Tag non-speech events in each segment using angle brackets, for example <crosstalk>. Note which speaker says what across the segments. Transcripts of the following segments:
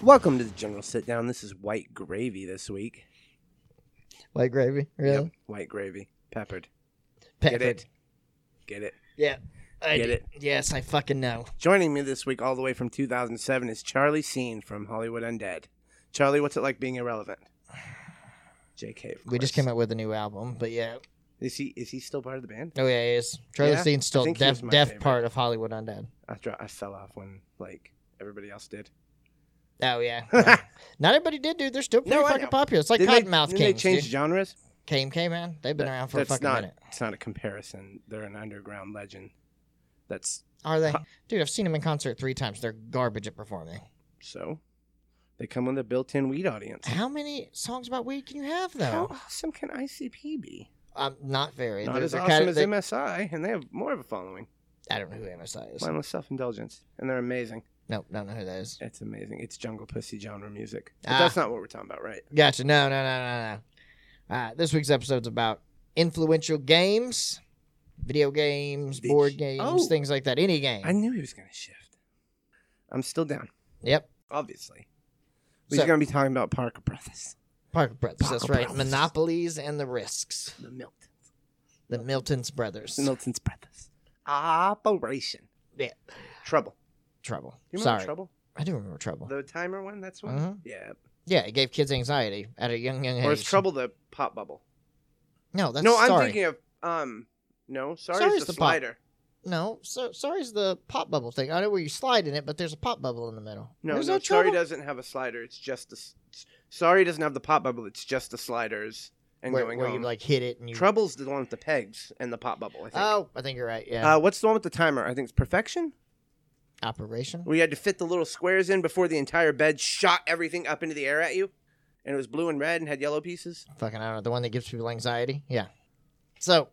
Speaker 1: Welcome to the General Sit Down. This is white gravy this week.
Speaker 2: White gravy, really?
Speaker 1: White gravy, peppered.
Speaker 2: Peppered.
Speaker 1: Get it. Get it.
Speaker 2: Yeah. I
Speaker 1: Get
Speaker 2: do.
Speaker 1: it.
Speaker 2: Yes, I fucking know.
Speaker 1: Joining me this week, all the way from 2007, is Charlie Scene from Hollywood Undead. Charlie, what's it like being irrelevant? JK. Of
Speaker 2: We just
Speaker 1: course.
Speaker 2: came out with a new album, but yeah.
Speaker 1: Is he is he still part of the band?
Speaker 2: Oh yeah, it is. Charlie
Speaker 1: Yeah,
Speaker 2: Steen's
Speaker 1: I
Speaker 2: still
Speaker 1: think he
Speaker 2: deaf,
Speaker 1: was my
Speaker 2: deaf
Speaker 1: favorite.
Speaker 2: part of Hollywood Undead.
Speaker 1: I dro- I fell off when like everybody else
Speaker 2: <laughs>
Speaker 1: did. <laughs>
Speaker 2: Oh yeah. yeah. Not everybody did, dude. They're still pretty
Speaker 1: No, I know.
Speaker 2: fucking popular. It's like
Speaker 1: Didn't they-
Speaker 2: Cottonmouth
Speaker 1: didn't
Speaker 2: Kings.
Speaker 1: they change
Speaker 2: dude.
Speaker 1: genres?
Speaker 2: KMK man, they've been
Speaker 1: That-
Speaker 2: around for a
Speaker 1: that's
Speaker 2: fucking
Speaker 1: not,
Speaker 2: minute.
Speaker 1: It's not a comparison. They're an underground legend. That's
Speaker 2: Are they,
Speaker 1: Huh.
Speaker 2: dude? I've seen them in concert three times. They're garbage at performing.
Speaker 1: so. They come with a built-in weed audience.
Speaker 2: How many songs about weed can you have
Speaker 1: How
Speaker 2: though?
Speaker 1: awesome can ICP be?
Speaker 2: Um, not very.
Speaker 1: Not
Speaker 2: They're-
Speaker 1: as
Speaker 2: they're
Speaker 1: awesome
Speaker 2: kinda-
Speaker 1: as
Speaker 2: they-
Speaker 1: MSI, and they have more of a following.
Speaker 2: I don't know who MSI is.
Speaker 1: Mindless self-indulgence, and they're amazing.
Speaker 2: Nope, don't know who that is.
Speaker 1: It's amazing. It's jungle pussy genre music. But
Speaker 2: Ah.
Speaker 1: that's not what we're talking about, right?
Speaker 2: Gotcha. No, no, no, no, no. Uh, this week's episode's about influential games, video games,
Speaker 1: Did
Speaker 2: board
Speaker 1: you-
Speaker 2: games,
Speaker 1: Oh.
Speaker 2: things like that. Any game.
Speaker 1: I knew he was going to shift. I'm still down,
Speaker 2: Yep.
Speaker 1: obviously. We're
Speaker 2: So-
Speaker 1: going to be talking about Parker Brothers,
Speaker 2: Parker Brothers. that's
Speaker 1: Parker
Speaker 2: right.
Speaker 1: Brothers.
Speaker 2: Monopolies and the risks.
Speaker 1: the Milton,
Speaker 2: The Milton's brothers.
Speaker 1: Milton's Brothers. Operation
Speaker 2: Yeah.
Speaker 1: Trouble.
Speaker 2: Trouble.
Speaker 1: You remember
Speaker 2: Sorry.
Speaker 1: Trouble?
Speaker 2: I do remember trouble.
Speaker 1: The timer one. That's one.
Speaker 2: Mhm.
Speaker 1: Yeah.
Speaker 2: Yeah, it gave kids anxiety at a young, young age.
Speaker 1: Or is Trouble the pop bubble?
Speaker 2: No, that's
Speaker 1: no, I'm
Speaker 2: sorry.
Speaker 1: thinking of um. No, sorry,
Speaker 2: Sorry's
Speaker 1: it's the,
Speaker 2: the pop.
Speaker 1: slider.
Speaker 2: No, so, sorry's the pop bubble thing. I know where you slide in it, but there's a pop bubble in the middle.
Speaker 1: No,
Speaker 2: There's
Speaker 1: no,
Speaker 2: no
Speaker 1: sorry
Speaker 2: trouble.
Speaker 1: doesn't have a slider. It's just the s- s- sorry doesn't have the pop bubble. It's just the sliders and
Speaker 2: where
Speaker 1: going
Speaker 2: where
Speaker 1: home.
Speaker 2: you like hit it and you.
Speaker 1: Trouble's the one with the pegs and the pop bubble. I think.
Speaker 2: Oh, I think you're right. Yeah.
Speaker 1: Uh, what's the one with the timer? I think it's perfection.
Speaker 2: Operation.
Speaker 1: We had to fit the little squares in before the entire bed shot everything up into the air at you, and it was blue and red and had yellow pieces.
Speaker 2: Fucking, I don't know. The one that gives people anxiety. Yeah. So,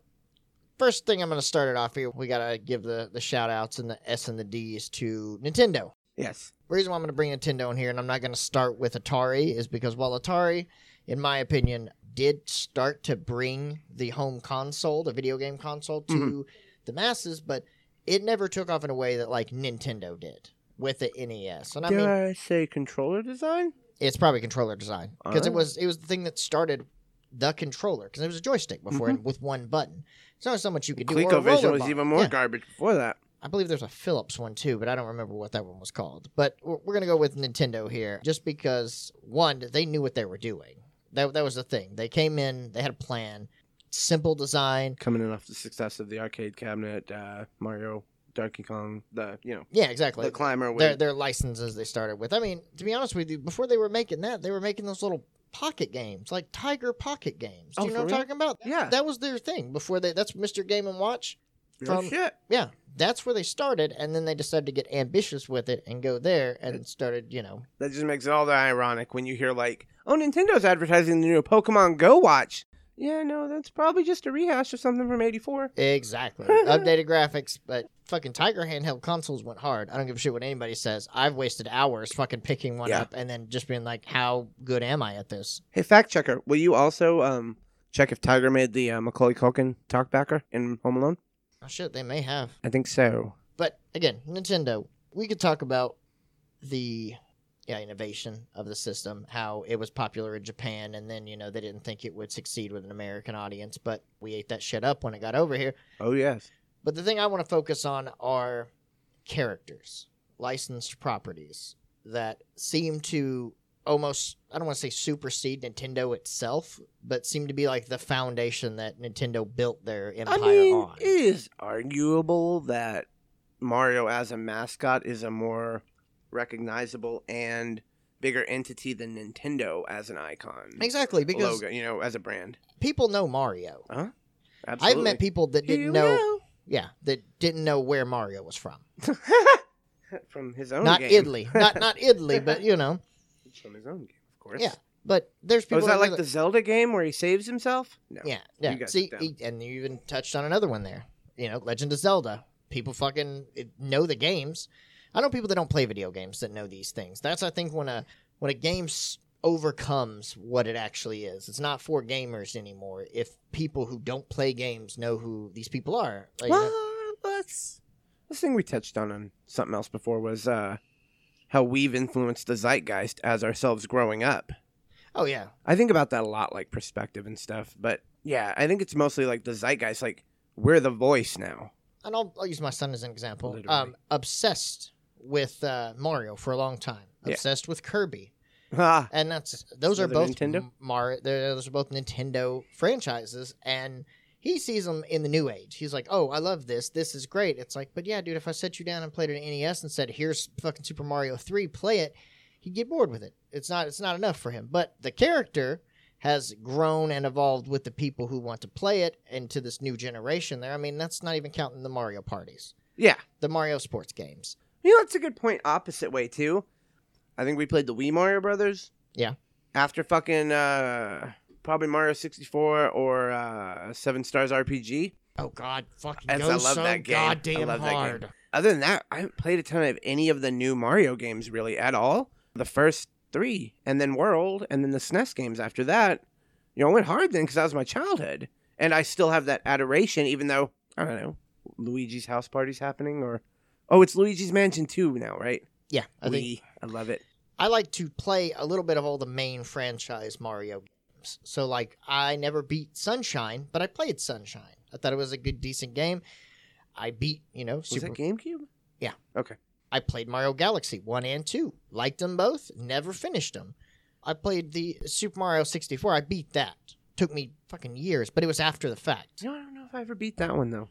Speaker 2: first thing I'm going to start it off here, we got to give the, the shout outs and the S and the D's to Nintendo.
Speaker 1: Yes.
Speaker 2: reason why I'm going to bring Nintendo in here and I'm not going to start with Atari is because while Atari, in my opinion, did start to bring the home console, the video game console, to
Speaker 1: Mhm.
Speaker 2: the masses, but it never took off in a way that like Nintendo did with the NES. And I
Speaker 1: Did
Speaker 2: mean,
Speaker 1: I say controller design?
Speaker 2: it's probably controller design because
Speaker 1: Alright.
Speaker 2: it was it was the thing that started the controller because it was a joystick before and with one button. It's not so much you could do. or a
Speaker 1: Mm-hmm. ColecoVision
Speaker 2: roller
Speaker 1: was
Speaker 2: ball.
Speaker 1: even more
Speaker 2: Yeah.
Speaker 1: garbage before that.
Speaker 2: I believe there's a Philips one too, but I don't remember what that one was called. But we're, we're gonna go with Nintendo here, just because one, they knew what they were doing. That that was the thing. They came in, they had a plan, simple design.
Speaker 1: Coming in off the success of the arcade cabinet, uh, Mario, Donkey Kong, the you know
Speaker 2: Yeah, exactly.
Speaker 1: the climber
Speaker 2: their
Speaker 1: with
Speaker 2: their licenses they started with. I mean, to be honest with you, before they were making that, they were making those little pocket games, like Tiger Pocket games. Do
Speaker 1: Oh,
Speaker 2: you know what
Speaker 1: for
Speaker 2: I'm
Speaker 1: real?
Speaker 2: talking about?
Speaker 1: Yeah.
Speaker 2: That was their thing before they. That's Mr. Game and Watch.
Speaker 1: No
Speaker 2: from-
Speaker 1: shit.
Speaker 2: Yeah, that's where they started, and then they decided to get ambitious with it and go there and started, you know,
Speaker 1: That just makes it all the ironic when you hear like, "Oh, Nintendo's advertising the new Pokemon Go watch." Yeah, no, that's probably just a rehash of something from '84.
Speaker 2: Exactly.
Speaker 1: <laughs>
Speaker 2: Updated graphics, but fucking Tiger handheld consoles went hard. I don't give a shit what anybody says. I've wasted hours fucking picking one
Speaker 1: Yeah.
Speaker 2: up and then just being like, how good am I at this?
Speaker 1: Hey, fact checker, will you also um check if Tiger made the uh, Macaulay Culkin talkbacker in Home Alone?
Speaker 2: Oh shit, they may have.
Speaker 1: I think so.
Speaker 2: But again, Nintendo, we could talk about the yeah, innovation of the system, how it was popular in Japan, and then, you know, they didn't think it would succeed with an American audience, but we ate that shit up when it got over here.
Speaker 1: Oh yes.
Speaker 2: But the thing I want to focus on are characters, licensed properties that seem to almost, I don't want to say supersede Nintendo itself, but seem to be like the foundation that Nintendo built their empire
Speaker 1: I mean,
Speaker 2: on.
Speaker 1: it is arguable that Mario as a mascot is a more recognizable and bigger entity than Nintendo as an icon.
Speaker 2: exactly, because
Speaker 1: logo, you know, as a brand.
Speaker 2: people know Mario.
Speaker 1: Absolutely.
Speaker 2: I've met people that
Speaker 1: Here
Speaker 2: didn't
Speaker 1: you
Speaker 2: know,
Speaker 1: go.
Speaker 2: yeah, that didn't know where Mario was from.
Speaker 1: <laughs> from his own
Speaker 2: not
Speaker 1: game.
Speaker 2: Italy,
Speaker 1: <laughs>
Speaker 2: not not Italy, but you know,
Speaker 1: It's from his own game, of course.
Speaker 2: Yeah. but there's
Speaker 1: Oh,
Speaker 2: people
Speaker 1: is that
Speaker 2: know
Speaker 1: like the Zelda game where he saves himself? No.
Speaker 2: Yeah, yeah.
Speaker 1: You got
Speaker 2: See,
Speaker 1: it down.
Speaker 2: e- and you even touched on another one there. You know, Legend of Zelda. People fucking eh, know the games. I know people that don't play video games that know these things. That's I think when a when a game s- overcomes what it actually is. It's not for gamers anymore. If people who don't play games know who these people are, like, you know-
Speaker 1: Well, let's. This thing we touched on on something else before was uh, how we've influenced the zeitgeist as ourselves growing up.
Speaker 2: Oh yeah,
Speaker 1: I think about that a lot, like perspective and stuff. But yeah, I think it's mostly like the zeitgeist. Like we're the voice now. <laughs>
Speaker 2: and I'll, I'll use my son as an example.
Speaker 1: Literally.
Speaker 2: Um, obsessed with uh, Mario for a long time.
Speaker 1: Yeah.
Speaker 2: Obsessed with Kirby,
Speaker 1: Ah,
Speaker 2: and that's those are
Speaker 1: Another
Speaker 2: both
Speaker 1: Nintendo?
Speaker 2: M- Mar- they're- Those are both Nintendo franchises, and he sees them in the new age. He's like, "Oh, I love this. This is great." It's like, but yeah, dude, if I set you down and played an NES and said, "Here's fucking Super Mario three, play it," he'd get bored with it. It's not it's not enough for him. But the character has grown and evolved with the people who want to play it and to this new generation. There, I mean, that's not even counting the Mario parties,
Speaker 1: yeah.
Speaker 2: the Mario sports games.
Speaker 1: You know, that's a good point. Opposite way too. I think we played the Wii Mario Brothers.
Speaker 2: Yeah.
Speaker 1: After fucking uh, probably Mario sixty four or uh, Seven Stars RPG.
Speaker 2: Oh God, fucking
Speaker 1: Yes, I
Speaker 2: goes
Speaker 1: love
Speaker 2: so
Speaker 1: that game. I
Speaker 2: goddamn
Speaker 1: love that game.
Speaker 2: hard.
Speaker 1: Other than that, I haven't played a ton of any of the new Mario games really at all. The first three, and then World, and then the SNES games after that. You know, I went hard then because that was my childhood, and I still have that adoration, even though I don't know Luigi's house party's happening or oh, it's Luigi's Mansion two now, right?
Speaker 2: Yeah, I think
Speaker 1: Wii. I love it.
Speaker 2: I like to play a little bit of all the main franchise Mario games. So like I never beat Sunshine, but I played Sunshine. I thought it was a good decent game. I beat, you know,
Speaker 1: Was
Speaker 2: Super
Speaker 1: that GameCube?
Speaker 2: I played Mario Galaxy 1 and 2. Liked them both, never finished them. I played the Super Mario 64. I beat that. Took me fucking years, but it was after the fact.
Speaker 1: You know, I don't know if I ever beat that one though.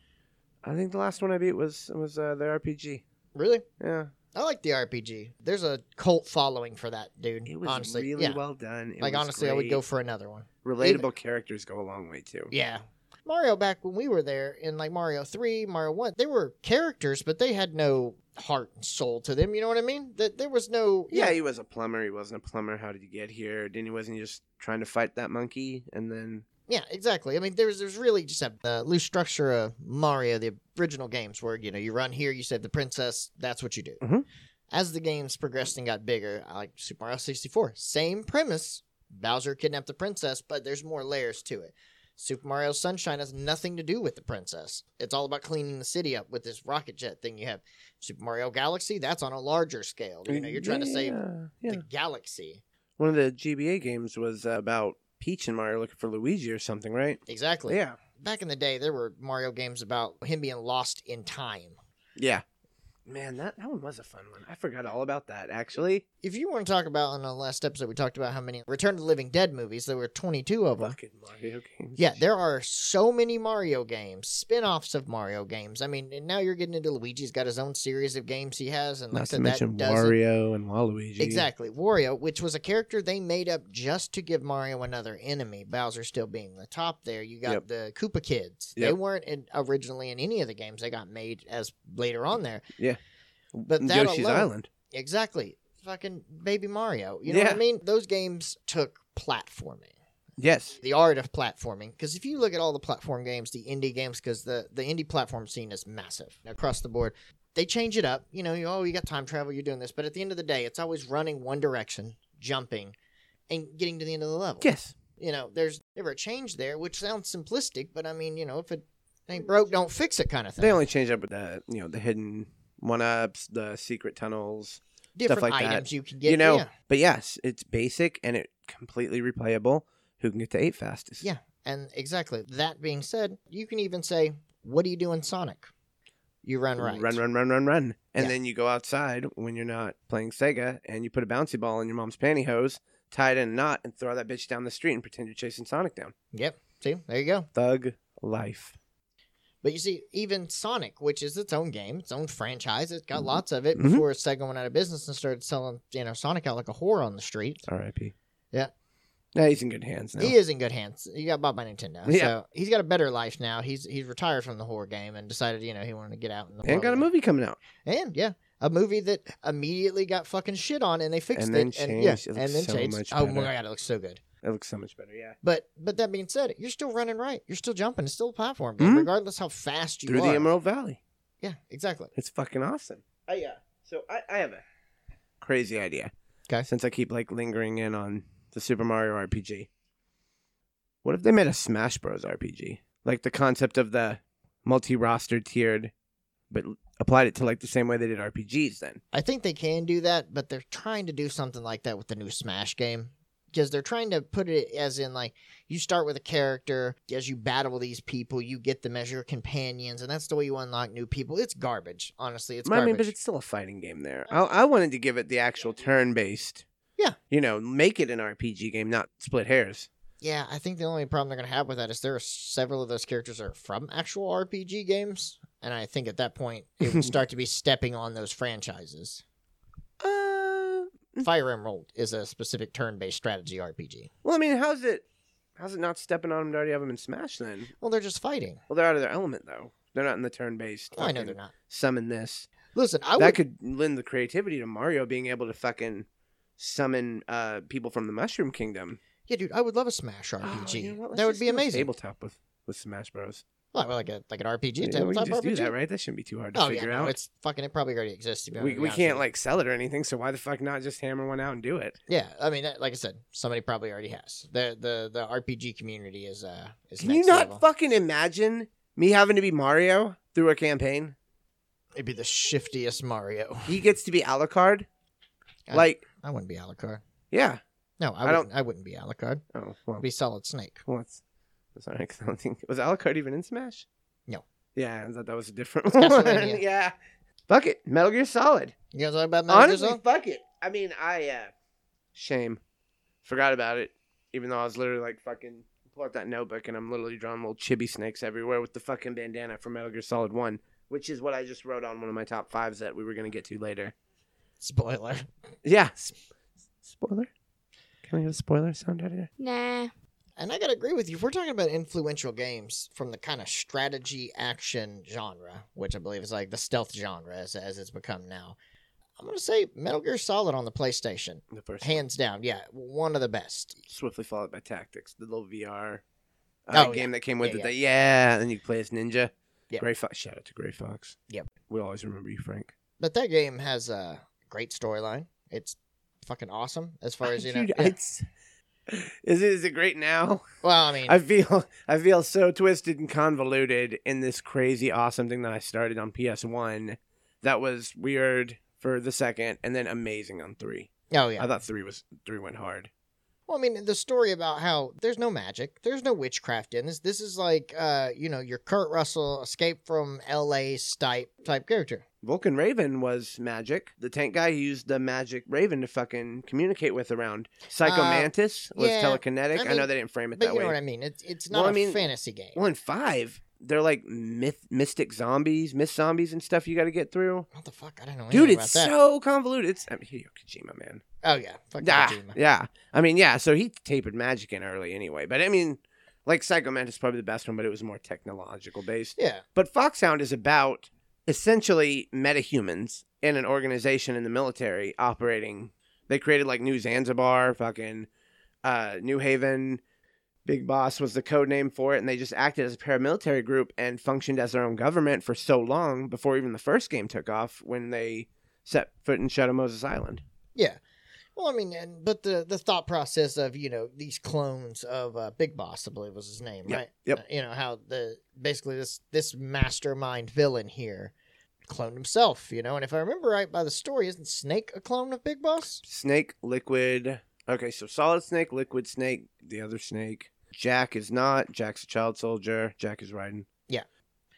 Speaker 1: I think the last one I beat was was uh, the RPG.
Speaker 2: Really?
Speaker 1: Yeah,
Speaker 2: I like the RPG. There's a cult following for that, dude.
Speaker 1: it was
Speaker 2: honestly,
Speaker 1: really
Speaker 2: yeah.
Speaker 1: well done. It
Speaker 2: like
Speaker 1: was
Speaker 2: honestly, I would
Speaker 1: great.
Speaker 2: go for another one.
Speaker 1: relatable characters go a long way too.
Speaker 2: Yeah. Mario back when we were there in like Mario 3, Mario 1, they were characters, but they had no heart and soul to them, you know what I mean? That there was no
Speaker 1: Yeah, he was a plumber. He wasn't a plumber. How did he get here? Didn't he wasn't he just trying to fight that monkey? And then
Speaker 2: Yeah, exactly. I mean, there's there's really just a uh, loose structure of Mario, the original games, where you know you run here, you save the princess, that's what you do.
Speaker 1: Mhm.
Speaker 2: As the games progressed and got bigger, I like Super Mario 64, same premise: Bowser kidnapped the princess, but there's more layers to it. Super Mario Sunshine has nothing to do with the princess. It's all about cleaning the city up with this rocket jet thing you have. Super Mario Galaxy, that's on a larger scale. You know, you're trying to save
Speaker 1: Yeah, yeah.
Speaker 2: the galaxy.
Speaker 1: One of the GBA games was uh, about Peach and Mario looking for Luigi or something, right?
Speaker 2: Exactly.
Speaker 1: Yeah,
Speaker 2: back in the day, there were Mario games about him being lost in time.
Speaker 1: yeah. Man, that that one was a fun one. I forgot all about that actually.
Speaker 2: If you want to talk about in the last episode, we talked about how many Return of the Living Dead movies there were 22 of them.
Speaker 1: Fucking Mario games.
Speaker 2: Yeah, there are so many Mario games, spin-offs of Mario games. I mean, and now you're getting into Luigi's got his own series of games he has, and like I
Speaker 1: Not to
Speaker 2: said, that
Speaker 1: mention
Speaker 2: does
Speaker 1: Wario and Waluigi.
Speaker 2: Exactly. Wario, which was a character they made up just to give Mario another enemy, Bowser still being the top there. You got
Speaker 1: Yep.
Speaker 2: the Koopa kids. They
Speaker 1: Yep.
Speaker 2: weren't in, originally in any of the games. They got made as later on there.
Speaker 1: Yeah.
Speaker 2: But that
Speaker 1: Yoshi's
Speaker 2: alone-
Speaker 1: Island.
Speaker 2: Exactly. Fucking Baby Mario. You know what I
Speaker 1: Yeah.
Speaker 2: mean? Those games took platforming.
Speaker 1: Yes.
Speaker 2: The art of platforming, because if you look at all the platform games, the indie games, because the, the indie platform scene is massive across the board, they change it up. You know, you, oh, you got time travel, you're doing this, but at the end of the day, it's always running one direction, jumping, and getting to the end of the level.
Speaker 1: Yes.
Speaker 2: You know, there's never a change there, which sounds simplistic, but I mean, you know, if it ain't broke, don't fix it, kind of thing.
Speaker 1: They only changed up with the you know the hidden one ups, the secret tunnels,
Speaker 2: Different
Speaker 1: like that.
Speaker 2: items you can get.
Speaker 1: you know.
Speaker 2: yeah.
Speaker 1: But yes, it's basic and it completely replayable. Who can get to eight fastest?
Speaker 2: Yeah. And exactly. That being said, you can even say, What do you do in Sonic? You run right.
Speaker 1: Run, run, run, run, run. And
Speaker 2: Yeah.
Speaker 1: then you go outside when you're not playing Sega and you put a bouncy ball in your mom's pantyhose, tie it in a knot, and throw that bitch down the street and pretend you're chasing Sonic down.
Speaker 2: Yep. See, there you go.
Speaker 1: Thug life.
Speaker 2: But you see, even Sonic, which is its own game, its own franchise, it got
Speaker 1: Mhm.
Speaker 2: lots of it
Speaker 1: Mhm.
Speaker 2: before Sega went out of business and started selling, you know, Sonic out like a whore on the street.
Speaker 1: R.I.P.
Speaker 2: Yeah.
Speaker 1: Now he's in good hands now.
Speaker 2: He is in good hands. He got bought by Nintendo.
Speaker 1: Yeah.
Speaker 2: So he's got a better life now. He's he's retired from the horror game and decided, you know, he wanted to get out in the
Speaker 1: and
Speaker 2: world.
Speaker 1: got a movie coming out.
Speaker 2: And yeah. A movie that immediately got fucking shit on and they fixed
Speaker 1: And then
Speaker 2: it. And, yeah,
Speaker 1: changed. It looks
Speaker 2: and then
Speaker 1: so
Speaker 2: changed.
Speaker 1: much
Speaker 2: oh my
Speaker 1: better.
Speaker 2: god, it looks so good.
Speaker 1: It looks so much better. Yeah.
Speaker 2: But but that being said, you're still running right. You're still jumping. It's still a platform game,
Speaker 1: Mhm.
Speaker 2: regardless how fast you
Speaker 1: Through
Speaker 2: are.
Speaker 1: the Emerald Valley.
Speaker 2: Yeah, exactly.
Speaker 1: It's fucking awesome. I, Uh, yeah. So I, I have a crazy idea.
Speaker 2: 'Kay.
Speaker 1: Since I keep like lingering in on the Super Mario RPG, what if they made a Smash Bros RPG? Like the concept of the multi roster tiered, but applied it to like the same way they did RPGs then.
Speaker 2: I think they can do that, but they're trying to do something like that with the new Smash game. Because they're trying to put it as in like you start with a character, as you battle these people, you get them as your companions, and that's the way you unlock new people. It's garbage, honestly. It's
Speaker 1: I
Speaker 2: garbage.
Speaker 1: mean, but it's still a fighting game there. I, I wanted to give it the actual turn based.
Speaker 2: Yeah.
Speaker 1: You know, make it an RPG game, not split hairs.
Speaker 2: Yeah, I think the only problem they're gonna have with that is there are several of those characters are from actual RPG games, and I think at that point
Speaker 1: <laughs>
Speaker 2: it would start to be stepping on those franchises.
Speaker 1: Uh,
Speaker 2: Fire Emerald is a specific turn-based strategy RPG.
Speaker 1: well, I mean, how's it? How's it not stepping on them to already have them in Smash then?
Speaker 2: Well, they're just fighting.
Speaker 1: Well, they're out of their element though. They're not in the turn based.
Speaker 2: Oh, I know they're not.
Speaker 1: Summon this.
Speaker 2: Listen, I
Speaker 1: that
Speaker 2: would.
Speaker 1: could lend the creativity to Mario being able to fucking summon uh, people from the Mushroom Kingdom.
Speaker 2: Yeah, dude, I would love a Smash
Speaker 1: Oh,
Speaker 2: RPG.
Speaker 1: you know what? Let's
Speaker 2: that would
Speaker 1: just
Speaker 2: be
Speaker 1: do a
Speaker 2: amazing.
Speaker 1: Tabletop with, with Smash Bros.
Speaker 2: Well, like a like an RPG,
Speaker 1: Yeah, we
Speaker 2: tabletop
Speaker 1: can just
Speaker 2: RPG.
Speaker 1: do that, right? That shouldn't be too hard to
Speaker 2: Oh yeah,
Speaker 1: figure
Speaker 2: no,
Speaker 1: out.
Speaker 2: it's uh, fucking. It probably already exists. To be
Speaker 1: we
Speaker 2: honest
Speaker 1: we
Speaker 2: with you.
Speaker 1: can't like sell it or anything, so why the fuck not just hammer one out and do it?
Speaker 2: Yeah, I mean, that, like I said, somebody probably already has. the the The RPG community is uh is.
Speaker 1: Can you
Speaker 2: next
Speaker 1: not
Speaker 2: level.
Speaker 1: fucking imagine me having to be Mario through a campaign?
Speaker 2: It'd be the shiftiest Mario. <laughs>
Speaker 1: He gets to be Alucard.
Speaker 2: I-
Speaker 1: Like,
Speaker 2: I wouldn't be Alucard.
Speaker 1: yeah.
Speaker 2: No, I,
Speaker 1: I don't-
Speaker 2: wouldn't. I wouldn't be Alucard.
Speaker 1: Oh
Speaker 2: I'd
Speaker 1: well, <laughs>
Speaker 2: be Solid Snake.
Speaker 1: well that's, that's all right. 'cause I don't think was Alucard even in Smash.
Speaker 2: No.
Speaker 1: Yeah, I thought that was a different one. <laughs>
Speaker 2: Castlevania.
Speaker 1: yeah. Fuck it, Metal Gear Solid.
Speaker 2: You guys talk about Metal Gear
Speaker 1: Honestly,
Speaker 2: Solid?
Speaker 1: fuck it. I mean, I uh shame. Forgot about it. Even though I was literally like fucking pull out that notebook and I'm literally drawing little chibi snakes everywhere with the fucking bandana from Metal Gear Solid One, which is what I just wrote on one of my top fives that we were gonna get to later.
Speaker 2: Spoiler.
Speaker 1: Yeah. s- Spoiler. Can I have a spoiler sound out of there?
Speaker 3: Nah.
Speaker 2: And I gotta agree with you. If we're talking about influential games from the kind of strategy action genre, which I believe is like the stealth genre as, as it's become now, I'm gonna say Metal Gear Solid on the PlayStation,
Speaker 1: The first
Speaker 2: hands down. Yeah, one of the best.
Speaker 1: swiftly followed by Tactics, the little VR uh,
Speaker 2: Oh, yeah.
Speaker 1: game that came with
Speaker 2: Yeah,
Speaker 1: it. That, yeah, and you play as Ninja.
Speaker 2: Yep.
Speaker 1: Gray Fox. Shout out to Gray Fox.
Speaker 2: Yep.
Speaker 1: We always remember you, Frank.
Speaker 2: But that game has a great storyline. It's fucking awesome as
Speaker 1: <laughs>
Speaker 2: far as you know.
Speaker 1: Dude,
Speaker 2: yeah.
Speaker 1: it's- is it is it great now?
Speaker 2: <laughs> Well, I mean,
Speaker 1: I feel I feel so twisted and convoluted in this crazy awesome thing that I started on PS One. That was weird for the second, and then amazing on three.
Speaker 2: oh yeah.
Speaker 1: I thought three was three went hard.
Speaker 2: Well, I mean, the story about how there's no magic, there's no witchcraft in this. This is like, uh, you know, your Kurt Russell escape from L.A. type type character.
Speaker 1: Vulcan Raven was magic. The tank guy used the magic Raven to fucking communicate with around. Psycho
Speaker 2: Uh,
Speaker 1: Mantis was
Speaker 2: yeah,
Speaker 1: telekinetic.
Speaker 2: I
Speaker 1: I,
Speaker 2: mean-
Speaker 1: know they didn't frame it
Speaker 2: But
Speaker 1: that
Speaker 2: you
Speaker 1: way.
Speaker 2: know what I mean? It's it's not
Speaker 1: Well, I
Speaker 2: a
Speaker 1: mean-
Speaker 2: fantasy game.
Speaker 1: Well, in five, they're like myth, mystic zombies, myth zombies, and stuff you got to get through.
Speaker 2: what the fuck? I don't know. anything
Speaker 1: Dude,
Speaker 2: about
Speaker 1: it's
Speaker 2: that.
Speaker 1: so convoluted. It's I mean, Hideo Kojima, man.
Speaker 2: Oh yeah, fuck
Speaker 1: Yeah,
Speaker 2: Kojima.
Speaker 1: yeah. I mean, yeah. So he tapered magic in early anyway, but I mean, like Psycho Mantis is probably the best one, but it was more technological based.
Speaker 2: Yeah.
Speaker 1: But Foxhound is about essentially metahumans in an organization in the military operating. They created like New Zanzibar, fucking uh, New Haven. Big Boss was the code name for it, and they just acted as a paramilitary group and functioned as their own government for so long before even the first game took off when they set foot in Shadow Moses Island.
Speaker 2: Well, I mean, and, but the the thought process of you know these clones of uh, Big Boss, I believe was his name,
Speaker 1: Yep,
Speaker 2: right?
Speaker 1: yep.
Speaker 2: Uh, you know how the basically this this mastermind villain here cloned himself, you know. And if I remember right by the story, isn't Snake a clone of Big Boss?
Speaker 1: Snake, Liquid. Okay, so Solid Snake, Liquid Snake, the other Snake. Jack is not. Jack's a child soldier. Jack is riding.
Speaker 2: Yeah.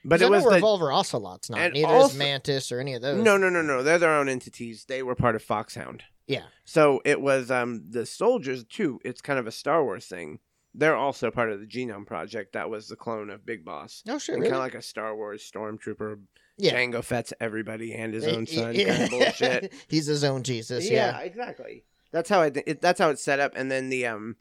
Speaker 1: But
Speaker 2: 'Cause
Speaker 1: it
Speaker 2: I
Speaker 1: was
Speaker 2: know
Speaker 1: the,
Speaker 2: Revolver Ocelot's not.
Speaker 1: and
Speaker 2: Neither is
Speaker 1: also-
Speaker 2: Mantis or any of those.
Speaker 1: No, no, no, no. They're their own entities. They were part of Foxhound.
Speaker 2: Yeah.
Speaker 1: So it was um the soldiers too. It's kind of a Star Wars thing. They're also part of the Genome Project. That was the clone of Big Boss.
Speaker 2: No shit,
Speaker 1: And
Speaker 2: really?
Speaker 1: kind of like a Star Wars stormtrooper.
Speaker 2: Yeah. Eh,
Speaker 1: Django Fett's everybody and his
Speaker 2: He- <laughs>
Speaker 1: own
Speaker 2: he-
Speaker 1: son. Kind of bullshit.
Speaker 2: He's his own Jesus.
Speaker 1: yeah,
Speaker 2: Yeah.
Speaker 1: exactly. That's how I thi- it, that's how it's set up, and then the um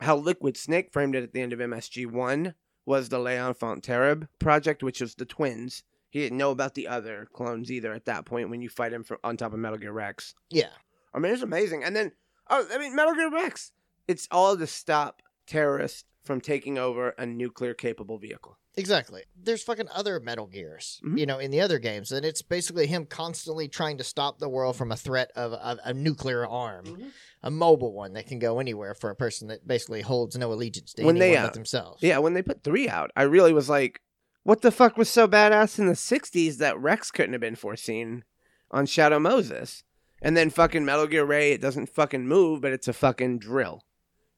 Speaker 1: how Liquid Snake framed it at the end of MSG one was the Leon Fonterab project, which was the twins. He didn't know about the other clones either at that point when you fight him from on top of Metal Gear Rex.
Speaker 2: yeah.
Speaker 1: I mean, it's amazing. And then oh, I mean, Metal Gear Rex. It's all to stop terrorists from taking over a nuclear capable vehicle.
Speaker 2: Exactly. There's fucking other Metal Gears,
Speaker 1: Mhm.
Speaker 2: you know, in the other games, and it's basically him constantly trying to stop the world from a threat of a, a nuclear arm, a mobile one that can go anywhere for a person that basically holds no allegiance to
Speaker 1: When
Speaker 2: anyone
Speaker 1: they, uh,
Speaker 2: but themselves.
Speaker 1: Yeah, when they put three out, I really was like, What the fuck was so badass in the 60s that Rex couldn't have been foreseen on Shadow Moses? And then fucking Metal Gear Ray, it doesn't fucking move, but it's a fucking drill.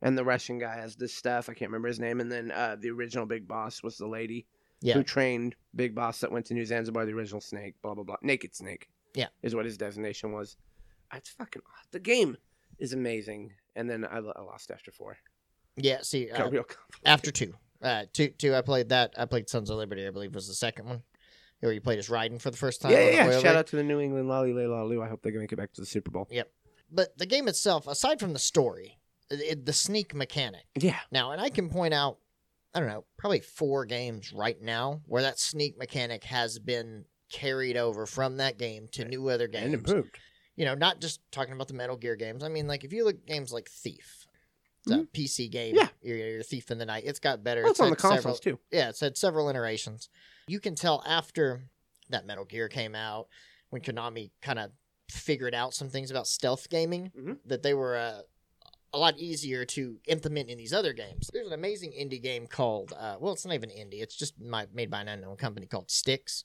Speaker 1: And the Russian guy has this stuff. I can't remember his name. And then uh, the original Big Boss was the lady
Speaker 2: Yeah.
Speaker 1: who trained Big Boss that went to New Zanzibar, the original snake, blah, blah, blah. Naked Snake.
Speaker 2: Yeah.
Speaker 1: Is what his designation was. It's fucking. The game is amazing. And then I, lo- I lost after four.
Speaker 2: Yeah. See,
Speaker 1: Got
Speaker 2: uh,
Speaker 1: real complicated.
Speaker 2: after two, uh, two, two. I played that. I played Sons of Liberty. I believe was the second one, where you played as Raiden for the first time.
Speaker 1: Yeah,
Speaker 2: on the
Speaker 1: yeah, yeah.
Speaker 2: oil
Speaker 1: Shout
Speaker 2: rig.
Speaker 1: out to the New England Lolly Lay Lolly. I hope they can make it back to the Super Bowl.
Speaker 2: But the game itself, aside from the story, it, it- the sneak mechanic.
Speaker 1: Yeah.
Speaker 2: Now, and I can point out, I don't know, probably four games right now where that sneak mechanic has been carried over from that game to new other
Speaker 1: And
Speaker 2: games.
Speaker 1: improved.
Speaker 2: you know, not just talking about the Metal Gear games. I mean, like if you look at games like Thief, it's a PC game.
Speaker 1: Mm-hmm. Yeah.
Speaker 2: Your, your Thief in the Night. It's got better.
Speaker 1: Well, it's on the
Speaker 2: had
Speaker 1: consoles
Speaker 2: several-
Speaker 1: too.
Speaker 2: yeah, it's had several iterations. You can tell after that Metal Gear came out, when Konami kind of figured out some things about stealth gaming,
Speaker 1: Mhm.
Speaker 2: that they were uh, a lot easier to implement in these other games. There's an amazing indie game called, uh, well, it's not even indie, it's just my, made by an unknown company called Sticks,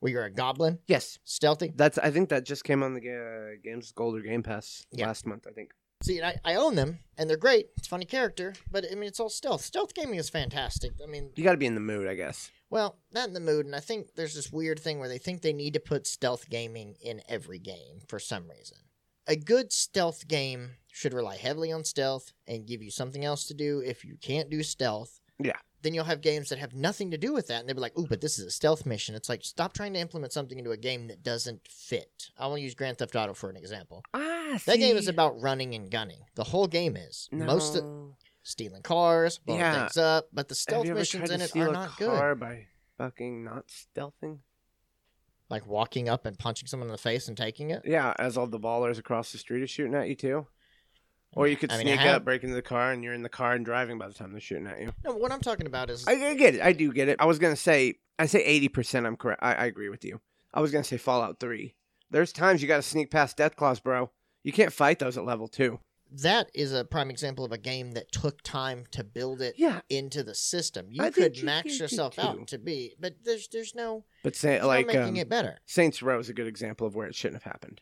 Speaker 2: where you're a goblin,
Speaker 1: Yes,
Speaker 2: stealthy.
Speaker 1: that's. I think that just came on the ga- Games Gold or Game Pass
Speaker 2: Yeah.
Speaker 1: last month. I think.
Speaker 2: See, and I, I own them, and they're great. It's a funny character, but I mean, it's all stealth. Stealth gaming is fantastic. I mean,
Speaker 1: You got to be in the mood, I guess.
Speaker 2: Well, not in the mood, and I think there's this weird thing where they think they need to put stealth gaming in every game for some reason. A good stealth game should rely heavily on stealth and give you something else to do. If you can't do stealth,
Speaker 1: Yeah.
Speaker 2: then you'll have games that have nothing to do with that, and they'll be like, "Ooh, but this is a stealth mission." It's like stop trying to implement something into a game that doesn't fit. I want to use Grand Theft Auto for an example.
Speaker 1: Ah,
Speaker 2: That game is about running and gunning. The whole game is most of, stealing cars, blowing
Speaker 1: Yeah.
Speaker 2: things up, but the
Speaker 1: Have
Speaker 2: stealth
Speaker 1: you ever tried
Speaker 2: missions
Speaker 1: to
Speaker 2: in it
Speaker 1: steal
Speaker 2: are
Speaker 1: a
Speaker 2: not good.
Speaker 1: car by fucking not stealthing?
Speaker 2: like walking up and punching someone in the face and taking it.
Speaker 1: Yeah, as all the ballers across the street are shooting at you too. Or you could
Speaker 2: I mean, I
Speaker 1: sneak
Speaker 2: have-
Speaker 1: up, break into the car, and you're in the car and driving by the time they're shooting at you.
Speaker 2: No, what I'm talking about is
Speaker 1: I, I get it. I do get it. I was gonna say. I say eighty percent. I'm correct. I, I agree with you. I was gonna say Fallout Three. There's times you got to sneak past death claws, bro. You can't fight those at level two.
Speaker 2: that is a prime example of a game that took time to build it
Speaker 1: Yeah,
Speaker 2: into the system. You
Speaker 1: I
Speaker 2: could
Speaker 1: think you can
Speaker 2: max
Speaker 1: do
Speaker 2: yourself
Speaker 1: too.
Speaker 2: out to be, but there's there's no
Speaker 1: but say,
Speaker 2: there's
Speaker 1: like
Speaker 2: no making
Speaker 1: um,
Speaker 2: it better.
Speaker 1: Saints Row is a good example of where it shouldn't have happened.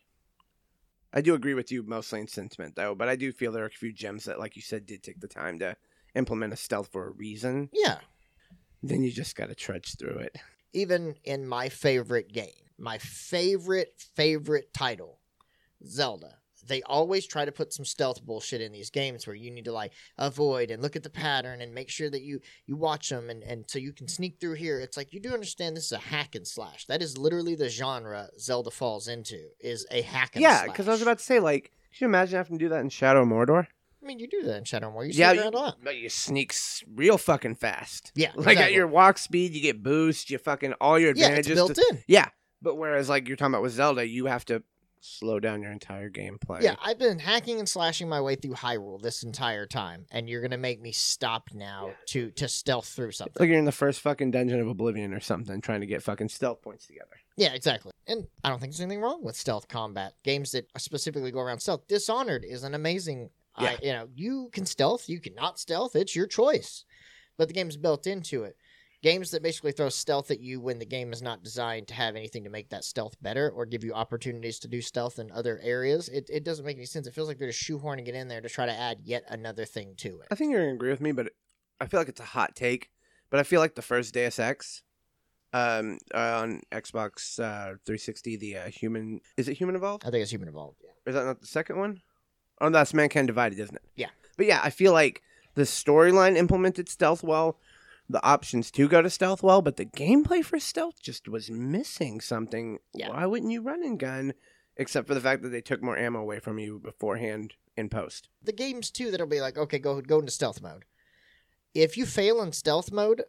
Speaker 1: I do agree with you mostly in sentiment though, but I do feel there are a few gems that, like you said, did take the time to implement a stealth for a reason.
Speaker 2: Yeah,
Speaker 1: Then you just got to trudge through it.
Speaker 2: even in my favorite game, my favorite favorite title, Zelda. They always try to put some stealth bullshit in these games where you need to like avoid and look at the pattern and make sure that you you watch them and and so you can sneak through here. It's like you do understand this is a hack and slash. That is literally the genre Zelda falls into is a hack and
Speaker 1: yeah,
Speaker 2: slash.
Speaker 1: because I was about to say, like, could you imagine having to do that in Shadow of Mordor?
Speaker 2: I mean, you do that in Shadow War. You
Speaker 1: Yeah,
Speaker 2: yeah,
Speaker 1: you-
Speaker 2: around a lot.
Speaker 1: But you sneak s- real fucking fast. <laughs>
Speaker 2: Yeah,
Speaker 1: Like at
Speaker 2: exactly.
Speaker 1: your walk speed, you get boost. You fucking all your
Speaker 2: yeah, it's
Speaker 1: advantages.
Speaker 2: built
Speaker 1: to-
Speaker 2: in.
Speaker 1: yeah, but whereas like you're talking about with Zelda, you have to slow down your entire gameplay.
Speaker 2: Yeah, I've been hacking and slashing my way through Hyrule this entire time, and you're gonna make me stop now to to stealth through
Speaker 1: It's
Speaker 2: something.
Speaker 1: like you're in the first fucking dungeon of Oblivion or something, trying to get fucking stealth points together.
Speaker 2: Yeah, exactly. And I don't think there's anything wrong with stealth combat games that specifically go around stealth. Dishonored is an amazing. I-
Speaker 1: Yeah.
Speaker 2: you know, you can stealth, you cannot stealth. It's your choice, but the game's built into it. Games that basically throw stealth at you when the game is not designed to have anything to make that stealth better or give you opportunities to do stealth in other areas, it, it doesn't make any sense. It feels like they're just shoehorning it in there to try to add yet another thing to it.
Speaker 1: I think you're gonna agree with me, but I feel like it's a hot take. But I feel like the first Deus Ex, um, uh, on Xbox uh, 360, the uh, human is it human evolved?
Speaker 2: I think it's human evolved. Yeah.
Speaker 1: Or is that not the second one? Oh, that's Mankind Divided, isn't it?
Speaker 2: Yeah.
Speaker 1: But yeah, I feel like the storyline implemented stealth well. The options to go to stealth well, but the gameplay for stealth just was missing something.
Speaker 2: Yeah.
Speaker 1: Why wouldn't you run and gun? Except for the fact that they took more ammo away from you beforehand in post.
Speaker 2: The games too that'll be like, okay, go go into stealth mode. If you fail in stealth mode,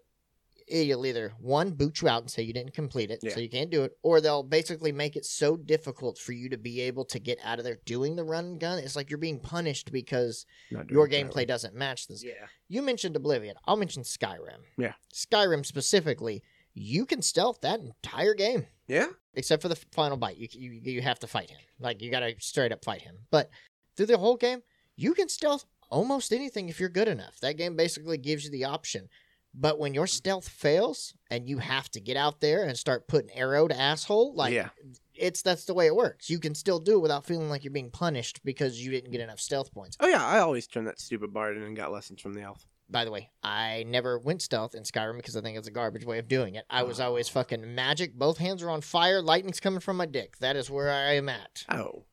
Speaker 2: it'll either one boot you out and say you didn't complete it,
Speaker 1: Yeah.
Speaker 2: so you can't do it, or they'll basically make it so difficult for you to be able to get out of there doing the run and gun. It's like you're being punished because
Speaker 1: Not doing
Speaker 2: your
Speaker 1: it that way.
Speaker 2: gameplay doesn't match this.
Speaker 1: Yeah.
Speaker 2: You mentioned Oblivion. I'll mention Skyrim.
Speaker 1: Yeah.
Speaker 2: Skyrim specifically, you can stealth that entire game.
Speaker 1: Yeah.
Speaker 2: except for the final bite. You you, you have to fight him. Like you got to straight up fight him. But through the whole game, you can stealth almost anything if you're good enough. That game basically gives you the option. But when your stealth fails and you have to get out there and start putting arrow to asshole, like
Speaker 1: yeah,
Speaker 2: it's that's the way it works. You can still do it without feeling like you're being punished because you didn't get enough stealth points.
Speaker 1: oh yeah. I always turned that stupid bard in and got lessons from the elf.
Speaker 2: By the way, I never went stealth in Skyrim because I think it's a garbage way of doing it. I was
Speaker 1: Oh.
Speaker 2: always fucking magic. Both hands are on fire. Lightning's coming from my dick. That is where I am at.
Speaker 1: Oh,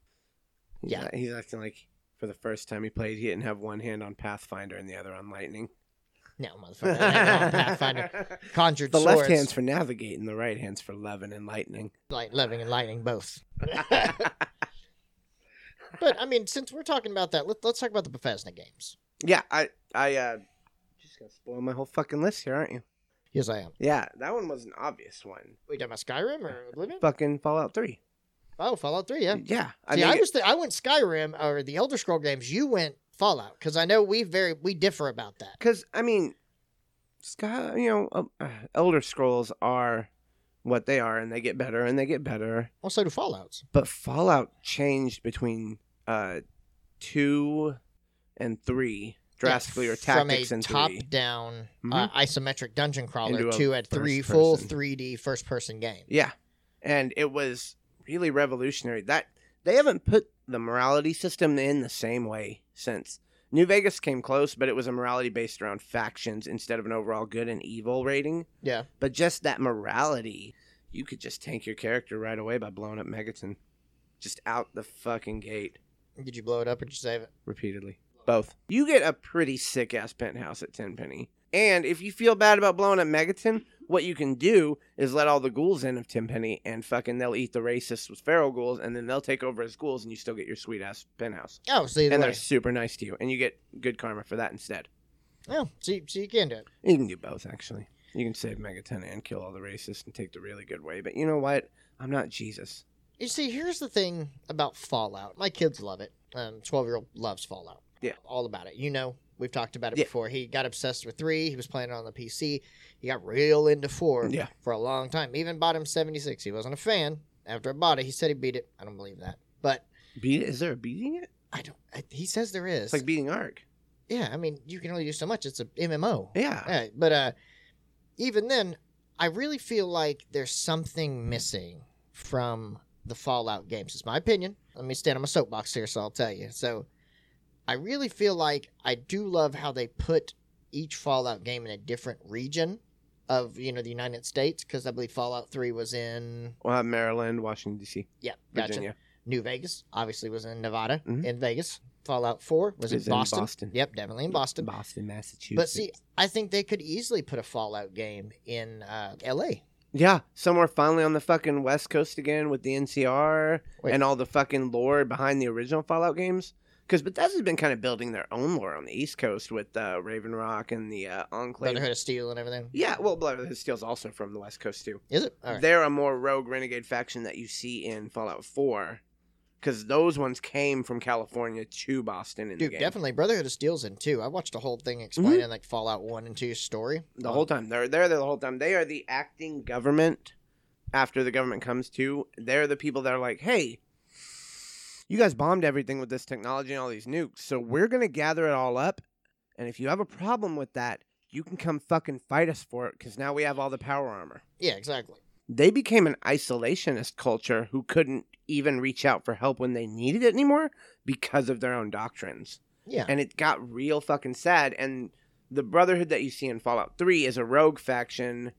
Speaker 1: He's
Speaker 2: Yeah.
Speaker 1: act- He's acting like for the first time he played, he didn't have one hand on Pathfinder and the other on lightning.
Speaker 2: No, motherfucker. I ain't on
Speaker 1: <laughs>
Speaker 2: Pathfinder. Conjured
Speaker 1: The
Speaker 2: swords.
Speaker 1: left hand's for navigating, the right hand's for loving and
Speaker 2: <laughs>
Speaker 1: lightning.
Speaker 2: like loving and lightning both. But I mean, since we're talking about that, let, let's talk about the Bethesda games.
Speaker 1: yeah, I, I, uh, just gonna spoil my whole fucking list here, aren't you?
Speaker 2: Yes, I am.
Speaker 1: Yeah, that one was an obvious one.
Speaker 2: Wait, talking about Skyrim or Oblivion?
Speaker 1: Fucking Fallout Three.
Speaker 2: Oh, Fallout Three. Yeah.
Speaker 1: Yeah, I
Speaker 2: See,
Speaker 1: mean,
Speaker 2: I was th- I went Skyrim or the Elder Scroll games. You went Fallout because I know we very we differ about that.
Speaker 1: because I mean, Sky, you know, uh, uh, Elder Scrolls are what they are, and they get better and they get better.
Speaker 2: Also, do Fallout's.
Speaker 1: But Fallout changed between uh, two and three drastically,
Speaker 2: Yeah,
Speaker 1: or tactics
Speaker 2: from a
Speaker 1: and
Speaker 2: top
Speaker 1: three.
Speaker 2: down uh,
Speaker 1: Mhm.
Speaker 2: isometric dungeon crawler
Speaker 1: Into a
Speaker 2: to a three
Speaker 1: first
Speaker 2: full
Speaker 1: person.
Speaker 2: 3D first person game.
Speaker 1: Yeah. And it was really revolutionary. That they haven't put the morality system in the same way since. New Vegas came close, but it was a morality based around factions instead of an overall good and evil rating.
Speaker 2: Yeah.
Speaker 1: But just that morality, you could just tank your character right away by blowing up Megaton. Just out the fucking gate
Speaker 2: Did you blow it up or did you save it?
Speaker 1: repeatedly. Both. You get a pretty sick ass penthouse at Tenpenny. And if you feel bad about blowing up Megaton, what you can do is let all the ghouls in of Tenpenny and fucking they'll eat the racists with feral ghouls and then they'll take over as ghouls and you still get your sweet ass penthouse.
Speaker 2: Oh, so either
Speaker 1: And
Speaker 2: way.
Speaker 1: they're super nice to you and you get good karma for that instead.
Speaker 2: Oh, so you, so you can do it.
Speaker 1: You can do both actually. You can save Megaton and kill all the racists and take the really good way. But you know what? I'm not Jesus.
Speaker 2: You see, here's the thing about Fallout. My kids love it. Um, twelve year old loves Fallout.
Speaker 1: Yeah.
Speaker 2: all about it. You know, we've talked about it
Speaker 1: Yeah.
Speaker 2: before. He got obsessed with three. He was playing it on the PC. He got real into four.
Speaker 1: Yeah.
Speaker 2: for a long time. Even bought him seventy six. He wasn't a fan. After I bought it, he said he beat it. I don't believe that, but
Speaker 1: Beat it? Is there a beating it?
Speaker 2: I don't. I, he says there is.
Speaker 1: It's like beating Ark.
Speaker 2: yeah, I mean, you can only do so much. It's a MMO.
Speaker 1: Yeah.
Speaker 2: Yeah, but uh, even then, I really feel like there's something missing from the Fallout games. It's my opinion. Let me stand on my soapbox here, so I'll tell you. So, I really feel like I do love how they put each Fallout game in a different region of you know the United States because I believe Fallout Three was in
Speaker 1: Well, Maryland, Washington D.C.,
Speaker 2: yeah, gotcha.
Speaker 1: Virginia.
Speaker 2: New Vegas obviously was in Nevada,
Speaker 1: Mhm.
Speaker 2: in Vegas. Fallout Four
Speaker 1: Is
Speaker 2: was Mm-hmm. in
Speaker 1: in
Speaker 2: Boston.
Speaker 1: Boston.
Speaker 2: Yep, definitely in Boston.
Speaker 1: Boston, Massachusetts.
Speaker 2: But see, I think they could easily put a Fallout game in uh, L.A.
Speaker 1: Yeah, somewhere finally on the fucking West Coast again with the NCR
Speaker 2: Wait.
Speaker 1: and all the fucking lore behind the original Fallout games. Because Bethesda's been kind of building their own lore on the East Coast with uh, Raven Rock and the uh, Enclave.
Speaker 2: Brotherhood of Steel and everything.
Speaker 1: Yeah, well, Brotherhood of Steel's also from the West Coast too.
Speaker 2: Is it? All right.
Speaker 1: They're a more rogue renegade faction that you see in Fallout Four, because those ones came from California to Boston in
Speaker 2: Dude,
Speaker 1: the game. Mm-hmm.
Speaker 2: definitely Brotherhood of Steel's in two. I watched a whole thing explaining like Fallout One and 2's story. Um,
Speaker 1: the whole time. They're they're there the whole time. They are the acting government. After the government comes to, they're the people that are like, "Hey, you guys bombed everything with this technology and all these nukes, so we're gonna gather it all up. And if you have a problem with that, you can come fucking fight us for it because now we have all the power armor."
Speaker 2: Yeah, exactly.
Speaker 1: They became an isolationist culture who couldn't even reach out for help when they needed it anymore because of their own doctrines
Speaker 2: Yeah.
Speaker 1: and it got real fucking sad. And the Brotherhood that you see in Fallout Three is a rogue faction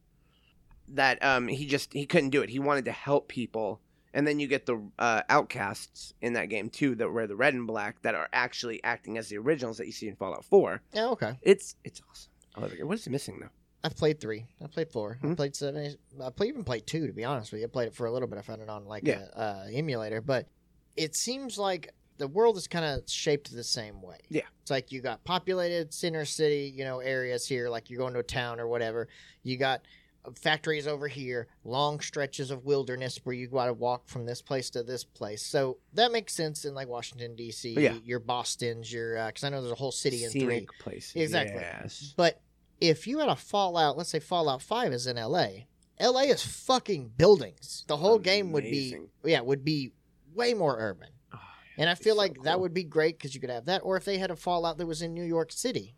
Speaker 1: that um he just he couldn't do it. He wanted to help people, and then you get the uh, outcasts in that game too that were the red and black that are actually acting as the originals that you see in Fallout Four.
Speaker 2: yeah. Okay.
Speaker 1: It's it's awesome. I love it. What is missing though?
Speaker 2: I've played three. I played 4 I
Speaker 1: Mhm.
Speaker 2: played seven. I played, even played two. To be honest with you, I played it for a little bit. I found it on like
Speaker 1: Yeah.
Speaker 2: a uh, emulator, but it seems like the world is kind of shaped the same way.
Speaker 1: Yeah.
Speaker 2: It's like you got populated center city, you know, areas here. Like you're going to a town or whatever. You got uh, factories over here, long stretches of wilderness where you got to walk from this place to this place. So that makes sense in like Washington D.C.
Speaker 1: Yeah.
Speaker 2: Your Boston's, your because I know there's a whole city in three.
Speaker 1: Scenic place.
Speaker 2: Exactly.
Speaker 1: Yes.
Speaker 2: But if you had a Fallout, let's say Fallout Five is in L.A. L.A. is fucking buildings. The whole game would be
Speaker 1: Amazing.
Speaker 2: yeah would be way more urban,
Speaker 1: Oh,
Speaker 2: and I
Speaker 1: It's
Speaker 2: feel
Speaker 1: so
Speaker 2: like that
Speaker 1: cool.
Speaker 2: would be great because you could have that. Or if they had a Fallout that was in New York City,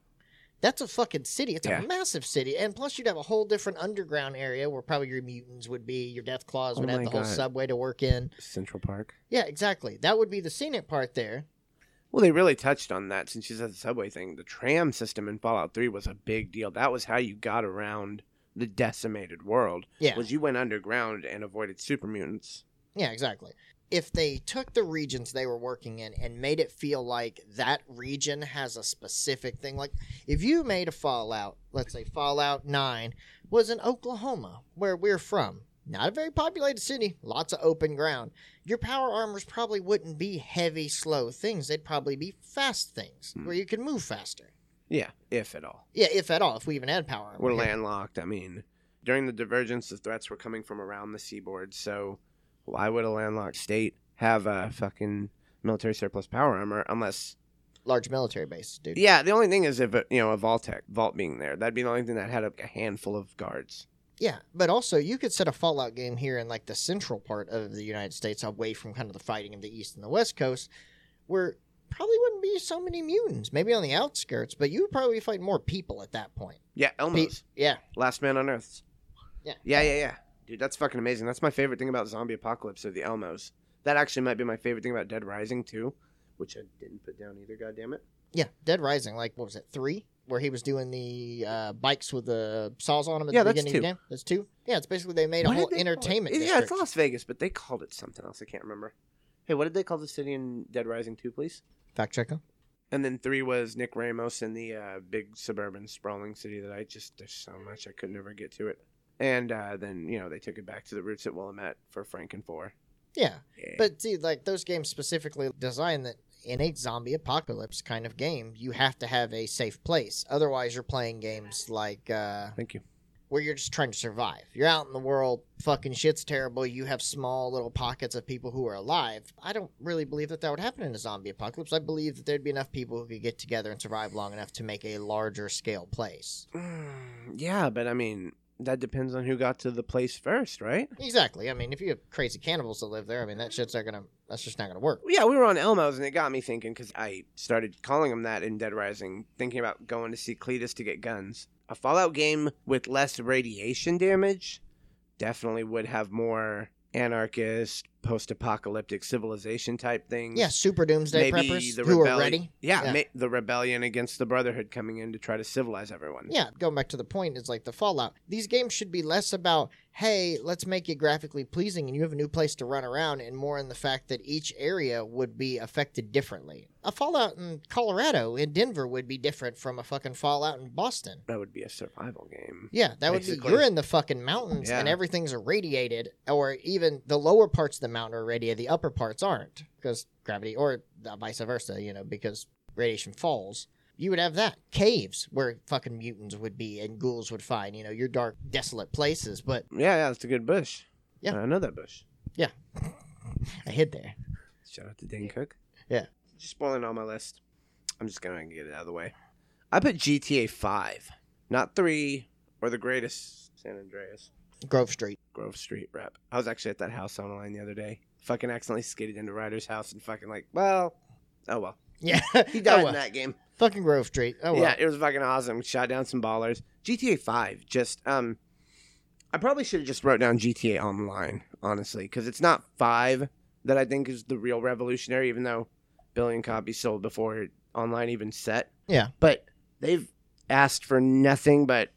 Speaker 2: That's a fucking city. It's
Speaker 1: Yeah.
Speaker 2: a massive city, and plus you'd have a whole different underground area where probably your mutants would be. Your death claws
Speaker 1: Oh
Speaker 2: would have
Speaker 1: my
Speaker 2: the whole
Speaker 1: God.
Speaker 2: subway to work in.
Speaker 1: Central Park.
Speaker 2: Yeah, exactly. That would be the scenic part there.
Speaker 1: Well, they really touched on that since you said the subway thing. The tram system in Fallout 3 was a big deal. That was how you got around the decimated world.
Speaker 2: Yeah,
Speaker 1: Was you went underground and avoided super mutants.
Speaker 2: yeah, exactly. If they took the regions they were working in and made it feel like that region has a specific thing, like if you made a Fallout, let's say Fallout Nine was in Oklahoma, where we're from. Not a very populated city, lots of open ground. Your power armors probably wouldn't be heavy, slow things. They'd probably be fast things
Speaker 1: Hmm.
Speaker 2: where you could move faster.
Speaker 1: Yeah, if at all.
Speaker 2: Yeah, if at all, if we even had power armor.
Speaker 1: We're
Speaker 2: Yeah.
Speaker 1: landlocked. I mean, during the divergence, the threats were coming from around the seaboard. So, why would a landlocked state have a fucking military surplus power armor unless.
Speaker 2: Large military base, dude.
Speaker 1: Yeah, the only thing is if, uh, you know, a Vault Tech, Vault being there, that'd be the only thing that had a, a handful of guards.
Speaker 2: Yeah, but also you could set a Fallout game here in like the central part of the United States, away from kind of the fighting of the East and the West Coast, where probably wouldn't be so many mutants. Maybe on the outskirts, but you would probably fight more people at that point.
Speaker 1: Yeah, Elmos.
Speaker 2: Yeah,
Speaker 1: Last Man on Earth.
Speaker 2: Yeah.
Speaker 1: Yeah, yeah, yeah. Dude, that's fucking amazing. That's my favorite thing about Zombie Apocalypse or the Elmos. That actually might be my favorite thing about Dead Rising too, which I didn't put down either, goddammit.
Speaker 2: yeah. Dead Rising, like what was it, three, where he was doing the uh, bikes with the saws on them at
Speaker 1: Yeah,
Speaker 2: the
Speaker 1: that's
Speaker 2: beginning of the game. That's two. Yeah, it's basically they made a
Speaker 1: What did
Speaker 2: whole
Speaker 1: they call it?
Speaker 2: entertainment.
Speaker 1: Yeah,
Speaker 2: district.
Speaker 1: it's Las Vegas, but they called it something else. I can't remember. Hey, what did they call the city in Dead Rising 2, please?
Speaker 2: Fact checker.
Speaker 1: And then three was Nick Ramos in the uh, big suburban sprawling city that I just there's so much I could never get to it. And uh, then you know they took it back to the roots at Willamette for Franken Four.
Speaker 2: Yeah,
Speaker 1: Yeah.
Speaker 2: But see, like those games specifically designed that in a zombie apocalypse kind of game, you have to have a safe place. Otherwise, you're playing games like uh,
Speaker 1: thank you.
Speaker 2: where you're just trying to survive. You're out in the world, fucking shit's terrible. You have small little pockets of people who are alive. I don't really believe that that would happen in a zombie apocalypse. I believe that there'd be enough people who could get together and survive long enough to make a larger scale place.
Speaker 1: Mm, <sighs> yeah, but I mean that depends on who got to the place first, right?
Speaker 2: Exactly. I mean, if you have crazy cannibals that live there, I mean, that shit's not gonna. That's just not gonna work.
Speaker 1: Yeah, we were on Elmo's, and it got me thinking because I started calling him that in Dead Rising, thinking about going to see Cletus to get guns. A Fallout game with less radiation damage definitely would have more anarchist, post-apocalyptic civilization type things.
Speaker 2: Yeah, super doomsday
Speaker 1: Maybe
Speaker 2: preppers
Speaker 1: the
Speaker 2: who
Speaker 1: rebellion.
Speaker 2: are ready.
Speaker 1: Yeah,
Speaker 2: Yeah.
Speaker 1: ma- the rebellion against the Brotherhood coming in to try to civilize everyone.
Speaker 2: Yeah, going back to the point, it's like the Fallout. These games should be less about, hey, let's make it graphically pleasing and you have a new place to run around, and more in the fact that each area would be affected differently. A Fallout in Colorado, in Denver, would be different from a fucking Fallout in Boston.
Speaker 1: That would be a survival game.
Speaker 2: Yeah, that would
Speaker 1: Basically.
Speaker 2: be you're in the fucking mountains and
Speaker 1: Yeah.
Speaker 2: everything's irradiated, or even the lower parts of the mountain are irradiated, the upper parts aren't because gravity, or the vice versa, you know, because radiation falls. You would have that caves where fucking mutants would be and ghouls would find, you know, your dark, desolate places. But
Speaker 1: Yeah, yeah, it's a good bush.
Speaker 2: Yeah.
Speaker 1: I know that bush.
Speaker 2: I hid there.
Speaker 1: Shout out to Dan Cook.
Speaker 2: Yeah.
Speaker 1: Just spoiling all my list. I'm just gonna get it out of the way. I put GTA five, not three, or the greatest San Andreas.
Speaker 2: Grove Street. <laughs>
Speaker 1: Grove Street rep. I was actually at that house on the line the other day. Fucking accidentally skated into Ryder's house and fucking like, well, oh well.
Speaker 2: Yeah.
Speaker 1: He died
Speaker 2: oh, well.
Speaker 1: in that game.
Speaker 2: Fucking Grove Street. Oh, well.
Speaker 1: Yeah, it was fucking awesome. Shot down some ballers. GTA Five, just um, I probably should have just wrote down GTA Online, honestly, because it's not five that I think is the real revolutionary, even though billion copies sold before online even set.
Speaker 2: Yeah.
Speaker 1: but they've asked for nothing but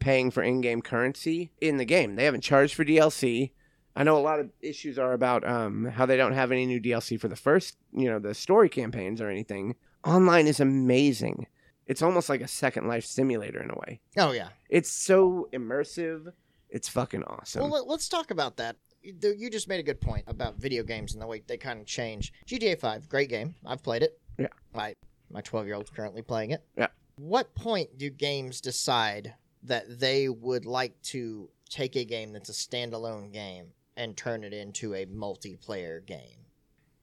Speaker 1: paying for in-game currency in the game. They haven't charged for DLC. I know a lot of issues are about um, how they don't have any new DLC for the first, you know, the story campaigns or anything. Online is amazing. It's almost like a second life simulator in a way.
Speaker 2: Oh, yeah.
Speaker 1: It's so immersive. It's fucking awesome.
Speaker 2: Well, let- let's talk about that. You you just made a good point about video games and the way they kind of change. GTA 5, great game. I've played it.
Speaker 1: Yeah.
Speaker 2: My my 12-year-old's currently playing it.
Speaker 1: Yeah.
Speaker 2: What point do games decide that they would like to take a game that's a standalone game and turn it into a multiplayer game?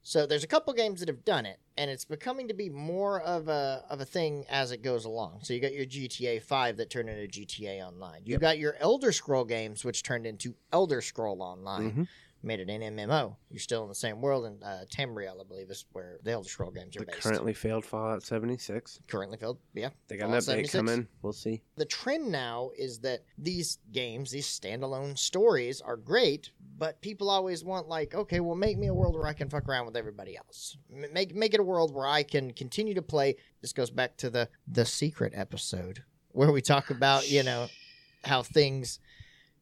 Speaker 2: So there's a couple games that have done it, and it's becoming to be more of a of a thing as it goes along. So you got your GTA Five that turned into GTA Online. You
Speaker 1: Yep.
Speaker 2: got your Elder Scroll games, which turned into Elder Scroll Online.
Speaker 1: Mhm.
Speaker 2: made it an MMO. You're still in the same world, and uh, Tamriel, I believe, is where the Elder Scroll games are
Speaker 1: The
Speaker 2: based.
Speaker 1: currently failed Fallout 76.
Speaker 2: currently filled, yeah.
Speaker 1: They got
Speaker 2: Fallout
Speaker 1: an update
Speaker 2: 76.
Speaker 1: coming. We'll see.
Speaker 2: The trend now is that these games, these standalone stories, are great, but people always want like, okay, well, make me a world where I can fuck around with everybody else. M- Make make it a world where I can continue to play. This goes back to the the secret episode where we talk about you know how things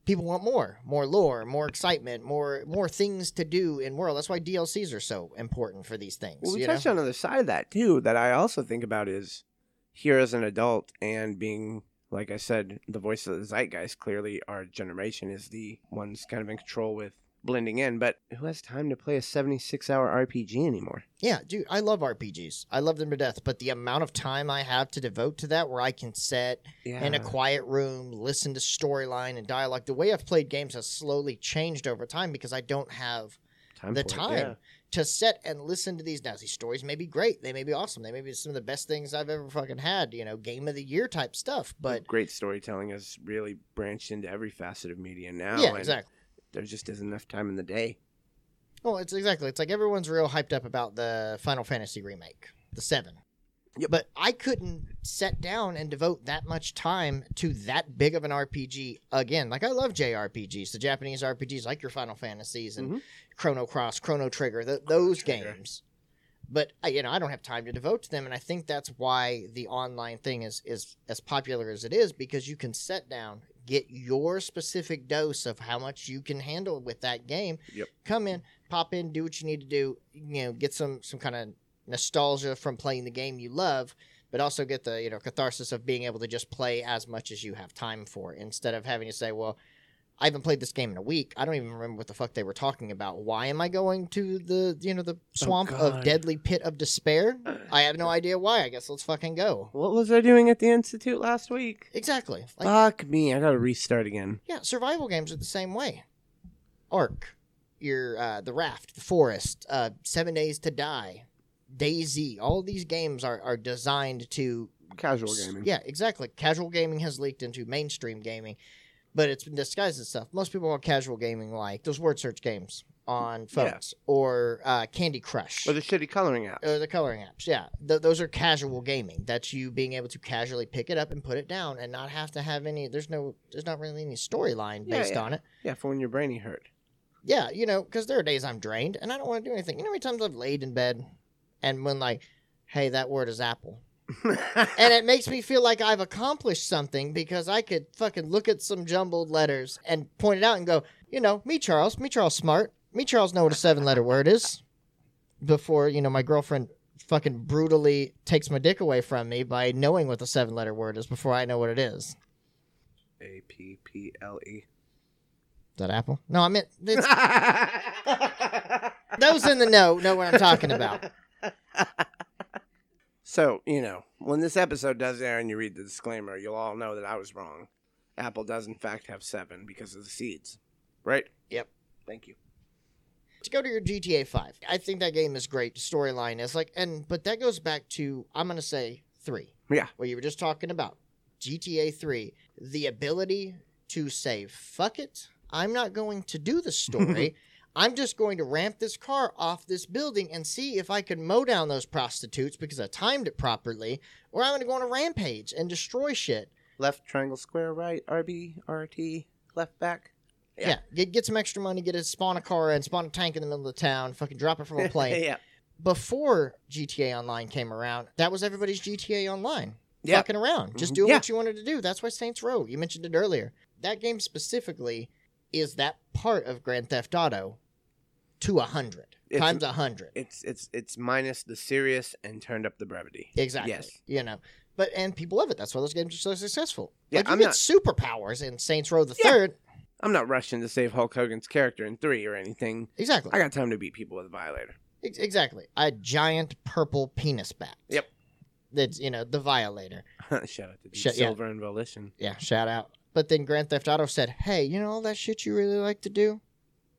Speaker 2: people want more more lore more excitement more more things to do in world that's why dlcs are so important for these things
Speaker 1: Well, we
Speaker 2: you
Speaker 1: touched
Speaker 2: know?
Speaker 1: on another side of that too. That I also think about is here as an adult and being, like I said, the voice of the zeitgeist. Clearly, our generation is the ones kind of in control with blending in. But who has time to play a seventy-six hour RPG anymore?
Speaker 2: Yeah, dude, I love RPGs. I love them to death, but the amount of time I have to devote to that where I can sit
Speaker 1: Yeah,
Speaker 2: in a quiet room, listen to storyline and dialogue, the way I've played games has slowly changed over time because I don't have
Speaker 1: time
Speaker 2: the
Speaker 1: for it,
Speaker 2: time
Speaker 1: yeah.
Speaker 2: to sit and listen to these now. These stories may be great, they may be awesome, they may be some of the best things I've ever fucking had, you know, game of the year type stuff, but
Speaker 1: great storytelling has really branched into every facet of media now.
Speaker 2: yeah,
Speaker 1: and
Speaker 2: exactly.
Speaker 1: There just isn't enough time in the day.
Speaker 2: Well, it's exactly. It's like everyone's real hyped up about the Final Fantasy remake, the seven.
Speaker 1: Yep.
Speaker 2: But I couldn't set down and devote that much time to that big of an RPG again. Like I love JRPGs, the Japanese RPGs, like your Final Fantasies and
Speaker 1: Mhm.
Speaker 2: Chrono Cross, Chrono Trigger, th those
Speaker 1: Trigger.
Speaker 2: games. But I- you know, I don't have time to devote to them, and I think that's why the online thing is is as popular as it is because you can set down, get your specific dose of how much you can handle with that game.
Speaker 1: Yep.
Speaker 2: Come in, pop in, do what you need to do. You know, get some some kind of nostalgia from playing the game you love, but also get the you know catharsis of being able to just play as much as you have time for instead of having to say, well, I haven't played this game in a week. I don't even remember what the fuck they were talking about. Why am I going to the you know the swamp of
Speaker 1: God. Uh,
Speaker 2: deadly pit of despair? I have no idea why. I guess let's fucking go.
Speaker 1: <sighs> What was I doing at the institute last week?
Speaker 2: Exactly. Like,
Speaker 1: Fuck me! I gotta restart again.
Speaker 2: Yeah, survival games are the same way. Ark, your uh, the raft, the forest, uh, Seven Days to Die, Daisy. All these games are are designed to
Speaker 1: Casual gaming.
Speaker 2: yeah, exactly. Casual gaming has leaked into mainstream gaming, but it's been disguised as stuff. Most people call casual gaming like those word search games on
Speaker 1: Yeah.
Speaker 2: phones or uh, Candy Crush
Speaker 1: Or the shitty coloring app.
Speaker 2: or the coloring apps. Yeah, Th- those are casual gaming. That's you being able to casually pick it up and put it down, and not have to have any. There's no. There's not really any storyline
Speaker 1: Yeah,
Speaker 2: based
Speaker 1: yeah.
Speaker 2: on it.
Speaker 1: Yeah, for when your brainy
Speaker 2: <laughs>
Speaker 1: hurt.
Speaker 2: Yeah, you know, because there are days I'm drained and I don't want to do anything. You know how many times I've laid in bed and when like, hey, that word is apple, and it makes me feel like I've accomplished something because I could fucking look at some jumbled letters and point it out and go, you know, me Charles, me Charles smart, me Charles know what a seven letter word is. Before you know, my girlfriend fucking brutally takes my dick away from me by knowing what the seven letter word is before I know what it is. Is
Speaker 1: A P P L E.
Speaker 2: that apple? No, I meant
Speaker 1: <laughs>
Speaker 2: it's, those in the know know what I'm talking about.
Speaker 1: <laughs> So, you know, when this episode does air and you read the disclaimer, you'll all know that I was wrong. Apple does, in fact, have seven because of the seeds. Right?
Speaker 2: Yep.
Speaker 1: Thank you.
Speaker 2: to go to your GTA 5. I think that game is great. Storyline is like, and but that goes back to I'm gonna say three.
Speaker 1: Yeah.
Speaker 2: what you were just talking about. GTA 3, the ability to say fuck it. I'm not going to do the story. I'm just going to ramp this car off this building and see if I can mow down those prostitutes because I timed it properly, or I'm going to go on a rampage and destroy shit.
Speaker 1: Left triangle square, right, RB, RT, left back. Yeah.
Speaker 2: Yeah, Get, get some extra money, get a spawn a car and spawn a tank in the middle of the town, fucking drop it from a
Speaker 1: <laughs>
Speaker 2: plane.
Speaker 1: yeah.
Speaker 2: before GTA Online came around, that was everybody's GTA Online.
Speaker 1: Yeah.
Speaker 2: Fucking around. Just
Speaker 1: Mhm.
Speaker 2: doing what you wanted to do. That's why Saints Row, you mentioned it earlier. That game specifically is that part of Grand Theft Auto to 100
Speaker 1: It's-
Speaker 2: times 100.
Speaker 1: It's it's it's minus the serious and turned up the brevity.
Speaker 2: Exactly.
Speaker 1: Yes.
Speaker 2: You know, but and people love it. That's why those games are so successful.
Speaker 1: Yeah,
Speaker 2: like you
Speaker 1: I'm
Speaker 2: get
Speaker 1: not-
Speaker 2: superpowers in Saints Row the
Speaker 1: Yeah.
Speaker 2: Third.
Speaker 1: I'm not rushing to save Hulk Hogan's character in three or anything.
Speaker 2: Exactly.
Speaker 1: I got time to beat people with a violator. <laughs>
Speaker 2: Ex- exactly. A giant purple penis bat.
Speaker 1: Yep.
Speaker 2: That's you know the Violator.
Speaker 1: Shout out to Deep
Speaker 2: Shut- yeah.
Speaker 1: Silver and Volition.
Speaker 2: yeah, shout out. But then Grand Theft Auto said, "Hey, you know all that shit you really like to do?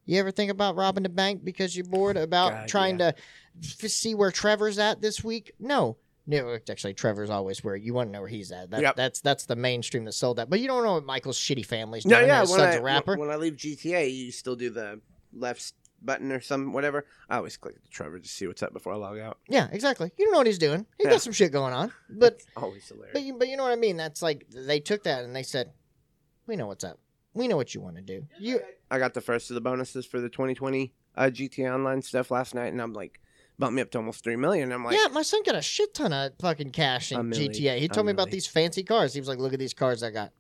Speaker 2: You ever think about robbing the bank because you're bored about
Speaker 1: God,
Speaker 2: trying to f- see where Trevor's at this week?" No. No, it's actually, Trevor's always where you want to know where he's at. That,
Speaker 1: Yep.
Speaker 2: That's that's the mainstream that sold that. But you don't know what Michael's shitty family's
Speaker 1: No,
Speaker 2: doing.
Speaker 1: yeah.
Speaker 2: his
Speaker 1: When
Speaker 2: son's
Speaker 1: I,
Speaker 2: a rapper.
Speaker 1: when I leave GTA, you still do the left button or some whatever. I always click the Trevor to see what's up before I log out.
Speaker 2: Yeah, exactly. You don't know what he's doing. He's
Speaker 1: Yeah.
Speaker 2: got some shit going on. But
Speaker 1: It's always hilarious.
Speaker 2: but you, but you know what I mean? That's like they took that and they said, "We know what's up. We know what you want to do. You
Speaker 1: I got the first of the bonuses for the 2020 uh, GTA Online stuff last night, and I'm like, bumped me up to almost three million. I'm like,
Speaker 2: yeah, my son got a shit ton of fucking cash
Speaker 1: A
Speaker 2: in
Speaker 1: milli,
Speaker 2: GTA. He
Speaker 1: a
Speaker 2: told me about
Speaker 1: milli.
Speaker 2: these fancy cars. He was like, "Look at these cars I got,"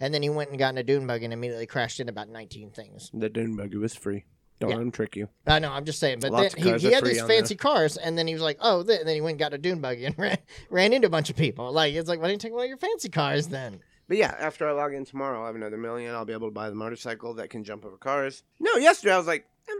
Speaker 2: and then he went and got in a dune buggy and immediately crashed into about nineteen things.
Speaker 1: the dune buggy was free. Don't
Speaker 2: Yeah.
Speaker 1: let him trick you.
Speaker 2: I know, I'm just saying, but
Speaker 1: Lots of
Speaker 2: then
Speaker 1: cars
Speaker 2: he, he
Speaker 1: are
Speaker 2: had
Speaker 1: free
Speaker 2: these
Speaker 1: on
Speaker 2: fancy cars, and then he was like, "Oh," th- and then he went and got a dune buggy and <laughs> ran, ran into a bunch of people. Like it's like, why didn't you take one of your fancy cars then?
Speaker 1: But yeah, after I log in tomorrow, I'll have another million. I'll be able to buy the motorcycle that can jump over cars. No, yesterday I was like, I'm,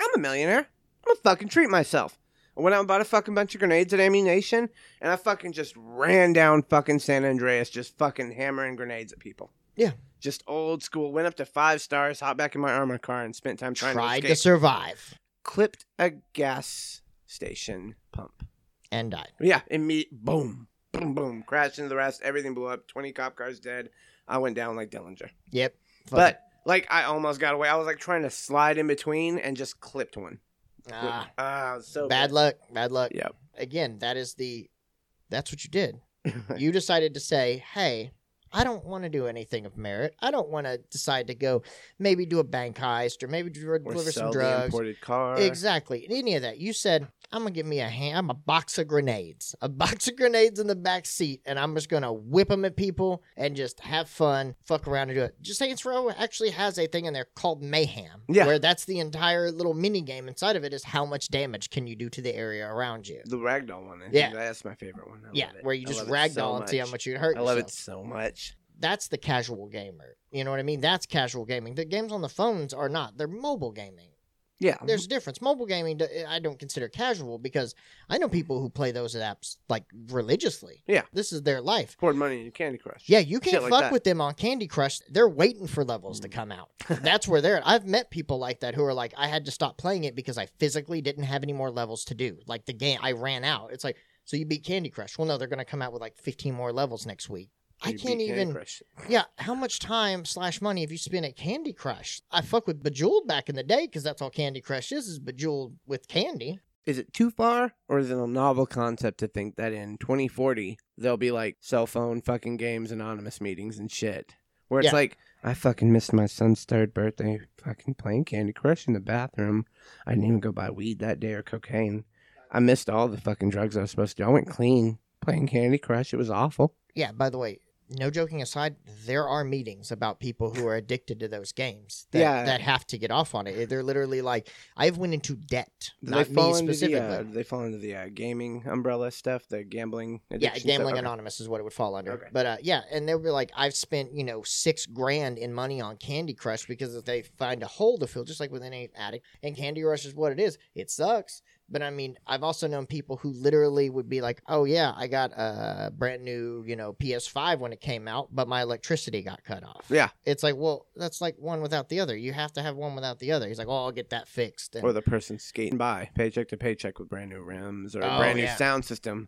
Speaker 1: I'm a millionaire. I'm gonna fucking treat myself. I went out and bought a fucking bunch of grenades and ammunition, and I fucking just ran down fucking San Andreas, just fucking hammering grenades at people.
Speaker 2: Yeah.
Speaker 1: Just old school. Went up to five stars, hopped back in my armored car, and spent time trying
Speaker 2: Tried
Speaker 1: to
Speaker 2: to,
Speaker 1: escape.
Speaker 2: survive
Speaker 1: Clipped a gas station pump.
Speaker 2: and died.
Speaker 1: Yeah, and me, boom, boom, boom, crashed into the rest. Everything blew up. Twenty cop cars dead. I went down like Dillinger.
Speaker 2: Yep. Fuck it.
Speaker 1: But like I almost got away. I was like trying to slide in between and just clipped one.
Speaker 2: ah,
Speaker 1: Ah, so
Speaker 2: bad luck. Bad luck.
Speaker 1: Yep.
Speaker 2: Again, that is the. That's what you did.
Speaker 1: <laughs> bad.
Speaker 2: you decided to say, hey, I don't want to do anything of merit. I don't want to decide to go maybe do a bank heist or maybe dr-
Speaker 1: or
Speaker 2: deliver
Speaker 1: sell
Speaker 2: some
Speaker 1: the
Speaker 2: drugs.
Speaker 1: imported car.
Speaker 2: Exactly. Any of that. You said, I'm going to give me a hand. I'm a box of grenades, a box of grenades in the back seat, and I'm just going to whip them at people and just have fun, fuck around and do it. Just Saints Row actually has a thing in there called Mayhem,
Speaker 1: Yeah.
Speaker 2: where that's the entire little mini game inside of it is how much damage can you do to the area around you.
Speaker 1: The ragdoll one. I think
Speaker 2: Yeah.
Speaker 1: that's my favorite one. I
Speaker 2: Yeah,
Speaker 1: love it.
Speaker 2: where you
Speaker 1: I
Speaker 2: just
Speaker 1: love it
Speaker 2: ragdoll
Speaker 1: so
Speaker 2: and see how much you can hurt.
Speaker 1: I love
Speaker 2: yourself.
Speaker 1: it so much.
Speaker 2: that's the casual gamer. You know what I mean? That's casual gaming. The games on the phones are not. They're mobile gaming.
Speaker 1: Yeah,
Speaker 2: There's a difference. Mobile gaming, d- I don't consider casual because I know people who play those apps like religiously.
Speaker 1: Yeah.
Speaker 2: This is their life.
Speaker 1: poured money in Candy Crush.
Speaker 2: Yeah, you can't
Speaker 1: Shit like
Speaker 2: fuck
Speaker 1: that. Mm.
Speaker 2: with them on Candy Crush. They're waiting for levels to
Speaker 1: <laughs>
Speaker 2: come out. That's where they're at. I've met people like that who are like, I had to stop playing it because I physically didn't have any more levels to do. Like the game, I ran out. It's like, so you beat Candy Crush. Well, no, they're going to come out with like 15 more levels next week. I
Speaker 1: You beat
Speaker 2: can't
Speaker 1: Candy
Speaker 2: even.
Speaker 1: Crush.
Speaker 2: Yeah, how much time slash money have you spent at Candy Crush? I fuck with Bejeweled back in the day because that's all Candy Crush is is Bejeweled with candy.
Speaker 1: Is it too far, or is it a novel concept to think that in 2040 there'll be like cell phone fucking games, anonymous meetings, and shit? Where it's
Speaker 2: Yeah.
Speaker 1: like, I fucking missed my son's third birthday, fucking playing Candy Crush in the bathroom. I didn't even go buy weed that day or cocaine. I missed all the fucking drugs I was supposed to do. I went clean playing Candy Crush. It was awful.
Speaker 2: Yeah, by the way, no joking aside, there are meetings about people who are addicted to those games that,
Speaker 1: Yeah.
Speaker 2: that have to get off on it. They're literally like, I've went into debt,
Speaker 1: Do
Speaker 2: not
Speaker 1: they
Speaker 2: me
Speaker 1: fall into
Speaker 2: specifically.
Speaker 1: the, uh, do they fall into the uh, gaming umbrella stuff, the gambling.
Speaker 2: yeah,
Speaker 1: addiction stuff?
Speaker 2: gambling
Speaker 1: Okay.
Speaker 2: anonymous is what it would fall under.
Speaker 1: Okay.
Speaker 2: But uh, yeah, and they'll be like, I've spent you know six grand in money on Candy Crush because if they find a hole to fill, just like with any addict, and Candy Crush is what it is. It sucks, but I mean, I've also known people who literally would be like, Oh yeah, I got a brand new you know PS5 when it came out, but my electricity got cut off.
Speaker 1: Yeah.
Speaker 2: it's like, well, that's like one without the other. You have to have one without the other. He's like, Oh, I'll get that fixed. And
Speaker 1: Or the person skating by, paycheck to paycheck with brand new rims or a
Speaker 2: Oh,
Speaker 1: brand new
Speaker 2: yeah.
Speaker 1: sound system.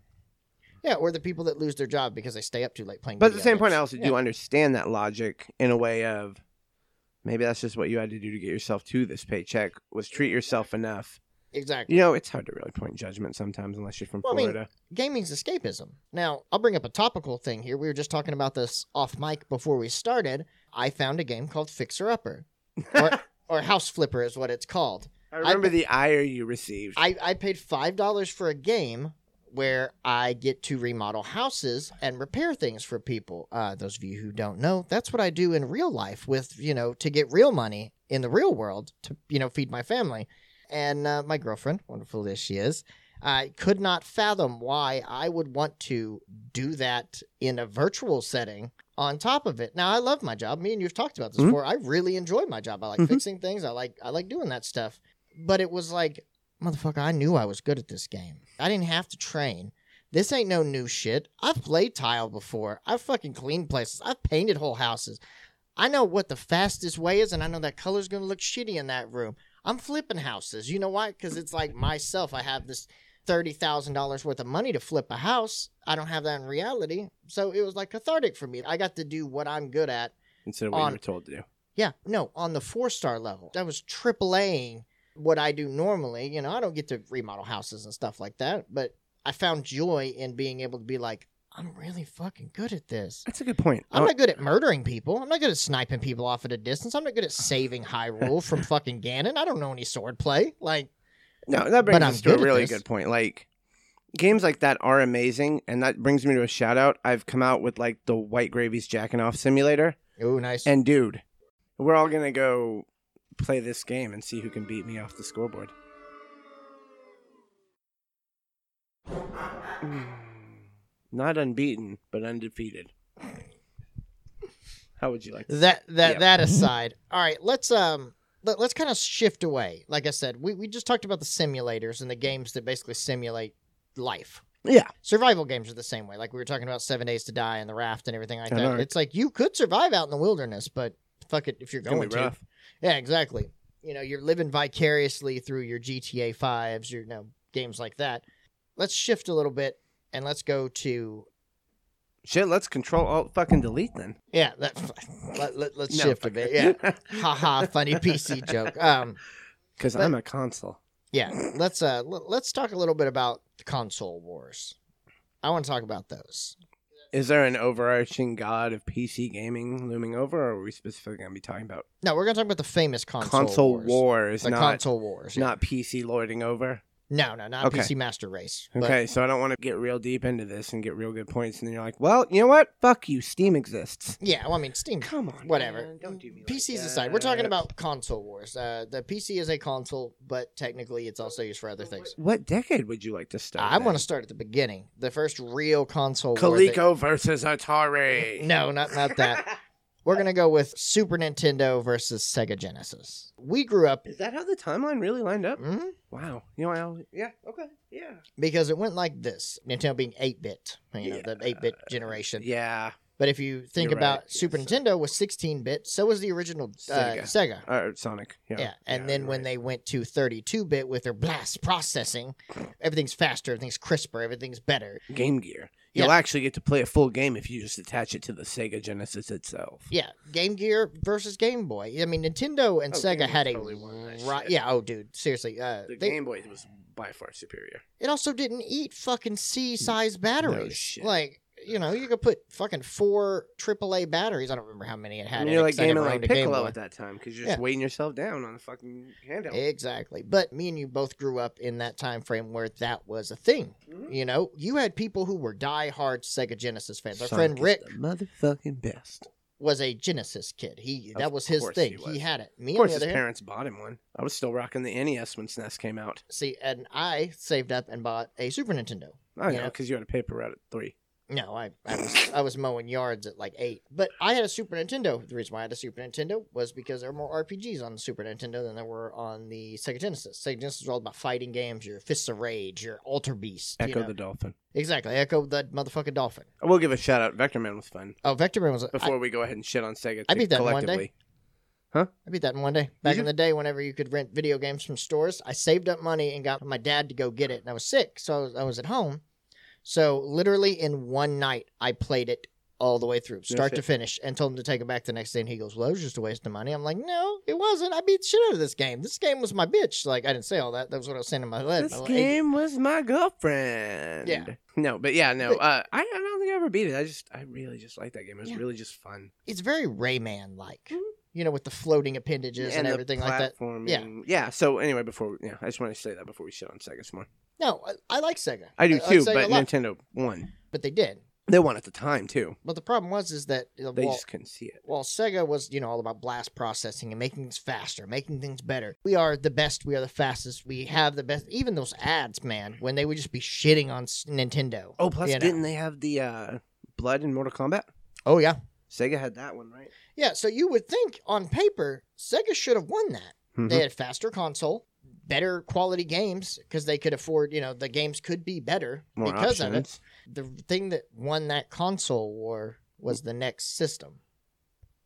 Speaker 2: yeah, or the people that lose their job because they stay up too late playing.
Speaker 1: But at the
Speaker 2: video
Speaker 1: same point, I
Speaker 2: games.
Speaker 1: also
Speaker 2: Yeah.
Speaker 1: do understand that logic in a way of maybe that's just what you had to do to get yourself to this paycheck was treat yourself enough.
Speaker 2: exactly.
Speaker 1: You know, it's hard to really point judgment sometimes unless you're from
Speaker 2: Well, I mean-
Speaker 1: Florida.
Speaker 2: gaming's escapism. Now, I'll bring up a topical thing here. We were just talking about this off mic before we started. I found a game called Fixer Upper, or, or House Flipper is what it's called.
Speaker 1: I remember
Speaker 2: I-
Speaker 1: the ire you received.
Speaker 2: I, I paid $5 for a game where I get to remodel houses and repair things for people. Uh, those of you who don't know, that's what I do in real life with, you know, to get real money in the real world to, you know, feed my family. And uh, my girlfriend, wonderful as she is, I could not fathom why I would want to do that in a virtual setting on top of it. Now I love my job. Me and you've talked about this
Speaker 1: Mhm.
Speaker 2: before. I really enjoy my job. I like
Speaker 1: Mhm.
Speaker 2: fixing things. I like I like doing that stuff. But it was like, motherfucker, I knew I was good at this game. I didn't have to train. This ain't no new shit. I've played tile before. I've fucking cleaned places. I've painted whole houses. I know what the fastest way is, and I know that color's gonna look shitty in that room. I'm flipping houses. You know why? Because it's like myself. I have this thirty thousand dollars worth of money to flip a house. I don't have that in reality, so it was like cathartic for me. I got to do what I'm good at.
Speaker 1: instead of what
Speaker 2: on-
Speaker 1: you were told to do.
Speaker 2: Yeah, no, on the four star level, I was triple Aing what I do normally. You know, I don't get to remodel houses and stuff like that, but I found joy in being able to be like, I'm really fucking good at this.
Speaker 1: That's a good point.
Speaker 2: I'm
Speaker 1: Oh,
Speaker 2: not good at murdering people. I'm not good at sniping people off at a distance. I'm not good at saving Hyrule from fucking Ganon. I don't know any sword play. Like,
Speaker 1: no, that brings
Speaker 2: but
Speaker 1: us
Speaker 2: I'm
Speaker 1: to a
Speaker 2: good at
Speaker 1: really
Speaker 2: this.
Speaker 1: good point. Like games like that are amazing, and that brings me to a shout out. I've come out with like the White Gravy's Jacking Off Simulator,
Speaker 2: ooh, nice.
Speaker 1: and dude, we're all gonna go play this game and see who can beat me off the scoreboard. <sighs> Not unbeaten, but undefeated. How would you like?
Speaker 2: that that
Speaker 1: Yep.
Speaker 2: that aside all right let's um let, let's kind of shift away like i said we, we just talked about the simulators and the games that basically simulate life
Speaker 1: Yeah.
Speaker 2: survival games are the same way like we were talking about seven days to die and the raft and everything like
Speaker 1: I
Speaker 2: that
Speaker 1: know, right?
Speaker 2: it's like you could survive out in the wilderness but fuck it if you're
Speaker 1: It's gonna
Speaker 2: going
Speaker 1: be
Speaker 2: to
Speaker 1: rough.
Speaker 2: yeah exactly you know you're living vicariously through your gta 5s your you know games like that let's shift a little bit and let's go to
Speaker 1: Shit, let's control alt fucking delete then.
Speaker 2: yeah that, <laughs> let, let, let's
Speaker 1: No,
Speaker 2: shift a
Speaker 1: fuck
Speaker 2: bit
Speaker 1: it. <laughs>
Speaker 2: yeah haha funny pc joke um
Speaker 1: Because I'm a console.
Speaker 2: yeah let's uh l- let's talk a little bit about the console wars i want to talk about those
Speaker 1: Is there an overarching god of PC gaming looming over, or are we specifically going to be talking about
Speaker 2: no we're gonna talk about the famous console,
Speaker 1: console,
Speaker 2: wars,
Speaker 1: wars,
Speaker 2: the
Speaker 1: not
Speaker 2: console wars yeah.
Speaker 1: not PC lording over?
Speaker 2: no no not
Speaker 1: Okay.
Speaker 2: pc master race but
Speaker 1: Okay, so I don't want to get real deep into this and get real good points, and then you're like, well, you know what? Fuck you. Steam exists.
Speaker 2: yeah well, i mean steam
Speaker 1: Come on.
Speaker 2: whatever
Speaker 1: man, don't do me like
Speaker 2: pcs
Speaker 1: that.
Speaker 2: aside we're talking about console wars uh the pc is a console but technically it's also used for
Speaker 1: Oh,
Speaker 2: other things
Speaker 1: What decade would you like to start?
Speaker 2: i want
Speaker 1: to
Speaker 2: to start at the beginning the first real console war that-
Speaker 1: Coleco versus Atari.
Speaker 2: No, not not that. We're gonna go with Super Nintendo versus Sega Genesis. We grew
Speaker 1: <laughs>
Speaker 2: up
Speaker 1: Is that how the timeline really lined up?
Speaker 2: Mhm.
Speaker 1: Wow. You know, I always, yeah. Okay. Yeah.
Speaker 2: because it went like this: Nintendo being eight bit, you know, the
Speaker 1: Yeah.
Speaker 2: eight bit generation.
Speaker 1: Yeah.
Speaker 2: But if you think
Speaker 1: You're
Speaker 2: about
Speaker 1: right.
Speaker 2: Super
Speaker 1: Yes, sir.
Speaker 2: Nintendo was sixteen bit, so was the original uh,
Speaker 1: Sega.
Speaker 2: Sega.
Speaker 1: Or Sonic. Yeah.
Speaker 2: Yeah. and then
Speaker 1: you're
Speaker 2: when
Speaker 1: right.
Speaker 2: they went to 32 bit with their blast processing, everything's faster, everything's crisper, everything's better.
Speaker 1: Game Gear. You'll
Speaker 2: Yeah.
Speaker 1: actually get to play a full game if you just attach it to the Sega Genesis itself.
Speaker 2: Yeah, Game Gear versus Game Boy. I mean, Nintendo and
Speaker 1: Oh, Game
Speaker 2: Sega
Speaker 1: Boy's
Speaker 2: had a
Speaker 1: totally won that
Speaker 2: ri-
Speaker 1: shit.
Speaker 2: yeah. Oh, dude, seriously, uh,
Speaker 1: The
Speaker 2: they,
Speaker 1: Game Boy was by far superior.
Speaker 2: It also didn't eat fucking C size batteries.
Speaker 1: shit.
Speaker 2: Like, you know, you could put fucking four AAA batteries. I don't remember how many it had.
Speaker 1: And
Speaker 2: in
Speaker 1: you're
Speaker 2: it
Speaker 1: like
Speaker 2: 'cause I never
Speaker 1: gaming like
Speaker 2: owned a Game
Speaker 1: Piccolo
Speaker 2: Boy.
Speaker 1: at that time because you're just
Speaker 2: Yeah. Eh,
Speaker 1: weighting yourself down on the fucking handheld.
Speaker 2: Exactly. But me and you both grew up in that time frame where that was a thing.
Speaker 1: Mhm.
Speaker 2: You know, you had people who were diehard Sega Genesis fans. Our
Speaker 1: Sonic
Speaker 2: friend
Speaker 1: is
Speaker 2: Rick
Speaker 1: the motherfucking best.
Speaker 2: was a Genesis kid. He
Speaker 1: Of
Speaker 2: that was his
Speaker 1: course
Speaker 2: thing.
Speaker 1: he
Speaker 2: He,
Speaker 1: was.
Speaker 2: had it. Me
Speaker 1: Of
Speaker 2: on
Speaker 1: course,
Speaker 2: the
Speaker 1: his
Speaker 2: other hand,
Speaker 1: parents bought him one. I was still rocking the NES when SNES came out.
Speaker 2: see, and I saved up and bought a Super Nintendo.
Speaker 1: I know
Speaker 2: Yeah.
Speaker 1: because you had a paper route at three.
Speaker 2: No, I, I was I was mowing yards at like eight. But I had a Super Nintendo. The reason why I had a Super Nintendo was because there were more RPGs on the Super Nintendo than there were on the Sega Genesis. Sega Genesis was all about fighting games, your Fists of Rage, your Alter Beast. you
Speaker 1: Echo
Speaker 2: know.
Speaker 1: the Dolphin.
Speaker 2: Exactly. Echo the motherfucking dolphin.
Speaker 1: I will give a shout out. Vector Man was fun.
Speaker 2: Oh, Vector Man was I,
Speaker 1: Before we go ahead and shit on Sega,
Speaker 2: I beat that in one day.
Speaker 1: collectively.
Speaker 2: I beat that in one day. Back
Speaker 1: Did
Speaker 2: in the day, whenever you could rent video games from stores, I saved up money and got my dad to go get it. And I was sick, so I was, I was at home. So literally in one night, I played it all the way through, start
Speaker 1: shit.
Speaker 2: to finish, and told him to take it back the next day. And he goes, "Well, it was just a waste of money." I'm like, "No, it wasn't. I beat the shit out of this game. This game was my bitch." Like I didn't say all that. That was what I was saying in my head.
Speaker 1: This
Speaker 2: I'm like,
Speaker 1: game was my girlfriend.
Speaker 2: Yeah.
Speaker 1: No, but yeah, no.
Speaker 2: But-
Speaker 1: Uh, I, I don't think I ever beat it. I just, I really just liked that game. It was
Speaker 2: Yeah.
Speaker 1: really just fun.
Speaker 2: It's very Rayman like,
Speaker 1: Mhm.
Speaker 2: you know, with the floating appendages and,
Speaker 1: the
Speaker 2: everything like that.
Speaker 1: platforming. Yeah. So anyway, before we- yeah, I just want to say that before we shit on Sega some more.
Speaker 2: No, I, I like Sega.
Speaker 1: I do
Speaker 2: like
Speaker 1: too,
Speaker 2: Sega a
Speaker 1: but
Speaker 2: lot,
Speaker 1: Nintendo won.
Speaker 2: but they did.
Speaker 1: They won at the time too.
Speaker 2: But the problem was is that uh,
Speaker 1: They
Speaker 2: well,
Speaker 1: just couldn't see it.
Speaker 2: while Sega was, you know, all about blast processing and making things faster, making things better. We are the best. We are the fastest. We have the best. Even those ads, man, when they would just be shitting on s- Nintendo.
Speaker 1: Oh, plus
Speaker 2: you know.
Speaker 1: didn't they have the uh, blood in Mortal Kombat?
Speaker 2: Oh yeah,
Speaker 1: Sega had that one, right?
Speaker 2: yeah. So you would think on paper Sega should have won that.
Speaker 1: Mm-hmm.
Speaker 2: They had a faster console, better quality games because they could afford. You know, the games could be better
Speaker 1: More
Speaker 2: because of it.
Speaker 1: options.
Speaker 2: The thing that won that console war was the next system.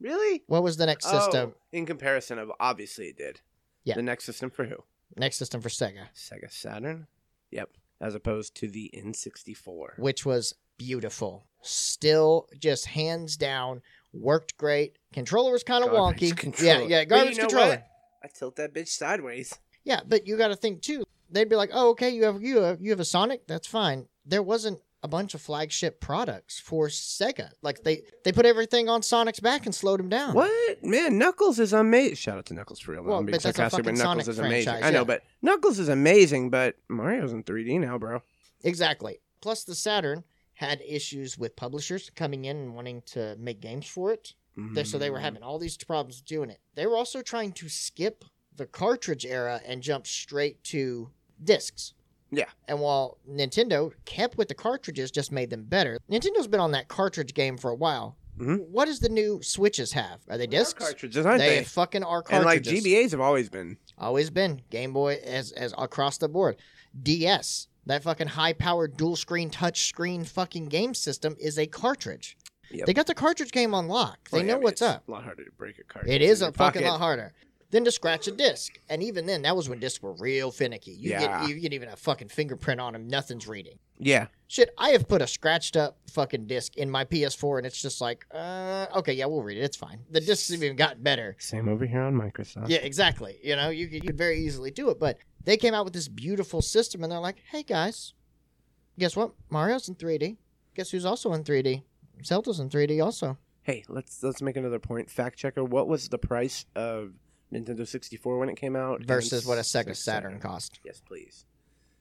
Speaker 1: Really?
Speaker 2: What was the next system?
Speaker 1: Oh, in comparison of obviously it did.
Speaker 2: Yeah.
Speaker 1: The next system for who?
Speaker 2: Next system for Sega,
Speaker 1: Sega Saturn. Yep. As opposed to the N64.
Speaker 2: which was beautiful. Still, just hands down, worked great. Controller was kind of
Speaker 1: Garbage
Speaker 2: wonky.
Speaker 1: controller.
Speaker 2: Yeah, yeah,
Speaker 1: But you
Speaker 2: garbage
Speaker 1: know
Speaker 2: controller.
Speaker 1: what? I tilt that bitch sideways.
Speaker 2: Yeah, but you got to think too. They'd be like, "Oh, okay, you have you have, you have a Sonic. That's fine." There wasn't a bunch of flagship products for Sega. Like they they put everything on Sonic's back and slowed him down.
Speaker 1: What man? Knuckles is amazing. Shout out to Knuckles for real. though.
Speaker 2: Well,
Speaker 1: I'm being
Speaker 2: but that's a
Speaker 1: sarcastic, but
Speaker 2: fucking
Speaker 1: Knuckles
Speaker 2: Sonic
Speaker 1: is amazing.
Speaker 2: franchise,
Speaker 1: I know,
Speaker 2: yeah.
Speaker 1: but Knuckles is amazing. But Mario's in 3D now, bro.
Speaker 2: Exactly. Plus, the Saturn had issues with publishers coming in and wanting to make games for it. They- So they were
Speaker 1: Mm.
Speaker 2: having all these problems doing it. They were also trying to skip the cartridge era and jump straight to discs.
Speaker 1: Yeah.
Speaker 2: And while Nintendo kept with the cartridges, just made them better. Nintendo's been on that cartridge game for a while.
Speaker 1: Mhm.
Speaker 2: What does the new Switches have? Are they
Speaker 1: They are
Speaker 2: discs?
Speaker 1: Mm. cartridges, aren't they?
Speaker 2: fucking are
Speaker 1: And like
Speaker 2: cartridges.
Speaker 1: GBAs have always been.
Speaker 2: Always been Game Boy as as across the board. DS, that fucking high powered dual screen touch screen fucking game system is a cartridge.
Speaker 1: Yep.
Speaker 2: They got the cartridge game on lock. They
Speaker 1: Well, yeah,
Speaker 2: know
Speaker 1: I mean,
Speaker 2: what's
Speaker 1: it's
Speaker 2: up.
Speaker 1: A lot harder to break a cartridge.
Speaker 2: It
Speaker 1: in
Speaker 2: is a
Speaker 1: your
Speaker 2: fucking
Speaker 1: pocket.
Speaker 2: lot harder than to scratch a disc. And even then, that was when discs were real finicky. You
Speaker 1: Yeah.
Speaker 2: get you get even a fucking fingerprint on them. Nothing's reading.
Speaker 1: Yeah.
Speaker 2: Shit, I have put a scratched up fucking disc in my PS4, and it's just like, uh, okay, yeah, we'll read it. It's fine. The discs have even gotten better.
Speaker 1: Same over here on Microsoft.
Speaker 2: Yeah, exactly. You know, you could, you could very easily do it, but they came out with this beautiful system, and they're like, "Hey guys, guess what? Mario's in 3D. Guess who's also in 3D? Zelda's in 3D also.
Speaker 1: Hey, let's let's make another point. Fact checker, what was the price of Nintendo 64 when it came out and
Speaker 2: Versus what a Sega
Speaker 1: Sega
Speaker 2: Saturn cost.
Speaker 1: Yes, please.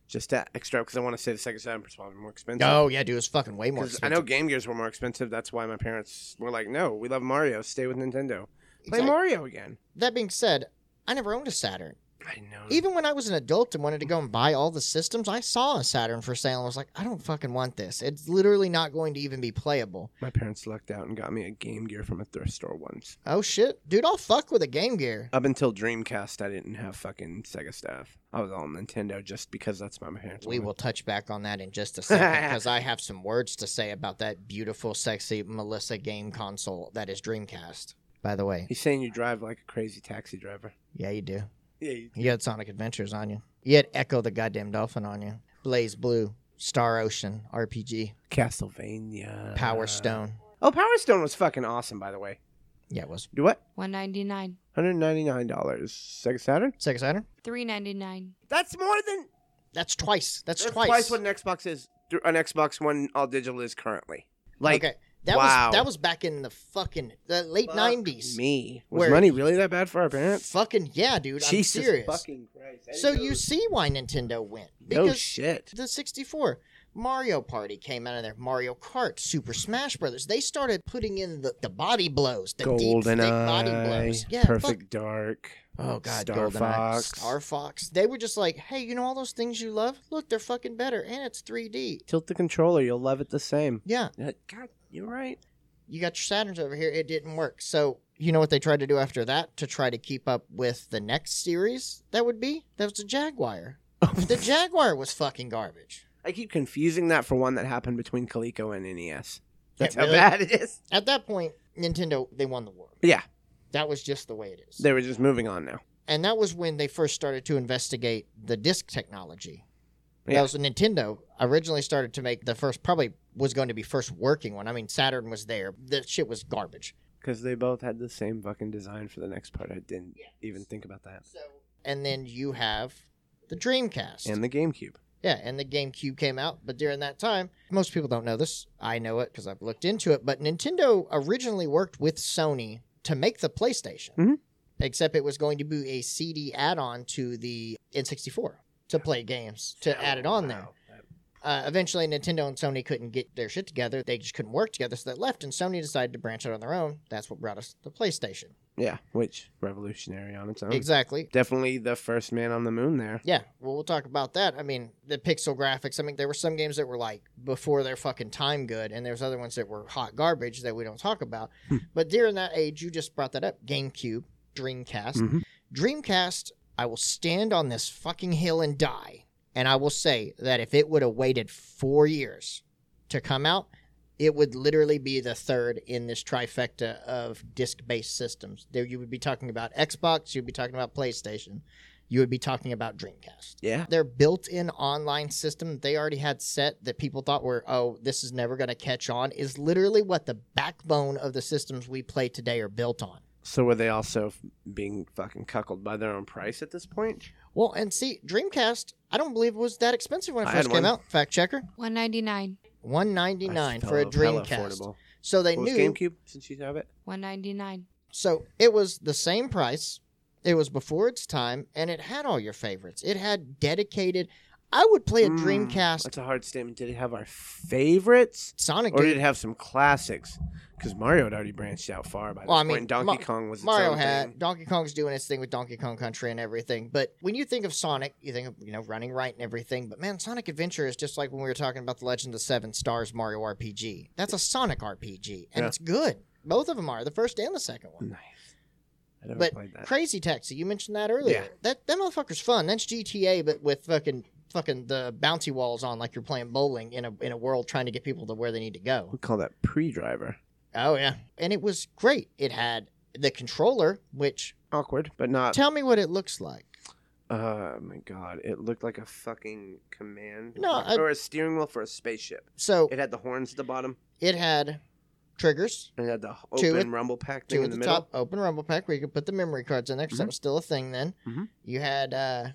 Speaker 1: Just that extra because I want to say the Sega Saturn was probably more expensive.
Speaker 2: Oh yeah, dude, it's fucking way more.
Speaker 1: 'Cause I
Speaker 2: Expensive.
Speaker 1: know Game Gears were more expensive. That's why my parents were like, "No, we love Mario. Stay with Nintendo. Play
Speaker 2: Exact-
Speaker 1: Mario again."
Speaker 2: That being said, I never owned a Saturn.
Speaker 1: I know.
Speaker 2: Even when I was an adult and wanted to go and buy all the systems, I saw a Saturn for sale and was like, I don't fucking want this. It's literally not going to even be playable.
Speaker 1: my parents lucked out and got me a Game Gear from a thrift store once.
Speaker 2: Oh shit, dude, I'll fuck with a Game Gear.
Speaker 1: Up until Dreamcast, I didn't have fucking Sega stuff. I was all Nintendo just because that's my parents.
Speaker 2: We will touch back on that in just a second because I have some words to say about that beautiful, sexy Melissa game console that is Dreamcast. By the way,
Speaker 1: He's saying you drive like a crazy taxi driver.
Speaker 2: yeah, you do.
Speaker 1: Yeah, you,
Speaker 2: You had Sonic Adventures on you. You had Echo the Goddamn Dolphin on you. Blaze Blue, Star Ocean, RPG,
Speaker 1: Castlevania.
Speaker 2: Power Stone.
Speaker 1: Oh, Power Stone was fucking awesome, by the way.
Speaker 2: Yeah, it was.
Speaker 1: Do what?
Speaker 3: 199
Speaker 1: Hundred ninety nine dollars. Sega Saturn.
Speaker 2: Sega Saturn?
Speaker 3: 399
Speaker 1: That's more than
Speaker 2: That's twice. That's,
Speaker 1: that's
Speaker 2: twice.
Speaker 1: twice what an Xbox is. An Xbox One all digital is currently. Like
Speaker 2: okay, that
Speaker 1: wow.
Speaker 2: was that was back in the fucking the late
Speaker 1: fuck
Speaker 2: nineties.
Speaker 1: Me was
Speaker 2: Where-
Speaker 1: money really that bad for our parents?
Speaker 2: Fucking yeah, dude.
Speaker 1: Jesus
Speaker 2: I'm serious.
Speaker 1: fucking Christ! I
Speaker 2: so
Speaker 1: didn't know-
Speaker 2: you see why Nintendo went
Speaker 1: no
Speaker 2: because
Speaker 1: shit.
Speaker 2: the sixty four. Mario Party came out of there. Mario Kart, Super Smash Brothers. They started putting in the, the body blows, the deep thick
Speaker 1: Golden
Speaker 2: body blows. Yeah, fuck-
Speaker 1: Perfect Dark.
Speaker 2: Oh god,
Speaker 1: Star
Speaker 2: Goldeneye,
Speaker 1: Fox.
Speaker 2: Star Fox. They were just like, hey, you know all those things you love? Look, they're fucking better, and it's three D.
Speaker 1: Tilt the controller, you'll love it the same. Uh,
Speaker 2: Yeah,
Speaker 1: God, you're right.
Speaker 2: you got your Saturns over here. It didn't work. So you know what they tried to do after that to try to keep up with the next series? That would be that was
Speaker 1: <laughs>
Speaker 2: the Jaguar. the Jaguar was fucking garbage.
Speaker 1: I keep confusing that for one that happened between Coleco and NES. That's
Speaker 2: Yeah, really?
Speaker 1: how bad it
Speaker 2: <laughs>
Speaker 1: is.
Speaker 2: At that point, Nintendo they won the war.
Speaker 1: Yeah,
Speaker 2: That was just the way it is.
Speaker 1: they were just moving on now.
Speaker 2: and that was when they first started to investigate the disc technology.
Speaker 1: Yeah.
Speaker 2: That was when Nintendo originally started to make the first probably was going to be first working one. I mean, Saturn was there. That shit was garbage.
Speaker 1: Because they both had the same fucking design for the next part. I didn't even think about that.
Speaker 2: So and then you have the Dreamcast.
Speaker 1: And the GameCube.
Speaker 2: Yeah, and the GameCube came out, but during that time, most people don't know this. I know it because I've looked into it, but Nintendo originally worked with Sony to make the PlayStation,
Speaker 1: Mhm.
Speaker 2: except it was going to be a CD add on to the N64 to play games, to add it on there. Uh, eventually, Nintendo and Sony couldn't get their shit together. They just couldn't work together, so they left, and Sony decided to branch out on their own. That's what brought us the PlayStation.
Speaker 1: Yeah, which revolutionary on its own.
Speaker 2: Exactly.
Speaker 1: Definitely the first man on the moon there.
Speaker 2: Yeah, well, we'll talk about that. I mean, the pixel graphics. I mean, there were some games that were like before their fucking time good, and there's other ones that were hot garbage that we don't talk about. but during that age, you just brought that up GameCube, Dreamcast.
Speaker 1: Mhm.
Speaker 2: Dreamcast, I will stand on this fucking hill and die. And I will say that if it would have waited four years to come out, it would literally be the third in this trifecta of disc based systems. There, you would be talking about Xbox, you'd be talking about PlayStation. you would be talking about Dreamcast.
Speaker 1: Yeah.
Speaker 2: Their built in online system that they already had set that people thought were, oh, this is never going to catch on is literally what the backbone of the systems we play today are built on.
Speaker 1: So were they also f- being fucking cuckolded by their own price at this point?
Speaker 2: Well, and see, Dreamcast, I don't believe was that expensive when it
Speaker 1: I had
Speaker 2: first came
Speaker 1: one.
Speaker 2: out. Fact checker,
Speaker 3: 199
Speaker 2: one ninety nine for a
Speaker 1: That's hella- hella
Speaker 2: Dreamcast.
Speaker 1: affordable.
Speaker 2: So they
Speaker 1: What was
Speaker 2: knew.
Speaker 1: GameCube since you have it?
Speaker 3: 199
Speaker 2: So it was the same price. It was before its time, and it had all your favorites. It had dedicated. I would play a
Speaker 1: Mm,
Speaker 2: Dreamcast
Speaker 1: That's a hard statement. Did it have our favorites,
Speaker 2: Sonic.
Speaker 1: or
Speaker 2: dude.
Speaker 1: did it have some classics? Because Mario had already branched out far by this
Speaker 2: Well, I
Speaker 1: point.
Speaker 2: mean,
Speaker 1: Donkey
Speaker 2: Ma-
Speaker 1: Kong was its
Speaker 2: Mario
Speaker 1: own
Speaker 2: had
Speaker 1: thing.
Speaker 2: Donkey Kong's doing its thing with Donkey Kong Country and everything. But when you think of Sonic, you think of you know running right and everything. But man, Sonic Adventure is just like when we were talking about the Legend of Seven Stars Mario RPG. That's a Sonic RPG, and
Speaker 1: Yeah.
Speaker 2: it's good. Both of them are the first and the second one.
Speaker 1: Nice. I never
Speaker 2: But
Speaker 1: played that.
Speaker 2: Crazy Taxi, you mentioned that earlier.
Speaker 1: Mm. Yeah.
Speaker 2: That that motherfucker's fun. That's GTA, but with fucking fucking the bouncy walls on, like you're playing bowling in a in a world trying to get people to where they need to go.
Speaker 1: we call that pre-driver.
Speaker 2: Oh yeah, and it was great. It had the controller, which
Speaker 1: Awkward, but not.
Speaker 2: tell me what it looks like.
Speaker 1: Oh my god! It looked like a fucking command
Speaker 2: No, I-
Speaker 1: or a steering wheel for a spaceship.
Speaker 2: So
Speaker 1: It had the horns at the bottom,
Speaker 2: it had triggers,
Speaker 1: and it had the open
Speaker 2: Two at-
Speaker 1: rumble pack
Speaker 2: two
Speaker 1: thing in
Speaker 2: at
Speaker 1: the,
Speaker 2: the,
Speaker 1: middle. Mm-hmm.
Speaker 2: top, open rumble pack where you could put the memory cards in there because that was still a thing then.
Speaker 1: Mhm.
Speaker 2: You had uh,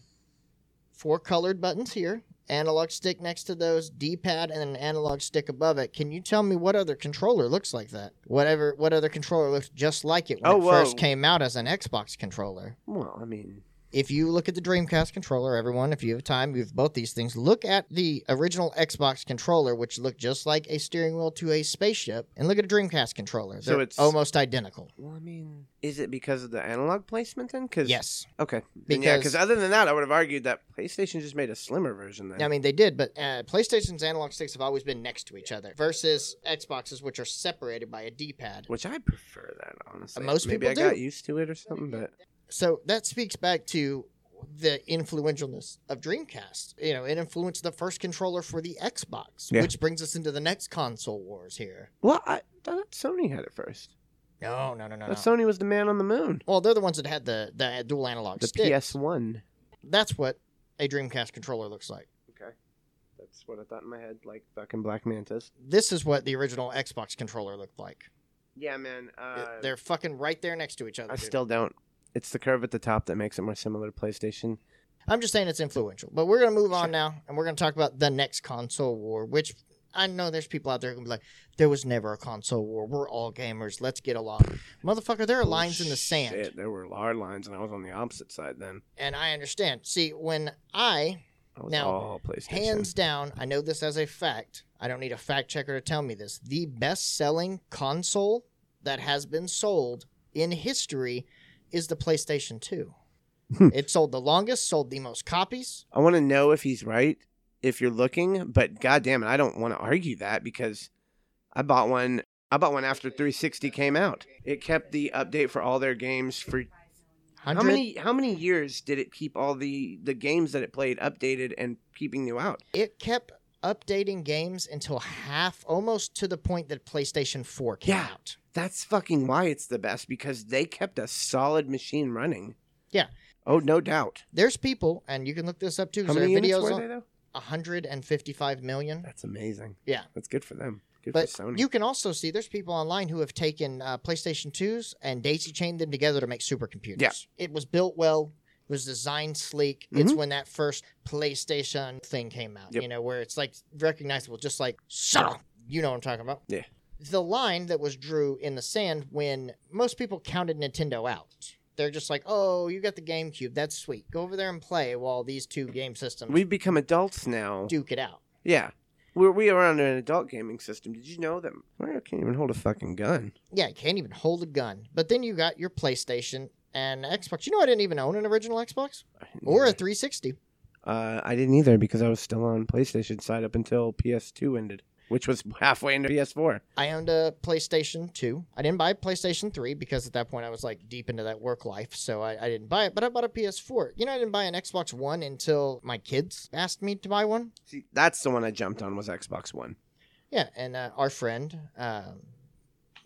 Speaker 2: four colored buttons here, analog stick next to those, D pad, and an analog stick above it. Can you tell me what other controller looks like that? Whatever, what other controller looks just like it when
Speaker 1: Oh,
Speaker 2: it first
Speaker 1: whoa.
Speaker 2: came out as an Xbox controller?
Speaker 1: Well, I mean,
Speaker 2: If you look at the Dreamcast controller, everyone, if you have time, you have both these things. Look at the original Xbox controller, which looked just like a steering wheel to a spaceship, and look at a Dreamcast controller.
Speaker 1: So
Speaker 2: They're
Speaker 1: it's-
Speaker 2: almost identical.
Speaker 1: well, I mean, is it because of the analog placement then? Cause,
Speaker 2: Yes.
Speaker 1: Okay. Then, yeah,
Speaker 2: Because-
Speaker 1: because other than that, I would have argued that PlayStation just made a slimmer version. Then
Speaker 2: I mean, they did, but uh, PlayStation's analog sticks have always been next to each other versus Xboxes, which are separated by a D pad.
Speaker 1: which I prefer that honestly.
Speaker 2: Most
Speaker 1: Maybe
Speaker 2: people
Speaker 1: I got
Speaker 2: do.
Speaker 1: used to it or something, but
Speaker 2: So that speaks back to the influentialness of Dreamcast. You know, it influenced the first controller for the Xbox,
Speaker 1: Yeah.
Speaker 2: which brings us into the next console wars here.
Speaker 1: well, I thought Sony had it first.
Speaker 2: No, no, no, no.
Speaker 1: I
Speaker 2: no.
Speaker 1: thought Sony was the man on the moon.
Speaker 2: Well, they're the ones that had the, the dual analog
Speaker 1: The
Speaker 2: stick.
Speaker 1: PS One.
Speaker 2: That's what a Dreamcast controller looks like.
Speaker 1: Okay, that's what I thought in my head. Like fucking Black Mantis.
Speaker 2: This is what the original Xbox controller looked like.
Speaker 1: Yeah, man. Uh,
Speaker 2: They're fucking right there next to each other.
Speaker 1: I
Speaker 2: dude.
Speaker 1: still don't. It's the curve at the top that makes it more similar to PlayStation.
Speaker 2: I'm just saying it's influential. But we're gonna move on now, and we're gonna talk about the next console war, which I know there's people out there who can be like, "There was never a console war. We're all gamers. Let's get along, motherfucker." There are lines in the sand,
Speaker 1: Shit, there were hard lines, and I was on the opposite side then.
Speaker 2: and I understand. See, when I
Speaker 1: I was
Speaker 2: Now,
Speaker 1: all PlayStation.
Speaker 2: hands down, I know this as a fact. I don't need a fact checker to tell me this. The best selling console that has been sold in history is the PlayStation 2.
Speaker 1: Hmm.
Speaker 2: it sold the longest, sold the most copies.
Speaker 1: I want to know if he's right if you're looking, but goddamn it, I don't want to argue that because I bought one. I bought one after 360 came out. It kept the update for all their games for
Speaker 2: 100,
Speaker 1: how many how many years did it keep all the the games that it played updated and keeping new out?
Speaker 2: It kept updating games until half, almost to the point that PlayStation 4 came
Speaker 1: Yeah.
Speaker 2: out.
Speaker 1: That's fucking why it's the best because they kept a solid machine running.
Speaker 2: Yeah.
Speaker 1: Oh, no doubt.
Speaker 2: There's people, and you can look this up too.
Speaker 1: How
Speaker 2: 'cause
Speaker 1: many
Speaker 2: there are
Speaker 1: units
Speaker 2: videos
Speaker 1: were
Speaker 2: on
Speaker 1: they though?
Speaker 2: 155 million.
Speaker 1: That's amazing.
Speaker 2: Yeah.
Speaker 1: That's good for them. Good
Speaker 2: But
Speaker 1: for Sony.
Speaker 2: you can also see there's people online who have taken uh, PlayStation 2s and daisy chained them together to make supercomputers.
Speaker 1: Yeah.
Speaker 2: It was built well, it was designed sleek. It's
Speaker 1: Mhm.
Speaker 2: when that first PlayStation thing came out,
Speaker 1: Yep.
Speaker 2: you know, where it's like recognizable, just like, shut up. You know what I'm talking about.
Speaker 1: Yeah.
Speaker 2: The line that was drew in the sand when most people counted Nintendo out. They're just like, oh, you got the GameCube. That's sweet. Go over there and play while these two game systems
Speaker 1: We've become adults now.
Speaker 2: duke it out.
Speaker 1: Yeah. We're, we are on an adult gaming system. Did you know that Mario can't even hold a fucking gun?
Speaker 2: Yeah, you can't even hold a gun. But then you got your PlayStation and Xbox. You know, I didn't even own an original Xbox or a 360.
Speaker 1: Uh, I didn't either because I was still on PlayStation side up until PS2 ended, which was <laughs> halfway into PS4.
Speaker 2: I owned a PlayStation 2. I didn't buy a PlayStation 3 because at that point I was like deep into that work life, so I, I didn't buy it. But I bought a PS4. You know, I didn't buy an Xbox One until my kids asked me to buy one.
Speaker 1: See, that's the one I jumped on was Xbox One.
Speaker 2: Yeah, and uh, our friend, um,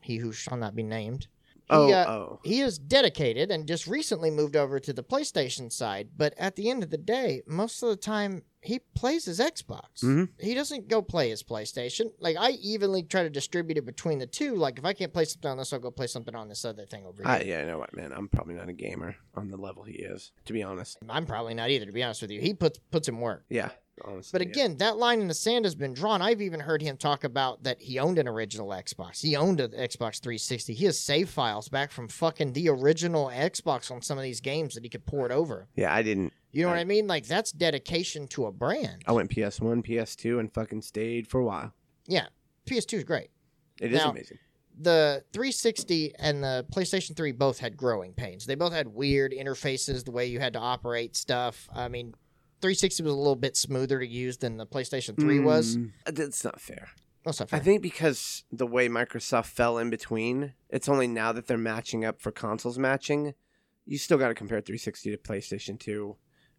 Speaker 2: he who shall not be named,
Speaker 1: Oh,
Speaker 2: He, uh,
Speaker 1: oh.
Speaker 2: he is dedicated and just recently moved over to the PlayStation side, but at the end of the day, most of the time he plays his Xbox.
Speaker 1: Mhm.
Speaker 2: He doesn't go play his PlayStation. Like I evenly try to distribute it between the two. Like if I can't play something on this, I'll go play something on this other thing over here.
Speaker 1: I, yeah, you know what, man? I'm probably not a gamer on the level he is, to be honest.
Speaker 2: I'm probably not either, to be honest with you. He puts puts in work.
Speaker 1: Yeah, honestly.
Speaker 2: But
Speaker 1: yeah.
Speaker 2: again, that line in the sand has been drawn. I've even heard him talk about that he owned an original Xbox. He owned an Xbox 360. He has save files back from fucking the original Xbox on some of these games that he could port over.
Speaker 1: yeah, I didn't.
Speaker 2: You know what
Speaker 1: Right.
Speaker 2: I mean? Like that's dedication to a brand.
Speaker 1: I went PS1, PS2, and fucking stayed for a while.
Speaker 2: Yeah, PS2 is great.
Speaker 1: It is
Speaker 2: Now-
Speaker 1: amazing.
Speaker 2: The 360 and the PlayStation 3 both had growing pains. They both had weird interfaces, the way you had to operate stuff. I mean, 360 was a little bit smoother to use than the PlayStation 3 was.
Speaker 1: Mm, That's not fair.
Speaker 2: That's not
Speaker 1: I
Speaker 2: fair.
Speaker 1: think because the way Microsoft fell in between, it's only now that they're matching up for consoles matching. You still got to compare 360 to PlayStation 2,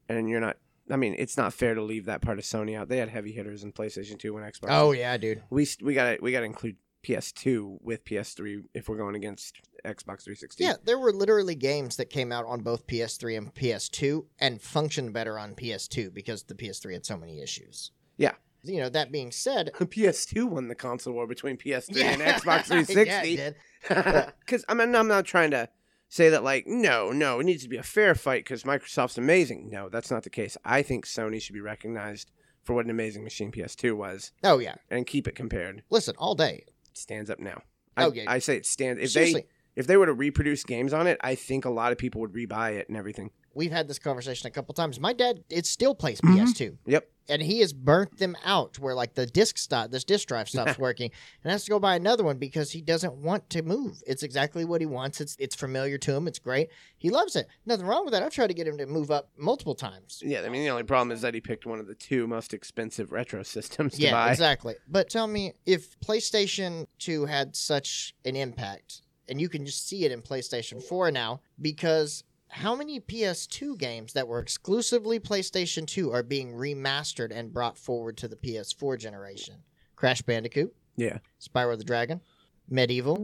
Speaker 1: and you're not. I mean, it's not fair to leave that part of Sony out. They had heavy hitters in PlayStation 2 and Xbox.
Speaker 2: oh yeah, dude.
Speaker 1: we st- we got to we got to include PS2 with PS3 if we're going against Xbox 360. <laughs>
Speaker 2: Yeah, there were literally games that came out on both PS3 and PS2 and functioned better on PS2 because the PS3 had so many issues.
Speaker 1: Yeah.
Speaker 2: You know, that being said,
Speaker 1: PS2 won the console war between PS3 and
Speaker 2: <laughs> Yeah.
Speaker 1: Xbox
Speaker 2: Yeah, it
Speaker 1: 360.
Speaker 2: did.
Speaker 1: <laughs> Because I mean, I'm not trying to say that like no, no, it needs to be a fair fight because Microsoft's amazing. No, that's not the case. I think Sony should be recognized for what an amazing machine PS2 was
Speaker 2: Oh yeah.
Speaker 1: and keep it compared.
Speaker 2: Listen, all day.
Speaker 1: It stands up now. I,
Speaker 2: Okay.
Speaker 1: I say it stands. If
Speaker 2: Seriously,
Speaker 1: they if they were to reproduce games on it, I think a lot of people would rebuy it and everything.
Speaker 2: we've had this conversation a couple times. My dad it still plays
Speaker 1: Mhm.
Speaker 2: PS2.
Speaker 1: Yep.
Speaker 2: And he has burnt them out where like the disc stop this disk drive
Speaker 1: <laughs>
Speaker 2: stops working and has to go buy another one because he doesn't want to move. It's exactly what he wants. It's it's familiar to him. It's great. He loves it. Nothing wrong with that. I've tried to get him to move up multiple times.
Speaker 1: Yeah, I mean the only problem is that he picked one of the two most expensive retro systems to
Speaker 2: yeah,
Speaker 1: buy.
Speaker 2: exactly. But tell me, if PlayStation 2 had such an impact, and you can just see it in PlayStation 4 now, because how many PS2 games that were exclusively PlayStation 2 are being remastered and brought forward to the PS4 generation? Crash Bandicoot.
Speaker 1: Yeah.
Speaker 2: Spyro the Dragon. Medieval.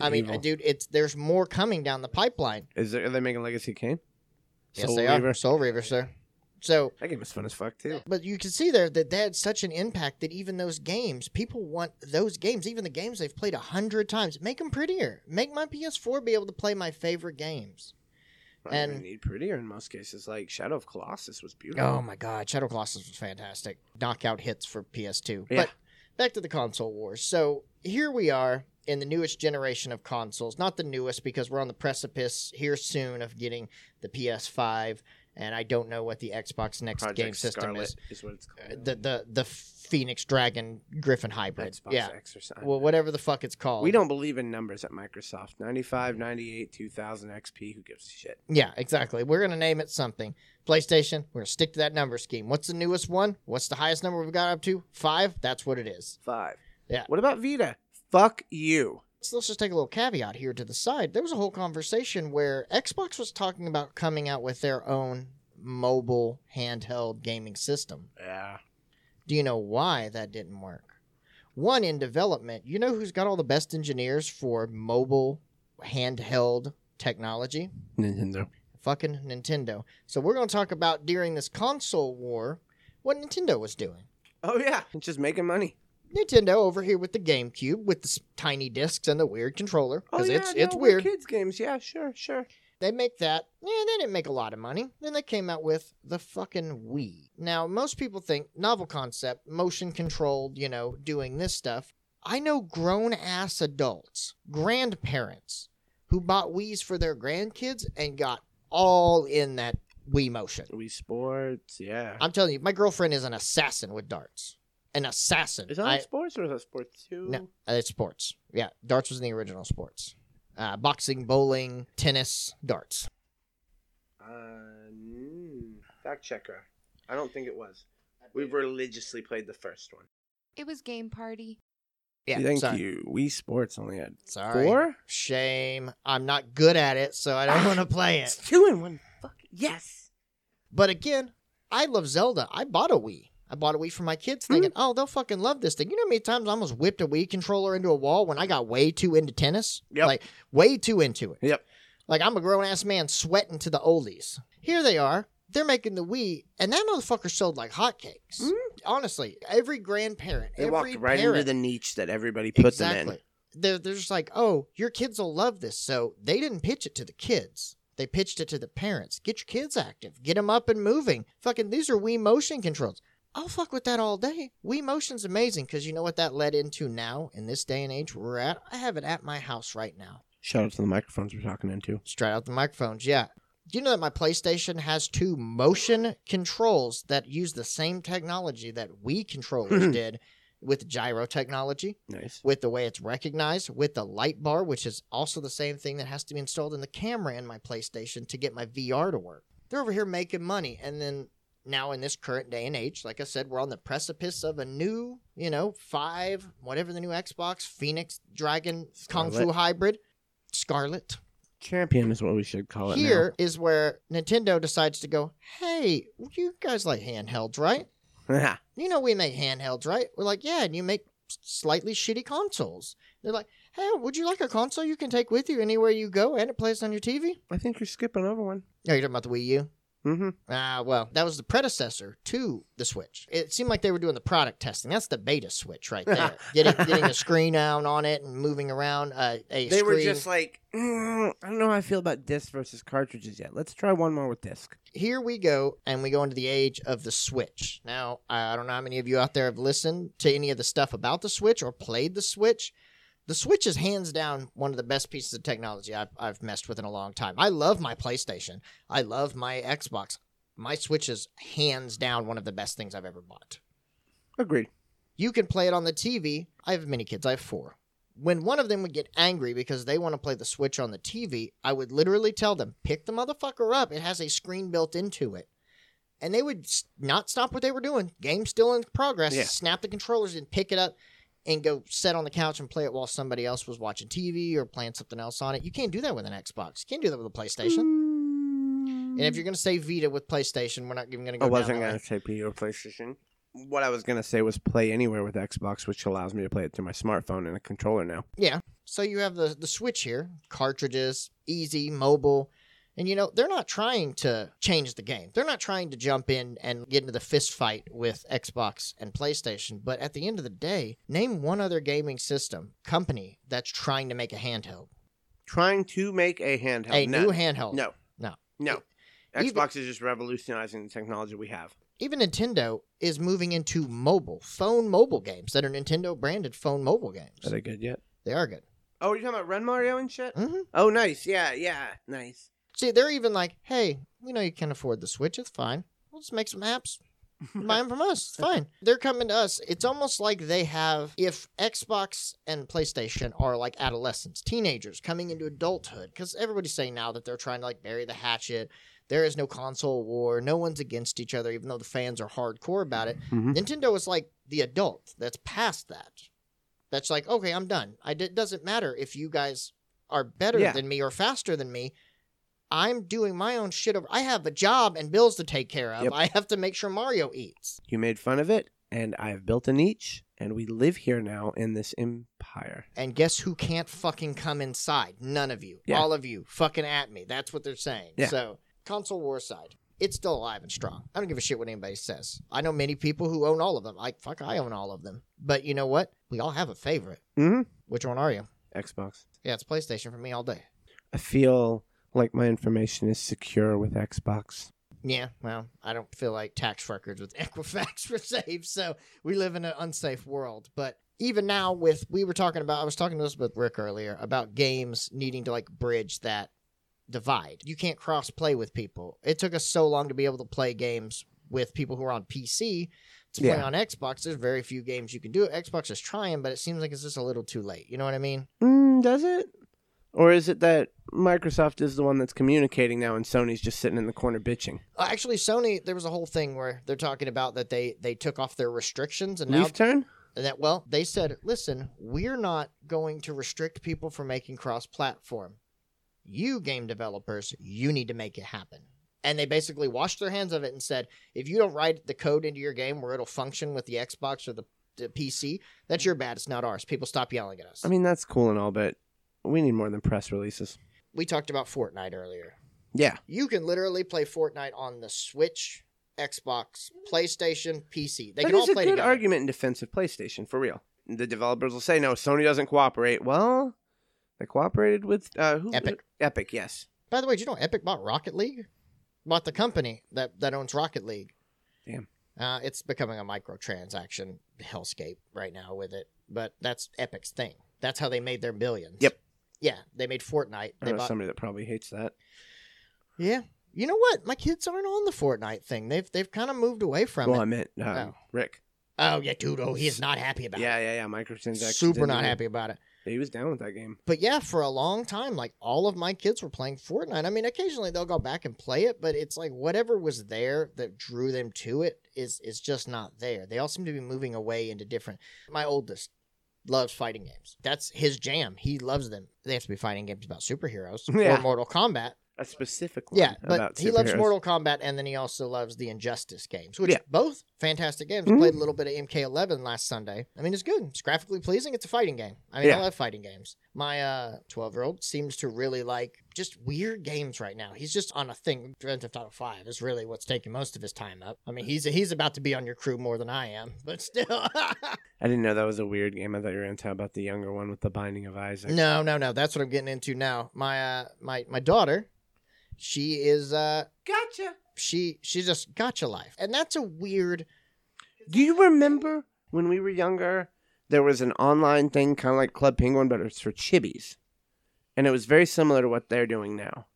Speaker 2: I mean,
Speaker 1: Medieval.
Speaker 2: dude, it's there's more coming down the pipeline.
Speaker 1: is there, are they making Legacy Kane?
Speaker 2: Yes,
Speaker 1: Soul
Speaker 2: they
Speaker 1: Reaver?
Speaker 2: are. Soul Reaver, sir. So
Speaker 1: That game was fun as fuck too.
Speaker 2: But you can see there that they had such an impact that even those games, people want those games, even the games they've played a hundred times, make them prettier. Make my PS4 be able to play my favorite games.
Speaker 1: and
Speaker 2: And-
Speaker 1: need prettier in most cases. Like Shadow of Colossus was beautiful.
Speaker 2: Oh my god, Shadow Colossus was fantastic. Knockout hits for PS2.
Speaker 1: Yeah.
Speaker 2: But back to the console wars. So here we are in the newest generation of consoles. Not the newest because we're on the precipice here soon of getting the PS5, and I don't know what the Xbox next
Speaker 1: Project
Speaker 2: game system
Speaker 1: Scarlet
Speaker 2: is. uh,
Speaker 1: what it's called.
Speaker 2: The the the Phoenix Dragon Griffin hybrid.
Speaker 1: Xbox
Speaker 2: yeah.
Speaker 1: X or something.
Speaker 2: well, whatever the fuck it's called.
Speaker 1: we don't believe in numbers at Microsoft. 95, 98, 2000 XP. Who gives a shit?
Speaker 2: Yeah, exactly. We're gonna name it something. PlayStation. We're gonna stick to that number scheme. What's the newest one? What's the highest number we've got up to? Five. That's what it is.
Speaker 1: Five.
Speaker 2: Yeah.
Speaker 1: What about Vita? Fuck you.
Speaker 2: So let's just take a little caveat here to the side. There was a whole conversation where Xbox was talking about coming out with their own mobile handheld gaming system.
Speaker 1: Yeah.
Speaker 2: Do you know why that didn't work? One in development. You know who's got all the best engineers for mobile handheld technology?
Speaker 1: Nintendo.
Speaker 2: fucking Nintendo. So we're going to talk about during this console war what Nintendo was doing.
Speaker 1: Oh yeah. It's just making money.
Speaker 2: Nintendo over here with the GameCube with the s- tiny discs and the weird controller
Speaker 1: Oh
Speaker 2: because
Speaker 1: yeah.
Speaker 2: it's it's
Speaker 1: no, we're
Speaker 2: weird.
Speaker 1: Kids games. Yeah. Sure. Sure.
Speaker 2: They make that. Yeah, they didn't make a lot of money. Then they came out with the fucking Wii. Now most people think novel concept, motion controlled, you know, doing this stuff. I know grown ass adults, grandparents, who bought Wii's for their grandkids and got all in that Wii motion.
Speaker 1: Wii Sports. Yeah.
Speaker 2: I'm telling you, my girlfriend is an assassin with darts. An assassin.
Speaker 1: Is that
Speaker 2: I-
Speaker 1: sports or is that sports too?
Speaker 2: No. uh, it's sports. Yeah, darts was in the original sports. Uh, boxing, bowling, tennis, darts.
Speaker 1: Uh, mm, fact checker. I don't think it was. We religiously played the first one.
Speaker 3: It was game party.
Speaker 2: Yeah,
Speaker 1: Thank
Speaker 2: sorry.
Speaker 1: you. Wii Sports only had
Speaker 2: Sorry.
Speaker 1: four.
Speaker 2: Shame. I'm not good at it, so I don't <laughs> want to play it.
Speaker 1: two in one. Fuck yes.
Speaker 2: But again, I love Zelda. I bought a Wii. I bought a Wii for my
Speaker 1: Hmm.
Speaker 2: kids, thinking, "Oh, they'll fucking love this thing." You know how many times I almost whipped a Wii controller into a wall when I got way too into tennis,
Speaker 1: Yep.
Speaker 2: like way too into it.
Speaker 1: Yep.
Speaker 2: Like I'm a grown ass man sweating to the oldies. Here they are. They're making the Wii, and that motherfucker sold like hotcakes.
Speaker 1: Mhm.
Speaker 2: Honestly, every grandparent,
Speaker 1: They
Speaker 2: every
Speaker 1: walked right
Speaker 2: parent,
Speaker 1: into the niche that everybody put them in.
Speaker 2: They're, they're just like, oh, your kids will love this. So they didn't pitch it to the kids. They pitched it to the parents. Get your kids active. Get them up and moving. Fucking, these are Wii motion controls. I'll fuck with that all day. Wii motion's amazing because you know what that led into now in this day and age where we're at? I have it at my house right now.
Speaker 1: Shout out to the microphones we're talking into.
Speaker 2: Straight out the microphones, yeah. Do you know that my PlayStation has two motion controls that use the same technology that Wii
Speaker 1: <clears throat>
Speaker 2: controllers did with gyro technology?
Speaker 1: Nice.
Speaker 2: with the way it's recognized, with the light bar, which is also the same thing that has to be installed in the camera in my PlayStation to get my VR to work. They're over here making money. And then now, in this current day and age, like I said, we're on the precipice of a new, you know, five, whatever the new Xbox, Phoenix Dragon Kung Fu
Speaker 1: Scarlet.
Speaker 2: hybrid, Scarlet.
Speaker 1: Champion is what we should call it.
Speaker 2: Here is where Nintendo decides to go, hey, you guys like handhelds, right?
Speaker 1: Now.
Speaker 2: you know we make handhelds, right? We're like, yeah, and you make s- slightly shitty consoles. They're like, hey, would you like a console you can take with you anywhere you go and it plays on your TV?
Speaker 1: <laughs> I think you're skipping over one.
Speaker 2: No, you're talking about the Wii U.
Speaker 1: Mm-hmm.
Speaker 2: Ah, well, that was the predecessor to the Switch. It seemed like they were doing the product testing. That's the beta
Speaker 1: <laughs>
Speaker 2: Switch right there. getting getting a screen out on it and moving around uh, a
Speaker 1: They
Speaker 2: screen.
Speaker 1: were just like, "Mm, I don't know how I feel about disc versus cartridges yet. Let's try one more with disc.
Speaker 2: here we go, and we go into the age of the Switch. Now, I I don't know how many of you out there have listened to any of the stuff about the Switch or played the Switch. The Switch is hands down one of the best pieces of technology I've, I've messed with in a long time. I love my PlayStation, I love my Xbox. My Switch is hands down one of the best things I've ever bought.
Speaker 1: Agreed.
Speaker 2: You can play it on the TV. I have many kids, I have four. When one of them would get angry because they want to play the Switch on the TV, I would literally tell them, pick the motherfucker up. It has a screen built into it. And they would s- not stop what they were doing. Game still in progress.
Speaker 1: Yeah.
Speaker 2: Snap the controllers and pick it up and go sit on the couch and play it while somebody else was watching TV or playing something else on it. You can't do that with an Xbox. You can't do that with a PlayStation.
Speaker 1: Mm.
Speaker 2: And if you're going to say Vita with PlayStation, we're not even going to go
Speaker 1: I
Speaker 2: down
Speaker 1: wasn't
Speaker 2: that
Speaker 1: going
Speaker 2: way.
Speaker 1: to say P or PlayStation. What I was going to say was play anywhere with Xbox, which allows me to play it through my smartphone and a controller now.
Speaker 2: Yeah. So you have the the Switch here, cartridges, easy, mobile. And you know, they're not trying to change the game. They're not trying to jump in and get into the fist fight with Xbox and PlayStation, but at the end of the day, name one other gaming system company that's trying to make a handheld.
Speaker 1: Trying to make a handheld.
Speaker 2: a
Speaker 1: None.
Speaker 2: new handheld.
Speaker 1: No.
Speaker 2: No.
Speaker 1: No.
Speaker 2: Even-
Speaker 1: Xbox is just revolutionizing the technology we have.
Speaker 2: Even Nintendo is moving into mobile, phone mobile games that are Nintendo branded phone mobile games.
Speaker 1: they good yet?
Speaker 2: They are good.
Speaker 1: Oh, you're talking about Run Mario and shit?
Speaker 2: Mhm.
Speaker 1: Oh, nice. Yeah, yeah. <laughs> Nice.
Speaker 2: See, they're even like, hey, we know you can't afford the Switch. It's fine. We'll just make some apps. Buy them from us. It's fine. They're coming to us. It's almost like they have, if Xbox and PlayStation are like adolescents, teenagers coming into adulthood, because everybody's saying now that they're trying to like bury the hatchet. There is no console war. No one's against each other, even though the fans are hardcore about it.
Speaker 1: Mhm.
Speaker 2: Nintendo is like the adult that's past that. That's like, okay, I'm done. I, it doesn't matter if you guys are better
Speaker 1: Yeah.
Speaker 2: than me or faster than me. I'm doing my own shit over. I have a job and bills to take care of.
Speaker 1: Yep.
Speaker 2: I have to make sure Mario eats.
Speaker 1: You made fun of it, and I've built a niche, and we live here now in this empire.
Speaker 2: And guess who can't fucking come inside? None of you.
Speaker 1: Yeah.
Speaker 2: All of you fucking at me. That's what they're saying.
Speaker 1: Yeah.
Speaker 2: So, console war side, it's still alive and strong. I don't give a shit what anybody says. I know many people who own all of them. Like, fuck, I own all of them. But you know what? We all have a favorite.
Speaker 1: Mm-hmm.
Speaker 2: Which one are you?
Speaker 1: Xbox.
Speaker 2: Yeah, it's PlayStation for me all day.
Speaker 1: I feel like my information is secure with Xbox.
Speaker 2: Yeah, well, I don't feel like tax records with <laughs> Equifax were safe, so we live in an unsafe world. But even now, with we were talking about, I was talking to this with Rick earlier about games needing to like bridge that divide. You can't cross play with people. It took us so long to be able to play games with people who are on PC. To play
Speaker 1: Yeah.
Speaker 2: on Xbox, there's very few games you can do. Xbox is trying, but it seems like it's just a little too late. You know what I mean?
Speaker 1: Mm, does it? Or is it that Microsoft is the one that's communicating now, and Sony's just sitting in the corner bitching?
Speaker 2: Uh, Actually, Sony, there was a whole thing where they're talking about that they they took off their restrictions and now
Speaker 1: Leaf turn?
Speaker 2: And that well, they said, listen, we're not going to restrict people from making cross platform. You game developers, you need to make it happen. and they basically washed their hands of it and said, if you don't write the code into your game where it'll function with the Xbox or the, the PC, that's your bad. It's not ours. People stop yelling at us.
Speaker 1: I mean, that's cool and all, but we need more than press releases.
Speaker 2: we talked about Fortnite earlier.
Speaker 1: Yeah.
Speaker 2: You can literally play Fortnite on the Switch, Xbox, PlayStation, PC. They
Speaker 1: That
Speaker 2: can all
Speaker 1: is a
Speaker 2: play
Speaker 1: good
Speaker 2: together.
Speaker 1: argument in defense of PlayStation, for real. The developers will say, no, Sony doesn't cooperate. Well, they cooperated with uh, who?
Speaker 2: Epic.
Speaker 1: Epic, yes.
Speaker 2: By the way, do you know Epic bought Rocket League? Bought the company that, that owns Rocket League.
Speaker 1: Damn.
Speaker 2: Uh, it's becoming a microtransaction hellscape right now with it, but that's Epic's thing. That's how they made their billions.
Speaker 1: Yep.
Speaker 2: Yeah, they made Fortnite.
Speaker 1: I
Speaker 2: They
Speaker 1: know
Speaker 2: bought...
Speaker 1: somebody that probably hates that.
Speaker 2: Yeah. You know what? My kids aren't on the Fortnite thing. They've they've kind of moved away from
Speaker 1: well, I
Speaker 2: it.
Speaker 1: meant uh,
Speaker 2: Oh.
Speaker 1: Rick.
Speaker 2: Oh yeah, dude. Oh, he is not happy about
Speaker 1: Yeah,
Speaker 2: it.
Speaker 1: yeah, yeah. Microtransactions.
Speaker 2: Super
Speaker 1: didn't
Speaker 2: not
Speaker 1: even-
Speaker 2: happy about it.
Speaker 1: He was down with that game.
Speaker 2: But yeah, for a long time, like all of my kids were playing Fortnite. I mean, occasionally they'll go back and play it, but it's like whatever was there that drew them to it is is just not there. They all seem to be moving away into different. My oldest loves fighting games. That's his jam. He loves them. They have to be fighting games about superheroes
Speaker 1: Yeah.
Speaker 2: or Mortal Kombat.
Speaker 1: A specific one.
Speaker 2: Yeah, but
Speaker 1: uh, about
Speaker 2: he loves
Speaker 1: superheroes.
Speaker 2: Mortal Kombat, and then he also loves the Injustice games, which
Speaker 1: Yeah.
Speaker 2: both fantastic games.
Speaker 1: Mhm.
Speaker 2: Played a little bit of MK11 last Sunday. I mean, it's good. It's graphically pleasing. It's a fighting game. I mean, I
Speaker 1: Yeah.
Speaker 2: love fighting games. My uh, twelve-year-old seems to really like just weird games right now. He's just on a thing. Grand Theft Auto Five is really what's taking most of his time up. I mean, he's he's about to be on your crew more than I am, but still. <laughs>
Speaker 1: I didn't know that was a weird game. I thought you were going to talk about the younger one with the Binding of Isaac.
Speaker 2: No, no, no. That's what I'm getting into now. My uh, my my daughter, she is uh,
Speaker 1: Gotcha.
Speaker 2: she she just gotcha life, and that's a weird.
Speaker 1: Do you remember when we were younger? There was an online thing, kind of like Club Penguin, but it was for chibis, and it was very similar to what they're doing now.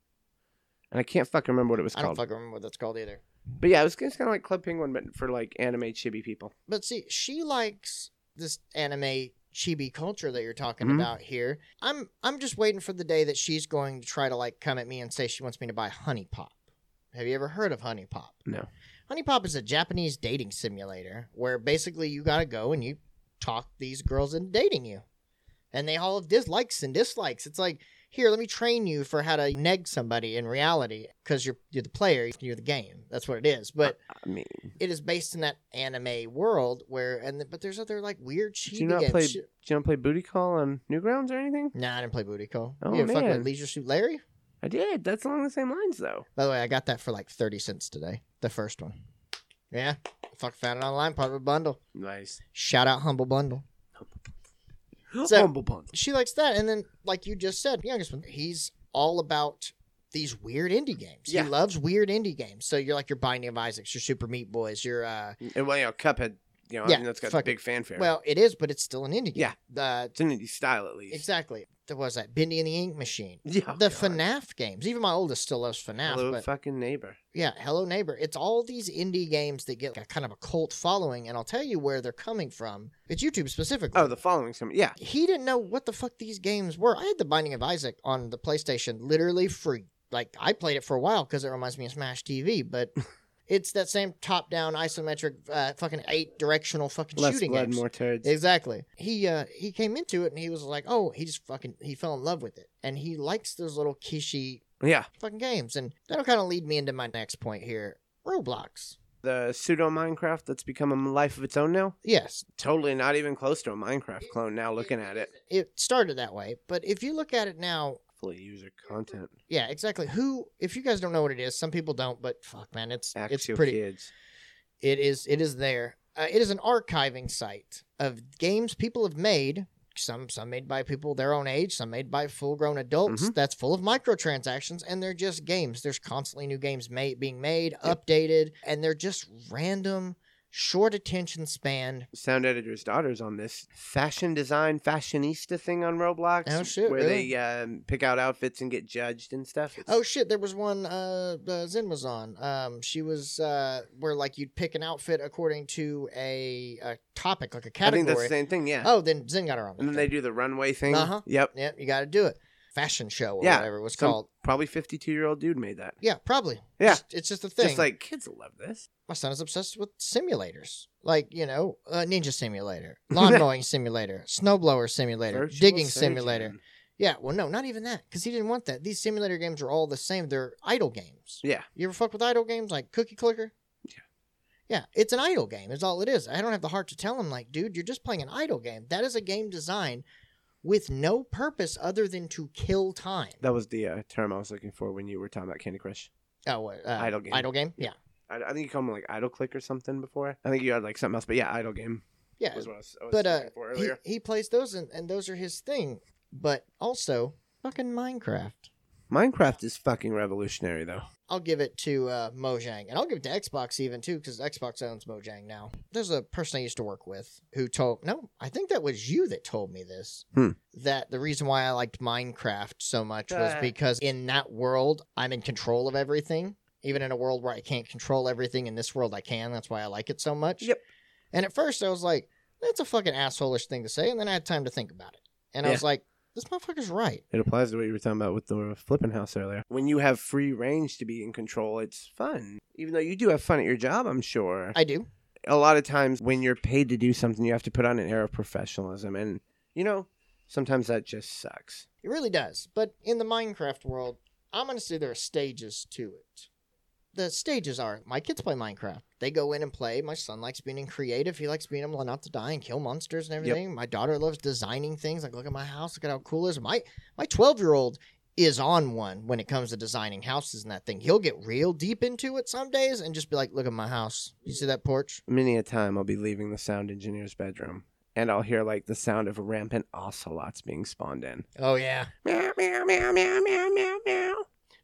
Speaker 1: And I can't fucking remember what it was
Speaker 2: I don't
Speaker 1: called.
Speaker 2: fucking remember what that's called either.
Speaker 1: But yeah, it was, kind of like Club Penguin, but for like anime chibi people.
Speaker 2: But see, she likes this anime chibi culture that you're talking
Speaker 1: Mhm.
Speaker 2: about here. I'm I'm just waiting for the day that she's going to try to like come at me and say she wants me to buy Honey Pop. Have you ever heard of Honey Pop?
Speaker 1: No.
Speaker 2: Honey Pop is a Japanese dating simulator where basically you gotta go and you talk these girls into dating you. And they all have dislikes and dislikes. It's like, here, let me train you for how to neg somebody in reality because you're you're the player, you're the game. That's what it is. But
Speaker 1: I mean,
Speaker 2: it is based in that anime world where and the, but there's other like weird
Speaker 1: do
Speaker 2: chibi
Speaker 1: you not
Speaker 2: games.
Speaker 1: play?
Speaker 2: Shit.
Speaker 1: Do you not play Booty Call on Newgrounds or anything?
Speaker 2: Nah, I didn't play Booty Call.
Speaker 1: Oh,
Speaker 2: you ever fuck with
Speaker 1: man.
Speaker 2: Leisure Suit Larry?
Speaker 1: I did. That's along the same lines, though.
Speaker 2: By the way, I got that for like thirty cents today. The first one. Yeah, fuck, found it online, part of a bundle.
Speaker 1: Nice.
Speaker 2: Shout out Humble Bundle. So-
Speaker 1: Humble Bundle.
Speaker 2: She likes that, and then like you just said, youngest one, he's all about these weird indie games.
Speaker 1: Yeah.
Speaker 2: He loves weird indie games. So you're like your Binding of Isaacs, your Super Meat Boys, your uh,
Speaker 1: And well, you know, Cuphead. You know,
Speaker 2: Yeah,
Speaker 1: I mean, that's got
Speaker 2: fuck
Speaker 1: big fanfare.
Speaker 2: well, it is, but it's still an indie game.
Speaker 1: Yeah.
Speaker 2: the
Speaker 1: it's an indie style at least.
Speaker 2: exactly. There was that Bendy and the Ink Machine.
Speaker 1: Yeah.
Speaker 2: the
Speaker 1: Oh, God.
Speaker 2: FNAF games. Even my oldest still loves FNAF.
Speaker 1: Hello,
Speaker 2: but
Speaker 1: fucking neighbor.
Speaker 2: yeah, Hello Neighbor. It's all these indie games that get like, a kind of a cult following, and I'll tell you where they're coming from. It's YouTube specifically.
Speaker 1: Oh, the following summer. Yeah.
Speaker 2: he didn't know what the fuck these games were. I had The Binding of Isaac on the PlayStation literally for like I played it for a while because it reminds me of Smash TV,
Speaker 1: <laughs>
Speaker 2: but. It's that same top-down isometric, uh, fucking eight-directional fucking
Speaker 1: Less
Speaker 2: shooting
Speaker 1: blood,
Speaker 2: games.
Speaker 1: more turds.
Speaker 2: <laughs> Exactly. He uh he came into it and he was like, oh, he just fucking he fell in love with it, and he likes those little kishy
Speaker 1: yeah.
Speaker 2: fucking games. And that'll kind of lead me into my next point here Roblox.
Speaker 1: The pseudo Minecraft that's become a life of its own now.
Speaker 2: Yes,
Speaker 1: Totally not even close to a Minecraft clone now looking at it.
Speaker 2: it started that way. But if you look at it now,
Speaker 1: Fully user content.
Speaker 2: yeah, exactly. Who, if you guys don't know what it is, some people don't, but fuck, man, it's
Speaker 1: Actual
Speaker 2: it's pretty.
Speaker 1: kids.
Speaker 2: It is it is there. Uh, it is an archiving site of games people have made. Some some made by people their own age, some made by full grown adults.
Speaker 1: Mhm.
Speaker 2: That's full of microtransactions, and they're just games. There's constantly new games made being made, updated, and they're just random, short attention span
Speaker 1: Sound editor's daughters on this fashion design fashionista thing on Roblox.
Speaker 2: Oh, shit,
Speaker 1: Where
Speaker 2: really?
Speaker 1: they um, pick out outfits and get judged and stuff. It's-
Speaker 2: Oh shit! There was one. Uh, uh, Zen was on. Um, she was uh, where like you'd pick an outfit according to a, a topic, like a
Speaker 1: I think
Speaker 2: category.
Speaker 1: that's the same thing. Yeah.
Speaker 2: Oh, then Zen got her on.
Speaker 1: and then they do the runway thing.
Speaker 2: Uh-huh.
Speaker 1: Yep.
Speaker 2: Yep, you got to do it. Fashion show or
Speaker 1: Yeah,
Speaker 2: whatever it was
Speaker 1: some-
Speaker 2: called.
Speaker 1: Probably 52 year old dude made that.
Speaker 2: Yeah, probably.
Speaker 1: Yeah.
Speaker 2: Just- it's just a thing.
Speaker 1: Just like kids will love this.
Speaker 2: my son is obsessed with simulators, like you know,
Speaker 1: <laughs>
Speaker 2: uh, ninja simulator, lawn mowing simulator, snowblower simulator,
Speaker 1: Virtual
Speaker 2: digging
Speaker 1: surgeon.
Speaker 2: simulator. Yeah, well, no, not even that, because he didn't want that. These simulator games are all the same. They're idle games.
Speaker 1: Yeah.
Speaker 2: You ever fuck with idle games like Cookie Clicker?
Speaker 1: Yeah.
Speaker 2: Yeah, it's an idle game. Is all it is. I don't have the heart to tell him, like, dude, you're just playing an idle game. That is a game designed with no purpose other than to kill time.
Speaker 1: That was the uh, term I was looking for when you were talking about Candy Crush.
Speaker 2: Oh, what, uh,
Speaker 1: Idle game.
Speaker 2: Idle game. Yeah.
Speaker 1: I, I think you called them like Idle Click or something before. I think you had like something else, but yeah, Idle Game
Speaker 2: Yeah.
Speaker 1: was what I was, I was
Speaker 2: but uh,
Speaker 1: looking for
Speaker 2: he,
Speaker 1: earlier.
Speaker 2: he plays those, and, and those are his thing. But also, fucking Minecraft.
Speaker 1: Minecraft is fucking revolutionary, though.
Speaker 2: I'll give it to uh, Mojang, and I'll give it to Xbox even too, because Xbox owns Mojang now. There's a person I used to work with who told no, I think that was you that told me this.
Speaker 1: Hmm.
Speaker 2: That the reason why I liked Minecraft so much was
Speaker 1: Uh.
Speaker 2: because in that world I'm in control of everything. Even in a world where I can't control everything, in this world I can. That's why I like it so much.
Speaker 1: Yep.
Speaker 2: And at first I was like, "That's a fucking assholish thing to say," and then I had time to think about it, and I
Speaker 1: Yeah.
Speaker 2: was like, "This motherfucker's right."
Speaker 1: It applies to what you were talking about with the flipping house earlier. When you have free range to be in control, it's fun. Even though you do have fun at your job, I'm sure.
Speaker 2: I do.
Speaker 1: a lot of times when you're paid to do something, you have to put on an air of professionalism. And, you know, sometimes that just sucks.
Speaker 2: It really does. But in the Minecraft world, I'm going to say there are stages to it. The stages are my kids play Minecraft. They go in and play. My son likes being in creative. He likes being able not to die and kill monsters and everything. My daughter loves designing things. Like, look at my house. Look at how cool it is. My my 12 year old is on one when it comes to designing houses and that thing. He'll get real deep into it some days and just be like, look at my house. You see that porch?
Speaker 1: Many a time I'll be leaving the sound engineer's bedroom and I'll hear like the sound of rampant ocelots being spawned in.
Speaker 2: Oh, yeah.
Speaker 1: Meow, meow, meow, meow, meow, meow, meow.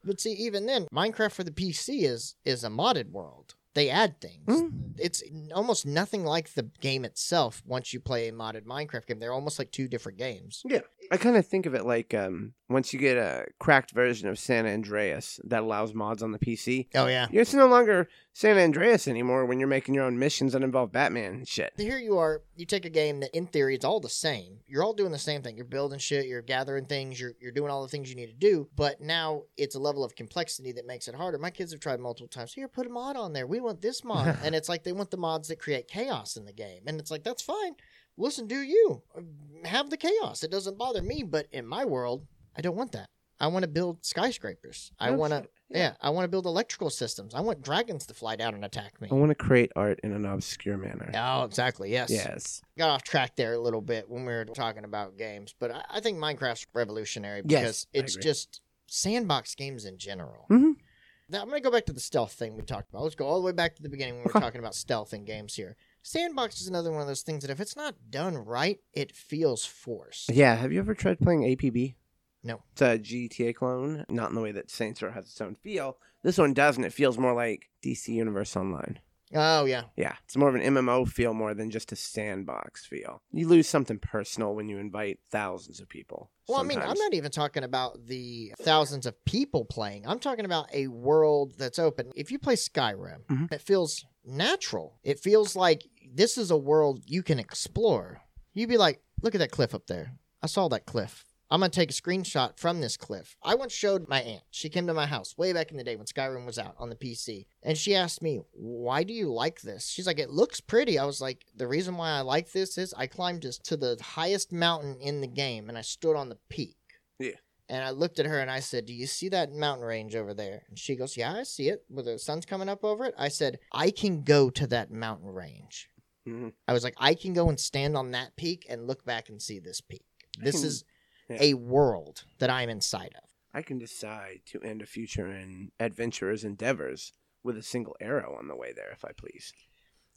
Speaker 2: But see, even then, Minecraft for the PC is is a modded world. They add things.
Speaker 1: Hmm.
Speaker 2: It's almost nothing like the game itself. Once you play a modded Minecraft game, they're almost like two different games.
Speaker 1: I kind of think of it like um, once you get a cracked version of San Andreas that allows mods on the PC,
Speaker 2: Oh yeah.
Speaker 1: it's no longer San Andreas anymore when you're making your own missions that involve Batman and shit.
Speaker 2: Here you are. You take a game that, in theory, it's all the same. You're all doing the same thing. You're building shit. You're gathering things. You're you're doing all the things you need to do. But now it's a level of complexity that makes it harder. My kids have tried multiple times. Here, put a mod on there. We want this
Speaker 1: <laughs>
Speaker 2: mod, and it's like they want the mods that create chaos in the game, and it's like that's fine. Listen, do you have the chaos? It doesn't bother me. But in my world, I don't want that. I want to build skyscrapers. I
Speaker 1: No
Speaker 2: want to.
Speaker 1: Oh, shit.
Speaker 2: Yeah. I want to build electrical systems. I want dragons to fly down and attack me.
Speaker 1: I want to create art in an obscure manner.
Speaker 2: Oh, exactly. Yes
Speaker 1: Yes.
Speaker 2: got off track there a little bit when we were talking about games, but I, I think Minecraft's revolutionary
Speaker 1: Yes,
Speaker 2: because
Speaker 1: I
Speaker 2: it's
Speaker 1: agree.
Speaker 2: just sandbox games in general.
Speaker 1: Mhm.
Speaker 2: Now, I'm going to go back to the stealth thing we talked about. Let's go all the way back to the beginning when we were
Speaker 1: Okay.
Speaker 2: talking about stealth in games here. Sandbox is another one of those things that if it's not done right, it feels forced.
Speaker 1: Yeah. Have you ever tried playing APB?
Speaker 2: No.
Speaker 1: It's a GTA clone, not in the way that Saints Row has its own feel. This one doesn't. It feels more like DC Universe Online.
Speaker 2: Oh, yeah.
Speaker 1: Yeah. It's more of an MMO feel more than just a sandbox feel. You lose something personal when you invite thousands of people.
Speaker 2: Well, I mean, I'm
Speaker 1: sometimes.
Speaker 2: not even talking about the thousands of people playing. I'm talking about a world that's open. If you play Skyrim,
Speaker 1: Mhm.
Speaker 2: it feels natural. It feels like this is a world you can explore. You'd be like, look at that cliff up there. I saw that cliff. I'm going to take a screenshot from this cliff. I once showed my aunt. She came to my house way back in the day when Skyrim was out on the PC. And she asked me, Why do you like this? She's like, It looks pretty. I was like, The reason why I like this is I climbed this to the highest mountain in the game and I stood on the peak.
Speaker 1: Yeah.
Speaker 2: And I looked at her and I said, Do you see that mountain range over there? And she goes, Yeah, I see it. Where the sun's coming up over it. I said, I can go to that mountain range.
Speaker 1: Mhm.
Speaker 2: I was like, I can go and stand on that peak and look back and see this peak. This
Speaker 1: can-
Speaker 2: is
Speaker 1: yeah.
Speaker 2: a world that I'm inside of.
Speaker 1: I can decide to end a future in adventurers' endeavors with a single arrow on the way there, if I please.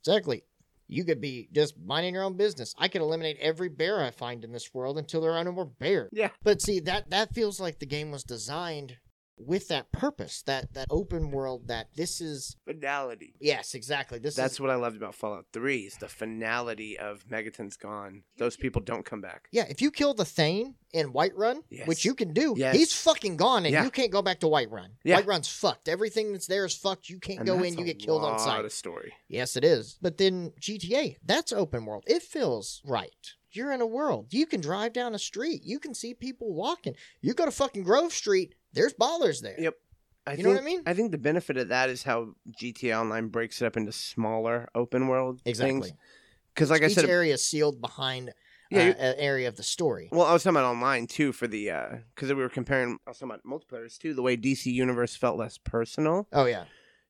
Speaker 2: Exactly. You could be just minding your own business. I could eliminate every bear I find in this world until there are no more bears.
Speaker 1: Yeah.
Speaker 2: But see, that that feels like the game was designed with that purpose, that that open world that this is
Speaker 1: Finality.
Speaker 2: yes, exactly. This
Speaker 1: That's
Speaker 2: is
Speaker 1: what I loved about Fallout 3 is the finality of Megaton's gone. Those people don't come back.
Speaker 2: yeah, if you kill the Thane in Whiterun,
Speaker 1: Yes.
Speaker 2: which you can do,
Speaker 1: Yes.
Speaker 2: he's fucking gone and
Speaker 1: Yeah.
Speaker 2: you can't go back to Whiterun.
Speaker 1: Yeah.
Speaker 2: Whiterun's fucked. Everything that's there is fucked. You can't
Speaker 1: And
Speaker 2: go
Speaker 1: that's
Speaker 2: in, you
Speaker 1: a
Speaker 2: get killed on
Speaker 1: lot
Speaker 2: site.
Speaker 1: of story.
Speaker 2: Yes, it is. But then GTA, that's open world. It feels right. You're in a world. You can drive down a street. You can see people walking. You go to fucking Grove Street, there's ballers there.
Speaker 1: Yep. I
Speaker 2: You know what I
Speaker 1: think-
Speaker 2: mean?
Speaker 1: I think the benefit of that is how GTA Online breaks it up into smaller open world
Speaker 2: Exactly.
Speaker 1: Because, like I
Speaker 2: Each
Speaker 1: said,
Speaker 2: area is sealed behind
Speaker 1: Yeah,
Speaker 2: uh,
Speaker 1: you-
Speaker 2: a- area of the story.
Speaker 1: Well, I was talking about online too for the because we were comparing. I was talking about multiplayers too. The way DC Universe felt less personal.
Speaker 2: Oh yeah,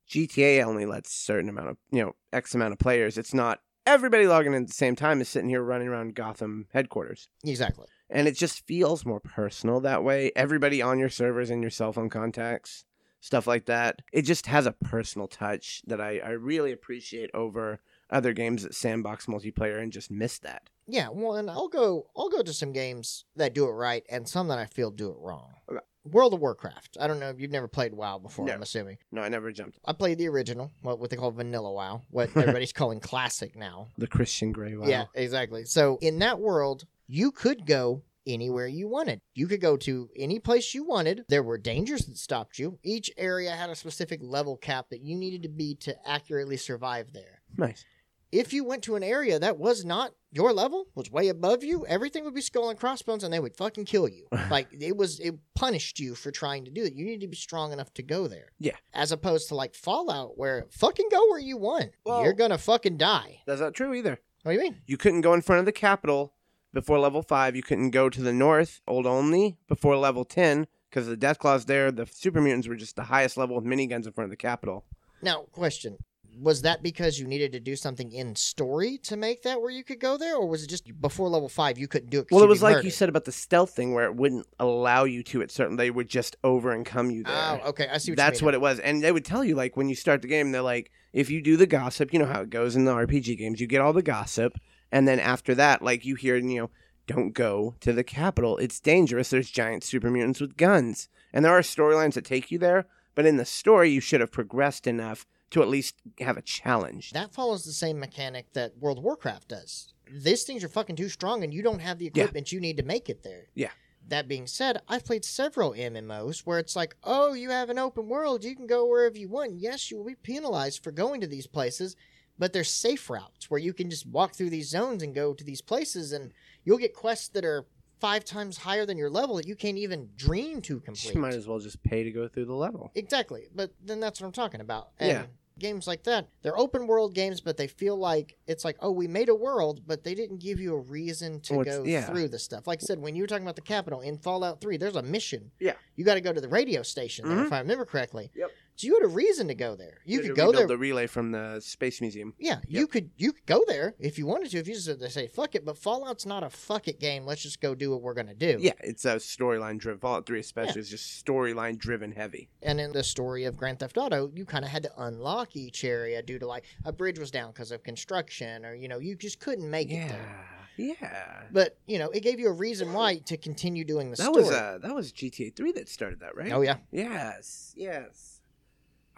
Speaker 1: GTA only lets certain amount of you know X amount of players. It's not everybody logging in at the same time is sitting here running around Gotham headquarters,
Speaker 2: exactly.
Speaker 1: and it just feels more personal that way. Everybody on your servers and your cell phone contacts, stuff like that. It just has a personal touch that I I really appreciate over other games that sandbox multiplayer and just miss that.
Speaker 2: Yeah, well, and I'll go. I'll go to some games that do it right, and some that I feel do it wrong.
Speaker 1: Okay.
Speaker 2: World of Warcraft. I don't know. You've never played WoW before,
Speaker 1: No.
Speaker 2: I'm assuming.
Speaker 1: No, I never jumped
Speaker 2: I played the original, what, what they call Vanilla WoW,
Speaker 1: <laughs>
Speaker 2: what everybody's calling classic now.
Speaker 1: the Christian Grey. Wow.
Speaker 2: Yeah, exactly. So in that world, you could go anywhere you wanted. You could go to any place you wanted. There were dangers that stopped you. Each area had a specific level cap that you needed to be to accurately survive there.
Speaker 1: nice.
Speaker 2: If you went to an area that was not your level, was way above you, everything would be skull and crossbones and they would fucking
Speaker 1: <laughs>
Speaker 2: kill you. like it was it punished you for trying to do it. You needed to be strong enough to go there.
Speaker 1: Yeah.
Speaker 2: As opposed to like Fallout where fucking go where you want.
Speaker 1: Well-
Speaker 2: You're gonna fucking die.
Speaker 1: That's not true either.
Speaker 2: What do you mean?
Speaker 1: You couldn't go in front of the Capitol before level five. You couldn't go to the north, Old Only, before level ten because the Death Claws there. The Super Mutants were just the highest level with miniguns in front of the Capitol.
Speaker 2: Now, question. Was that because you needed to do something in story to make that where you could go there, or was it just before level five you couldn't do it? 'cause
Speaker 1: Well, it
Speaker 2: you'd be
Speaker 1: was like you
Speaker 2: murdered?
Speaker 1: said about the stealth thing, where it wouldn't allow you to at certain. They would just overcome you there.
Speaker 2: Oh, okay, I see. what
Speaker 1: That's
Speaker 2: you mean.
Speaker 1: what it was. And they would tell you, like, when you start the game, they're like, if you do the gossip, you know how it goes in the RPG games, you get all the gossip. And then after that, like, you hear, you know, don't go to the capital. It's dangerous. There's giant super mutants with guns. And there are storylines that take you there. But in the story, you should have progressed enough to at least have a challenge.
Speaker 2: That follows the same mechanic that World of Warcraft does. These things are fucking too strong, and you don't have the
Speaker 1: Yeah.
Speaker 2: equipment you need to make it there.
Speaker 1: Yeah.
Speaker 2: That being said, I've played several MMOs where it's like, oh, you have an open world, you can go wherever you want. Yes, you will be penalized for going to these places, but there's safe routes where you can just walk through these zones and go to these places, and you'll get quests that are five times higher than your level that you can't even dream to complete.
Speaker 1: You might as well just pay to go through the level.
Speaker 2: Exactly. But then that's what I'm talking about. And
Speaker 1: Yeah.
Speaker 2: games like that, they're open world games, but they feel like it's like, oh, we made a world, but they didn't give you a reason to
Speaker 1: Well, it's-
Speaker 2: go
Speaker 1: yeah.
Speaker 2: through the stuff. Like I said, when you were talking about the Capitol in Fallout 3, there's a mission.
Speaker 1: Yeah. Mm-hmm.
Speaker 2: You got to go to the radio station, there, if I remember correctly.
Speaker 1: Yep.
Speaker 2: So you had a reason to go there. You
Speaker 1: Had
Speaker 2: could
Speaker 1: to
Speaker 2: go
Speaker 1: rebuild
Speaker 2: there.
Speaker 1: The relay from the space museum.
Speaker 2: Yeah, you could you could go there if you wanted to. If you just they say fuck it, but Fallout's not a fuck it game. Let's just go do what we're gonna do.
Speaker 1: Yeah, it's a storyline driven. Fallout 3 especially is just storyline driven heavy.
Speaker 2: And in the story of Grand Theft Auto, you kind of had to unlock each area due to like a bridge was down because of construction, or you know, you just couldn't make it there.
Speaker 1: yeah.
Speaker 2: But you know, it gave you a reason why to continue doing the
Speaker 1: That
Speaker 2: story.
Speaker 1: was uh, that was GTA three that started that, right?
Speaker 2: oh yeah,
Speaker 1: Yes, yes.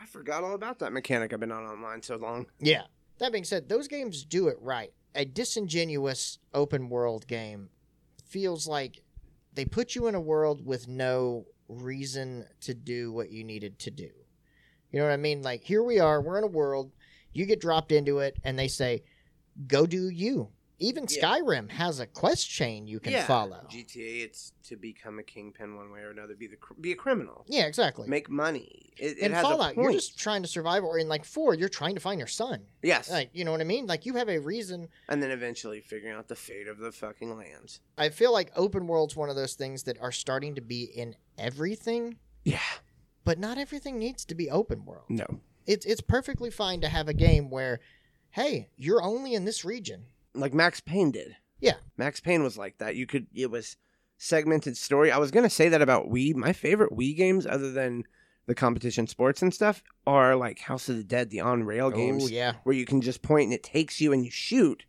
Speaker 1: I forgot all about that mechanic. I've been on online so long.
Speaker 2: yeah. That being said, those games do it right. A disingenuous open world game feels like they put you in a world with no reason to do what you needed to do. You know what I mean? Like here we are, we're in a world, you get dropped into it and they say, "Go do you." Even
Speaker 1: Yeah.
Speaker 2: Skyrim has a quest chain you can follow.
Speaker 1: GTA, it's to become a kingpin one way or another. Be the cr- be a criminal,
Speaker 2: yeah, exactly.
Speaker 1: make money. It, it
Speaker 2: in
Speaker 1: has a
Speaker 2: Fallout,
Speaker 1: point.
Speaker 2: you're just trying to survive, or in like four, you're trying to find your son.
Speaker 1: yes,
Speaker 2: Like, you know what I mean? Like, you have a reason.
Speaker 1: and then eventually figuring out the fate of the fucking lands.
Speaker 2: I feel like open world's one of those things that are starting to be in everything,
Speaker 1: Yeah.
Speaker 2: but not everything needs to be open world.
Speaker 1: No.
Speaker 2: It's it's perfectly fine to have a game where, hey, you're only in this region.
Speaker 1: like Max Payne did.
Speaker 2: Yeah.
Speaker 1: Max Payne was like that. You could it was segmented story. I was gonna say that about Wii. My favorite Wii games, other than the competition sports and stuff, are like House of the Dead, the on rail
Speaker 2: Oh
Speaker 1: games
Speaker 2: yeah,
Speaker 1: where you can just point and it takes you and you shoot.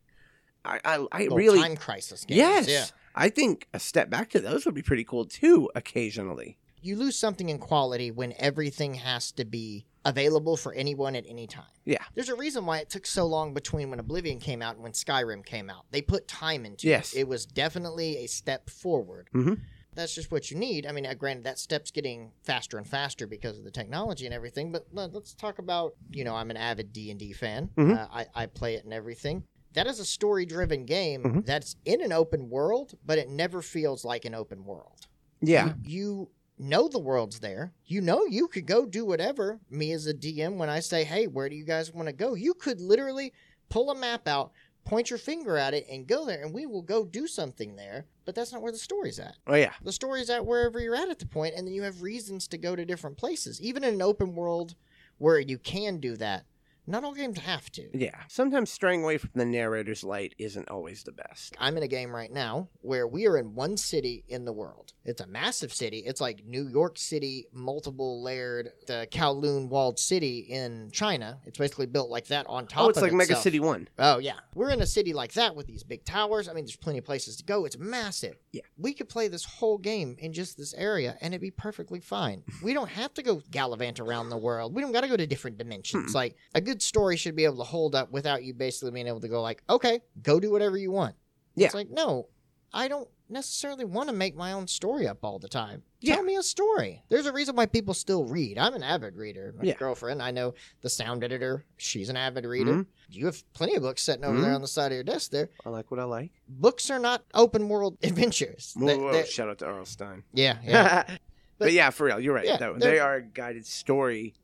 Speaker 1: I I, I
Speaker 2: Little
Speaker 1: really
Speaker 2: time crisis games.
Speaker 1: yes.
Speaker 2: yeah.
Speaker 1: I think a step back to those would be pretty cool too. Occasionally,
Speaker 2: You lose something in quality when everything has to be available for anyone at any time.
Speaker 1: Yeah.
Speaker 2: There's a reason why it took so long between when Oblivion came out and when Skyrim came out. They put time into
Speaker 1: Yes.
Speaker 2: it. It was definitely a step forward.
Speaker 1: Mhm.
Speaker 2: That's just what you need. I mean, uh, granted, that step's getting faster and faster because of the technology and everything. But let- let's talk about, you know, I'm an avid D and D fan.
Speaker 1: Mhm.
Speaker 2: Uh, I, I play it and everything. That is a story-driven game
Speaker 1: Mhm.
Speaker 2: that's in an open world, but it never feels like an open world.
Speaker 1: yeah,
Speaker 2: You know the world's there. You know you could go do whatever. Me as a DM, when I say, hey, where do you guys want to go? You could literally pull a map out, point your finger at it and go there and we will go do something there but that's not where the story's at
Speaker 1: Oh yeah,
Speaker 2: the story's at wherever you're at at the point and then you have reasons to go to different places even in an open world where you can do that not all games have to
Speaker 1: yeah. Sometimes straying away from the narrator's light isn't always the best.
Speaker 2: I'm in a game right now where we are in one city in the world. It's a massive city. It's like New York City, multiple layered, the Kowloon walled city in China. It's basically built like that on top.
Speaker 1: Oh, it's
Speaker 2: of
Speaker 1: like Mega
Speaker 2: itself.
Speaker 1: City One.
Speaker 2: Oh yeah, we're in a city like that with these big towers. I mean, there's plenty of places to go. It's massive.
Speaker 1: Yeah.
Speaker 2: we could play this whole game in just this area, and it'd be
Speaker 1: <laughs>
Speaker 2: perfectly fine. we don't have to go gallivant around the world. We don't got to go to different dimensions. Like a good story should be able to hold up without you basically being able to go like, okay, go do whatever you want.
Speaker 1: Yeah.
Speaker 2: it's like no, I don't necessarily want to make my own story up all the time.
Speaker 1: Yeah.
Speaker 2: Tell me a story. There's a reason why people still read. I'm an avid reader. My
Speaker 1: Yeah.
Speaker 2: girlfriend, I know the sound editor. She's an avid reader
Speaker 1: Mhm.
Speaker 2: you have plenty of books sitting over there
Speaker 1: Mhm.
Speaker 2: on the side of your desk there.
Speaker 1: I like what I like.
Speaker 2: Books are not open world <laughs> adventures.
Speaker 1: Whoa,
Speaker 2: They-
Speaker 1: whoa,
Speaker 2: they-
Speaker 1: Shout out to Earl Stein. <laughs>
Speaker 2: yeah, yeah, <laughs>
Speaker 1: but, yeah, for real, you're right.
Speaker 2: Yeah,
Speaker 1: though.
Speaker 2: they're-
Speaker 1: They are a guided story,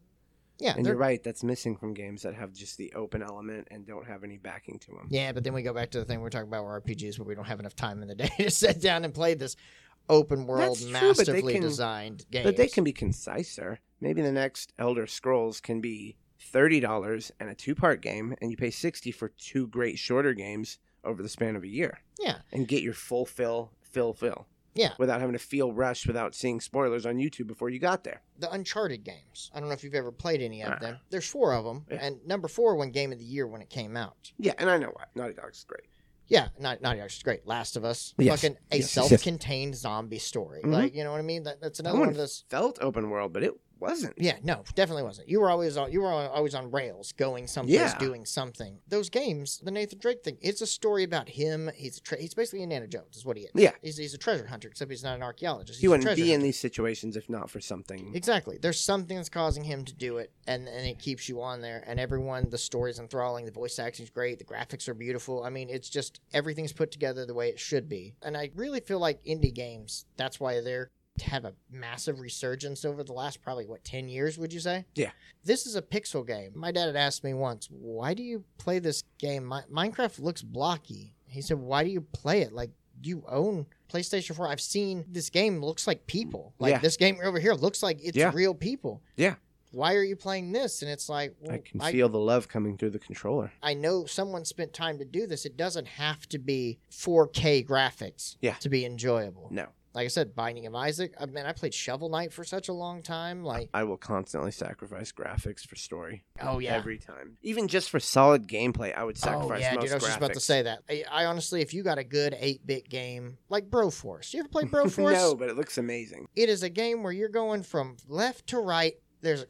Speaker 2: yeah.
Speaker 1: and
Speaker 2: they're-
Speaker 1: you're right. That's missing from games that have just the open element and don't have any backing to them.
Speaker 2: Yeah, but then we go back to the thing we we're talking about where RPGs where we don't have enough time in the <laughs> day to sit down and play this open world,
Speaker 1: That's true, but they
Speaker 2: massively
Speaker 1: can-
Speaker 2: designed game.
Speaker 1: But they can be conciser. Maybe the next Elder Scrolls can be thirty dollars and a two-part game, and you pay sixty for two great shorter games over the span of a year.
Speaker 2: Yeah.
Speaker 1: and get your full fill, fill, fill.
Speaker 2: Yeah.
Speaker 1: without having to feel rushed, without seeing spoilers on YouTube before you got there.
Speaker 2: the Uncharted games. I don't know if you've ever played any of
Speaker 1: Uh-uh.
Speaker 2: them. There's four of them,
Speaker 1: Yeah.
Speaker 2: and number four won Game of the Year when it came out.
Speaker 1: Yeah, and I know why. Naughty Dog's great.
Speaker 2: Yeah, not Naughty Dog's great. Last of Us,
Speaker 1: Yes.
Speaker 2: fucking a
Speaker 1: Yes, yes, yes.
Speaker 2: self-contained zombie story.
Speaker 1: Mhm.
Speaker 2: Like you know what I mean? That, that's another
Speaker 1: That
Speaker 2: one
Speaker 1: one
Speaker 2: of those.
Speaker 1: Felt open world, but it wasn't.
Speaker 2: Yeah, no, definitely wasn't. You were always on. You were always on rails, going someplace,
Speaker 1: Yeah.
Speaker 2: doing something. Those games, the Nathan Drake thing, it's a story about him. He's a tre- he's basically Indiana Jones, is what he is.
Speaker 1: Yeah.
Speaker 2: he's, he's a treasure hunter, except he's not an archaeologist. He's
Speaker 1: he
Speaker 2: a
Speaker 1: wouldn't
Speaker 2: treasure
Speaker 1: be in
Speaker 2: hunter.
Speaker 1: these situations if not for something.
Speaker 2: Exactly. There's something that's causing him to do it, and and it keeps you on there. And everyone, the story's enthralling. The voice acting's great. The graphics are beautiful. I mean, it's just everything's put together the way it should be. And I really feel like indie games. That's why they're have a massive resurgence over the last probably what 10 years would you say
Speaker 1: Yeah.
Speaker 2: this is a pixel game my dad had asked me once why do you play this game Mi- minecraft looks blocky he said why do you play it like you own playstation 4 i've seen this game looks like people like
Speaker 1: Yeah.
Speaker 2: this game over here looks like it's
Speaker 1: Yeah.
Speaker 2: real people
Speaker 1: Yeah.
Speaker 2: why are you playing this and it's like well,
Speaker 1: I can
Speaker 2: I,
Speaker 1: feel the love coming through the controller.
Speaker 2: I know someone spent time to do this it doesn't have to be 4k graphics
Speaker 1: Yeah.
Speaker 2: to be enjoyable
Speaker 1: No,
Speaker 2: like I said, Binding of Isaac. I mean, I played Shovel Knight for such a long time. Like,
Speaker 1: I will constantly sacrifice graphics for story
Speaker 2: oh yeah,
Speaker 1: every time. Even just for solid gameplay, I would
Speaker 2: oh
Speaker 1: sacrifice
Speaker 2: yeah,
Speaker 1: most
Speaker 2: dude. I was just about to
Speaker 1: graphics.
Speaker 2: say that. I, I honestly, if you got a good eight-bit game like Broforce, you ever play
Speaker 1: <laughs>
Speaker 2: Broforce?
Speaker 1: no, but it looks amazing.
Speaker 2: It is a game where you're going from left to right. There's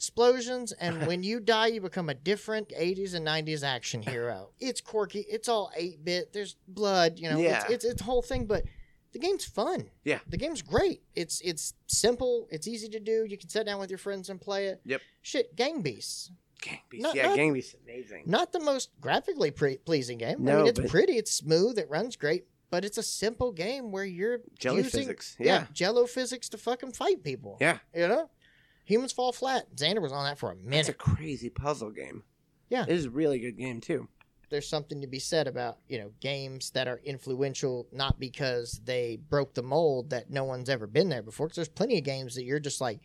Speaker 1: <laughs>
Speaker 2: explosions, and when you die, you become a different 80s and 90s action hero. It's quirky. It's all 8 bit. There's blood. You know,
Speaker 1: Yeah.
Speaker 2: it's, it's it's the whole thing, but the game's fun.
Speaker 1: Yeah.
Speaker 2: the game's great. It's it's simple. It's easy to do. You can sit down with your friends and play it.
Speaker 1: Yep.
Speaker 2: Shit, Gang Beasts.
Speaker 1: Gang Beasts.
Speaker 2: Not-
Speaker 1: yeah,
Speaker 2: not-
Speaker 1: Gang Beasts is amazing.
Speaker 2: Not the most graphically pre- pleasing game. I
Speaker 1: No,
Speaker 2: mean, it's
Speaker 1: but-
Speaker 2: pretty. It's smooth. It runs great. But it's a simple game where you're
Speaker 1: Jelly
Speaker 2: using
Speaker 1: physics. Yeah.
Speaker 2: jello physics to fucking fight people.
Speaker 1: Yeah.
Speaker 2: You know? Humans fall flat. Xander was on that for a
Speaker 1: It's
Speaker 2: minute.
Speaker 1: a crazy puzzle game.
Speaker 2: Yeah.
Speaker 1: It is a really good game, too.
Speaker 2: There's something to be said about, you know, games that are influential not because they broke the mold that no one's ever been there before. Because there's plenty of games that you're just like,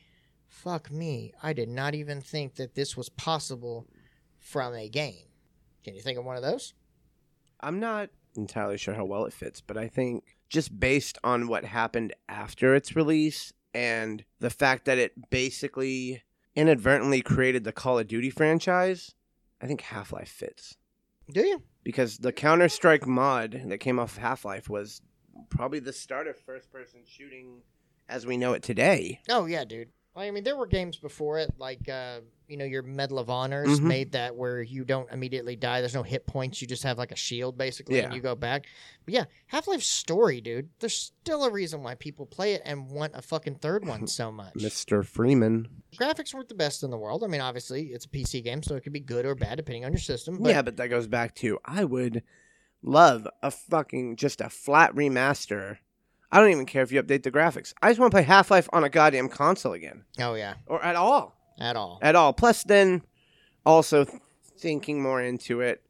Speaker 2: fuck me. I did not even think that this was possible from a game. Can you think of one of those?
Speaker 1: I'm not entirely sure how well it fits, but I think just based on what happened after its release and the fact that it basically inadvertently created the Call of Duty franchise, I think Half Life fits.
Speaker 2: Do you?
Speaker 1: Because the Counter Strike mod that came off Half Life was probably the start of first person shooting as we know it today.
Speaker 2: Oh yeah, dude. Like, I mean, there were games before it, like uh, you know, your Medal of Honors
Speaker 1: Mhm.
Speaker 2: made that where you don't immediately die. There's no hit points. You just have like a shield basically, and
Speaker 1: Yeah.
Speaker 2: you go back. But yeah, Half Life Story, dude. There's still a reason why people play it and want a fucking
Speaker 1: <laughs>
Speaker 2: third one so much.
Speaker 1: Mr. Freeman.
Speaker 2: Graphics weren't the best in the world. I mean, obviously it's a PC game, so it could be good or bad depending on your system. But
Speaker 1: yeah, but that goes back to I would love a fucking just a flat remaster. I don't even care if you update the graphics. I just want to play Half Life on a goddamn console again,
Speaker 2: oh yeah,
Speaker 1: or at all, Uh,
Speaker 2: at all.
Speaker 1: at all. Plus, then also thinking more into it,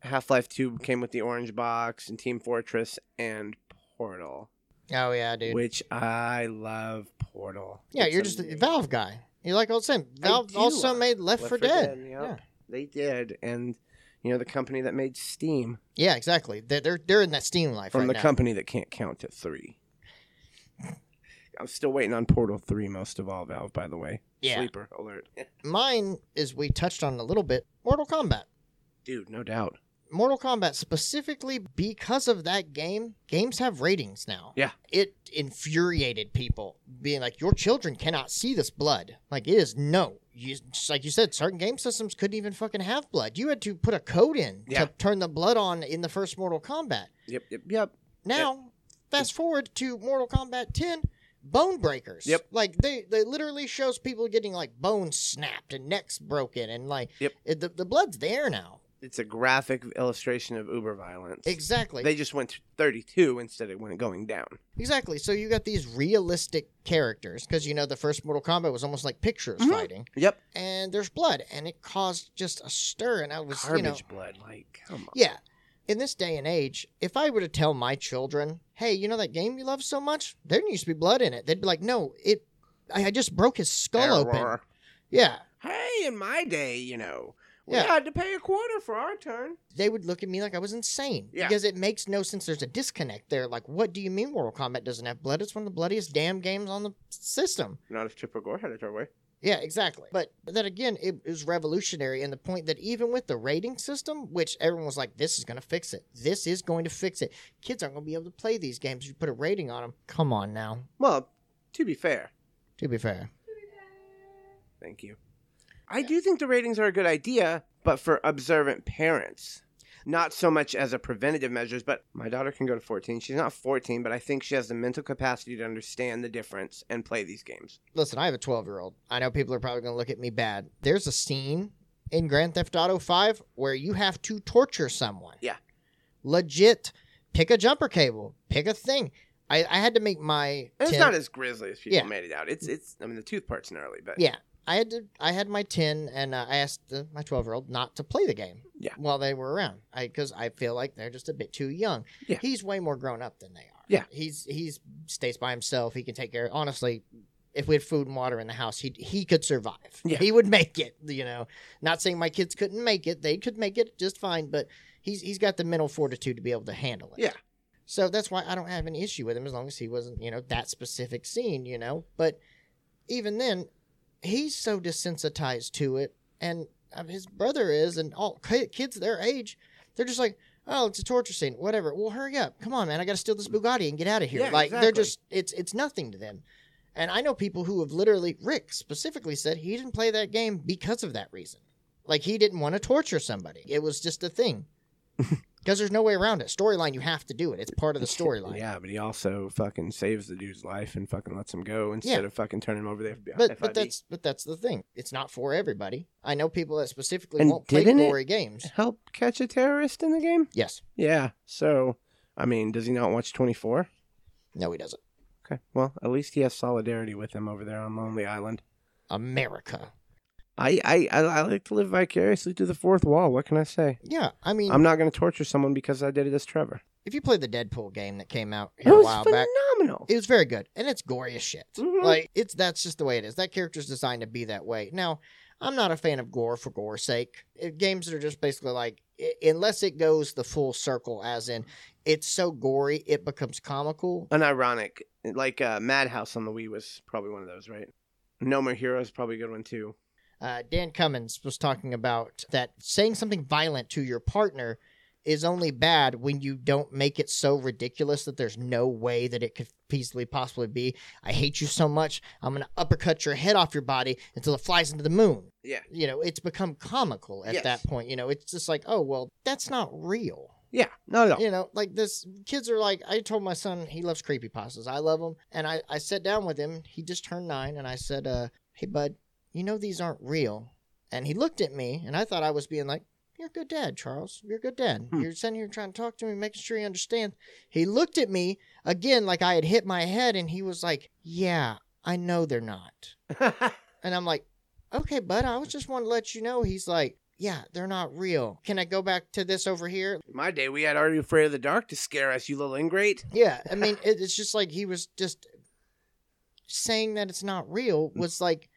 Speaker 1: Half Life Two came with the Orange Box and Team Fortress and Portal,
Speaker 2: Oh yeah, dude.
Speaker 1: which I love. Portal.
Speaker 2: yeah,
Speaker 1: It's
Speaker 2: you're just a
Speaker 1: amazing.
Speaker 2: Valve guy. You like old Sam. Valve
Speaker 1: do
Speaker 2: also
Speaker 1: like
Speaker 2: made Left, 4 Dead.
Speaker 1: yep.
Speaker 2: Yeah.
Speaker 1: They did, and you know the company that made Steam
Speaker 2: Yeah, exactly. They're they're, they're in that Steam life
Speaker 1: from
Speaker 2: right
Speaker 1: the
Speaker 2: now.
Speaker 1: company that can't count to three. I'm still waiting on Portal Three, most of all, Valve. By the way,
Speaker 2: Yeah.
Speaker 1: sleeper alert,
Speaker 2: Mine is we touched on a little bit. Mortal Kombat.
Speaker 1: dude, no doubt.
Speaker 2: Mortal Kombat specifically because of that game, games have ratings now.
Speaker 1: Yeah.
Speaker 2: It infuriated people being like, your children cannot see this blood. Like, it is no. You, just like you said, certain game systems couldn't even fucking have blood. You had to put a code in
Speaker 1: Yeah.
Speaker 2: to turn the blood on in the first Mortal Kombat.
Speaker 1: Yep, yep, yep.
Speaker 2: Now, fast forward to Mortal Kombat 10, bone breakers.
Speaker 1: Yep.
Speaker 2: Like they, they literally shows people getting like bones snapped and necks broken and like
Speaker 1: Yep.
Speaker 2: it, the, the blood's there now.
Speaker 1: It's a graphic illustration of uber violence.
Speaker 2: Exactly.
Speaker 1: They just went to 32 instead of when going down.
Speaker 2: exactly. So you got these realistic characters because you know the first Mortal Kombat was almost like pictures
Speaker 1: Mhm.
Speaker 2: fighting
Speaker 1: Yep.
Speaker 2: and there's blood and it caused just a stir and I was
Speaker 1: Garbage
Speaker 2: you know
Speaker 1: blood. Like, come on.
Speaker 2: Yeah. In this day and age, if I were to tell my children, hey, you know that game you love so much? There used to be blood in it. They'd be like, no, it. I I just broke his skull open.
Speaker 1: Error.
Speaker 2: Yeah.
Speaker 1: Hey, in my day, you know, we
Speaker 2: Yeah.
Speaker 1: had to pay a quarter for our turn.
Speaker 2: They would look at me like I was insane.
Speaker 1: Yeah.
Speaker 2: Because it makes no sense. There's a disconnect there. Like, what do you mean Mortal Kombat doesn't have blood? It's one of the bloodiest damn games on the system.
Speaker 1: Not if Chipper Gore had it our way.
Speaker 2: Yeah, exactly. But then again, it was revolutionary in the point that even with the rating system, which everyone was like, this is going to fix it. This is going to fix it. Kids aren't going to be able to play these games. You put a rating on them. Come on now.
Speaker 1: Well, to be fair,
Speaker 2: To be fair.
Speaker 1: thank you. I do think the ratings are a good idea, but for observant parents. Not so much as a preventative measures, but my daughter can go to 14. She's not 14, but I think she has the mental capacity to understand the difference and play these games.
Speaker 2: Listen, I have a 12 year old. I know people are probably going to look at me bad. There's a scene in Grand Theft Auto 5 where you have to torture someone.
Speaker 1: Yeah.
Speaker 2: Legit. Pick a jumper cable, pick a thing. I, I had to make my.
Speaker 1: And it's
Speaker 2: 10
Speaker 1: not as grisly as people
Speaker 2: Yeah.
Speaker 1: made it out. It's it's. I mean, the tooth part's gnarly, but
Speaker 2: Yeah, I had to. I had my ten, and uh, I asked the, my twelve-year-old not to play the game.
Speaker 1: Yeah.
Speaker 2: while they were around, because I, feel like they're just a bit too young.
Speaker 1: Yeah.
Speaker 2: he's way more grown up than they are.
Speaker 1: Yeah.
Speaker 2: he's he's stays by himself. He can take care. Honestly, if we had food and water in the house, he he could survive.
Speaker 1: Yeah.
Speaker 2: he would make it. You know, not saying my kids couldn't make it; they could make it just fine. But he's he's got the mental fortitude to be able to handle it.
Speaker 1: Yeah.
Speaker 2: So that's why I don't have an issue with him as long as he wasn't, you know, that specific scene, you know. But even then, he's so desensitized to it, and uh, his brother is, and all ki- kids their age, they're just like, oh, it's a torture scene, whatever. Well, hurry up, come on, man, I got to steal this Bugatti and get out of here.
Speaker 1: Yeah,
Speaker 2: like they're
Speaker 1: exactly.
Speaker 2: just, it's it's nothing to them. And I know people who have literally, Rick specifically said he didn't play that game because of that reason. Like he didn't want to torture somebody. It was just
Speaker 1: <laughs>
Speaker 2: a thing. Because there's no way around it. Storyline, you have to do it. It's part of the storyline.
Speaker 1: Yeah, but he also fucking saves the dude's life and fucking lets him go instead
Speaker 2: Yeah.
Speaker 1: of fucking turning him over the FBI.
Speaker 2: But but
Speaker 1: FIB.
Speaker 2: that's but that's the thing. It's not for everybody. I know people that specifically
Speaker 1: And
Speaker 2: won't play
Speaker 1: didn't it-
Speaker 2: glory games.
Speaker 1: help catch a terrorist in the game.
Speaker 2: Yes.
Speaker 1: Yeah. So I mean, does he not watch Twenty Four?
Speaker 2: No, he doesn't.
Speaker 1: Okay. Well, at least he has solidarity with him over there on Lonely Island.
Speaker 2: America.
Speaker 1: I I I, I like to live vicariously through the fourth wall. What can I say?
Speaker 2: Yeah, I mean,
Speaker 1: I'm not going to torture someone because I did it as Trevor.
Speaker 2: if you play the Deadpool game that came out
Speaker 1: It
Speaker 2: here a
Speaker 1: was
Speaker 2: while back,
Speaker 1: phenomenal.
Speaker 2: it was very good, and it's gory as shit.
Speaker 1: Mhm.
Speaker 2: Like it's that's just the way it is. That character's designed to be that way. Now, I'm not a fan of gore for gore's sake. It, games that are just basically like, i- unless it goes the full circle, as in, it's so gory it becomes comical.
Speaker 1: an ironic like uh, Madhouse on the Wii was probably one of those, right? No More Heroes probably a good one too.
Speaker 2: uh, Dan Cummins was talking about that saying something violent to your partner is only bad when you don't make it so ridiculous that there's no way that it could feasibly possibly be. I hate you so much, I'm going to uppercut your head off your body until it flies into the moon.
Speaker 1: Yeah.
Speaker 2: You know, it's become comical at
Speaker 1: Yes.
Speaker 2: that point. You know, it's just like, oh, well, that's not real.
Speaker 1: Yeah, not at all.
Speaker 2: You know, like this kids are like, I told my son he loves creepypastas. I love them. And I, I sat down with him. He just turned nine. And I said, uh, Hey, bud, you know these aren't real. And he looked at me and I thought I was being like, You're a good dad, Charles. You're a good dad.
Speaker 1: Hmm.
Speaker 2: You're sitting here trying to talk to me, making sure you understand. He looked at me again like I had hit my head and he was like, Yeah, I know they're not. And I'm like, okay, bud, I was just want to let you know. He's like, yeah, they're not real. Can I go back to this over here?
Speaker 1: <laughs> In my day, we had Are You Afraid of the Dark to scare us, you little ingrate.
Speaker 2: Yeah, I mean, it, it's just like he was just saying that it's not
Speaker 1: Mm.
Speaker 2: real was like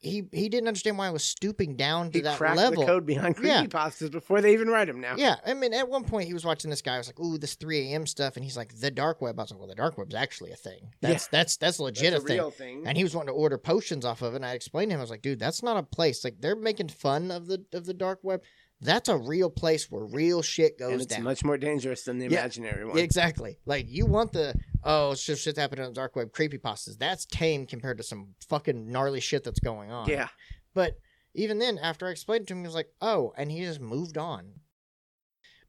Speaker 2: he he didn't understand why I was stooping down to
Speaker 1: He
Speaker 2: that
Speaker 1: cracked
Speaker 2: level.
Speaker 1: the code behind
Speaker 2: Yeah.
Speaker 1: creepypastas before they even write them now.
Speaker 2: Yeah, I mean, at one point he was watching this guy. I was like, "Ooh, this 3 a.m. stuff," and he's like, "The dark web." I was like, "Well, the dark web's actually a thing. That's that's that's
Speaker 1: That's
Speaker 2: legit
Speaker 1: a
Speaker 2: a thing."
Speaker 1: real thing.
Speaker 2: and he was wanting to order potions off of it. And I explained to him, I was like, dude, that's not a place. Like they're making fun of the of the dark web. That's a real place where real shit goes
Speaker 1: And it's
Speaker 2: down.
Speaker 1: much more dangerous than the
Speaker 2: Yeah.
Speaker 1: imaginary one.
Speaker 2: exactly. Like you want the oh shit shit's happening on the dark web creepypastas. That's tame compared to some fucking gnarly shit that's going on.
Speaker 1: Yeah.
Speaker 2: But even then, after I explained to him, he was like, oh, and he just moved on.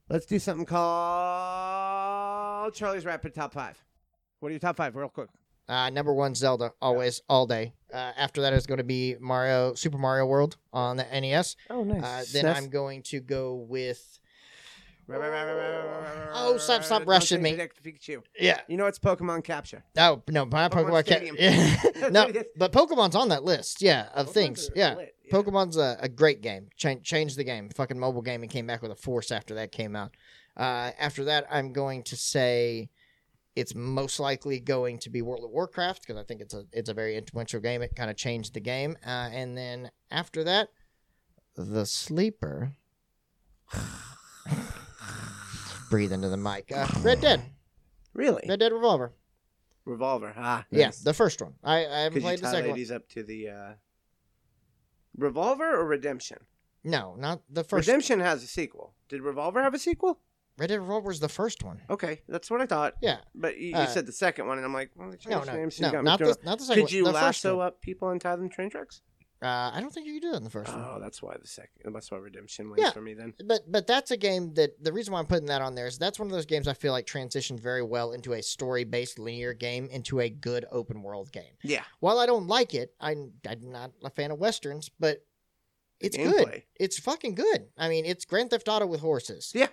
Speaker 1: Let's do something called Charlie's Rapid Top Five. What are your top five, real quick?
Speaker 2: Uh, number one, Zelda, always, all day. Uh, after that is going to be Mario, Super Mario World on the NES.
Speaker 1: Oh,
Speaker 2: Uh, then I'm going to go with
Speaker 1: Oh,
Speaker 2: stop- stop rushing me.
Speaker 1: Pikachu.
Speaker 2: yeah.
Speaker 1: You know it's Pokemon Capture.
Speaker 2: Oh no, my
Speaker 1: Pokemon Stadium.
Speaker 2: Pokemon, Ca-
Speaker 1: <laughs>
Speaker 2: <laughs> no, but Pokemon's on that list. Yeah, of
Speaker 1: Pokemon's
Speaker 2: things.
Speaker 1: are
Speaker 2: Yeah.
Speaker 1: lit,
Speaker 2: Pokemon's a, a great game. Change changed the game. Fucking mobile game and came back with a force after that came out. Uh, after that, I'm going to say it's most likely going to be World of Warcraft because I think it's a it's a very influential game. It kind of changed the game. Uh, and then after that, the sleeper. <sighs> Breathe into the mic. Uh, Red Dead.
Speaker 1: Really?
Speaker 2: Red Dead Revolver.
Speaker 1: Revolver. Ah,
Speaker 2: Yeah, the first one. I, I
Speaker 1: Because
Speaker 2: haven't
Speaker 1: you
Speaker 2: played the
Speaker 1: tie
Speaker 2: second one.
Speaker 1: ladies up to the uh, Revolver or Redemption.
Speaker 2: No, not the first.
Speaker 1: Redemption has a sequel. Did Revolver have a sequel?
Speaker 2: Red Dead Revolver's the first one.
Speaker 1: Okay, that's what I thought.
Speaker 2: Yeah.
Speaker 1: But you, you
Speaker 2: Uh,
Speaker 1: said the second one, and I'm like, well, they
Speaker 2: No,
Speaker 1: changed
Speaker 2: no,
Speaker 1: names, so you
Speaker 2: no,
Speaker 1: got me
Speaker 2: not
Speaker 1: thrown
Speaker 2: the, not the
Speaker 1: off.
Speaker 2: second
Speaker 1: Could you
Speaker 2: one. The first
Speaker 1: lasso
Speaker 2: one.
Speaker 1: up people and tie them to train tracks?
Speaker 2: Uh, I don't think you can do that in the first one.
Speaker 1: Oh, that's why the second. That's why Redemption wins
Speaker 2: Yeah.
Speaker 1: for me then.
Speaker 2: But but that's a game that the reason why I'm putting that on there is that's one of those games I feel like transitioned very well into a story based linear game into a good open world game.
Speaker 1: Yeah,
Speaker 2: While I don't like it, I'm, I'm not a fan of westerns, but it's good.
Speaker 1: gameplay.
Speaker 2: It's fucking good. I mean, it's Grand Theft Auto with horses.
Speaker 1: Yeah.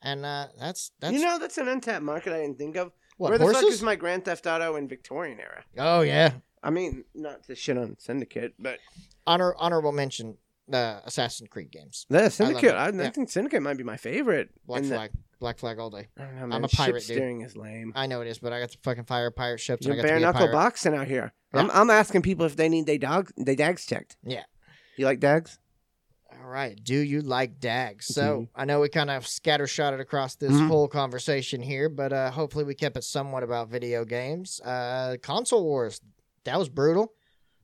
Speaker 2: And uh, that's that's
Speaker 1: you know, that's an untapped market I didn't think of.
Speaker 2: what
Speaker 1: Where the
Speaker 2: horses.
Speaker 1: fuck is my Grand Theft Auto in Victorian era?
Speaker 2: oh yeah.
Speaker 1: I mean, not to shit on Syndicate, but
Speaker 2: Honor honorable mention. Uh, Assassin's Creed games.
Speaker 1: the Syndicate. I, I
Speaker 2: Yeah.
Speaker 1: think Syndicate might be my favorite.
Speaker 2: Black
Speaker 1: And the-
Speaker 2: flag. Black flag all day.
Speaker 1: I don't know,
Speaker 2: I'm
Speaker 1: man,
Speaker 2: a pirate,
Speaker 1: Ship
Speaker 2: dude.
Speaker 1: steering is lame.
Speaker 2: I know it is, but I got to fucking fire pirate ships.
Speaker 1: You're
Speaker 2: and I got to
Speaker 1: bare
Speaker 2: be a
Speaker 1: knuckle
Speaker 2: pirate.
Speaker 1: boxing out here. I'm, I'm asking people if they need their dog, their dags checked.
Speaker 2: Yeah.
Speaker 1: You like dags?
Speaker 2: All right. Do you like Dags? So
Speaker 1: Mhm.
Speaker 2: I know we kind of scattershotted across this
Speaker 1: Mhm.
Speaker 2: whole conversation here, but uh, hopefully we kept it somewhat about video games. Uh, console wars. That was brutal.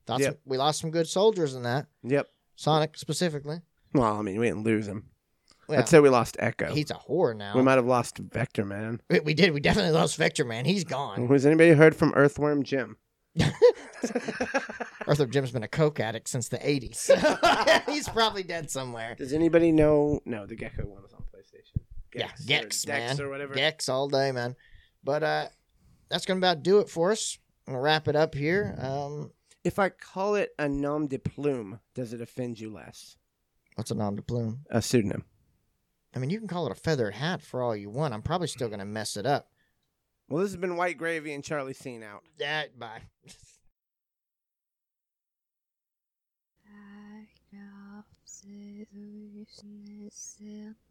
Speaker 2: Thought
Speaker 1: Yeah.
Speaker 2: some- we lost some good soldiers in that.
Speaker 1: Yep.
Speaker 2: Sonic specifically.
Speaker 1: Well, I mean, we didn't lose him.
Speaker 2: Well,
Speaker 1: I'd say we lost Echo.
Speaker 2: he's a whore now.
Speaker 1: We
Speaker 2: We,
Speaker 1: might have lost Vector Man.
Speaker 2: we did. We definitely lost Vector Man.
Speaker 1: <laughs>
Speaker 2: He's gone.
Speaker 1: Has anybody heard from Earthworm
Speaker 2: <laughs>
Speaker 1: Jim?
Speaker 2: Arthur Jim's been a coke addict since the '80s. <laughs> he's probably dead somewhere.
Speaker 1: Does anybody know? No, the Gecko one was on PlayStation.
Speaker 2: Yeah,
Speaker 1: or
Speaker 2: Gex,
Speaker 1: Dex
Speaker 2: man.
Speaker 1: or whatever.
Speaker 2: Gex all day, man. But uh, that's gonna about do it for us. I'm gonna wrap it up here. Um,
Speaker 1: If I call it a nom de plume, does it offend you less?
Speaker 2: what's a nom de plume?
Speaker 1: A pseudonym.
Speaker 2: I mean, you can call it a feathered hat for all you want. I'm probably still gonna mess it up.
Speaker 1: Well, this has been White Gravy and Charlie Scene out.
Speaker 2: That bye.
Speaker 3: I know,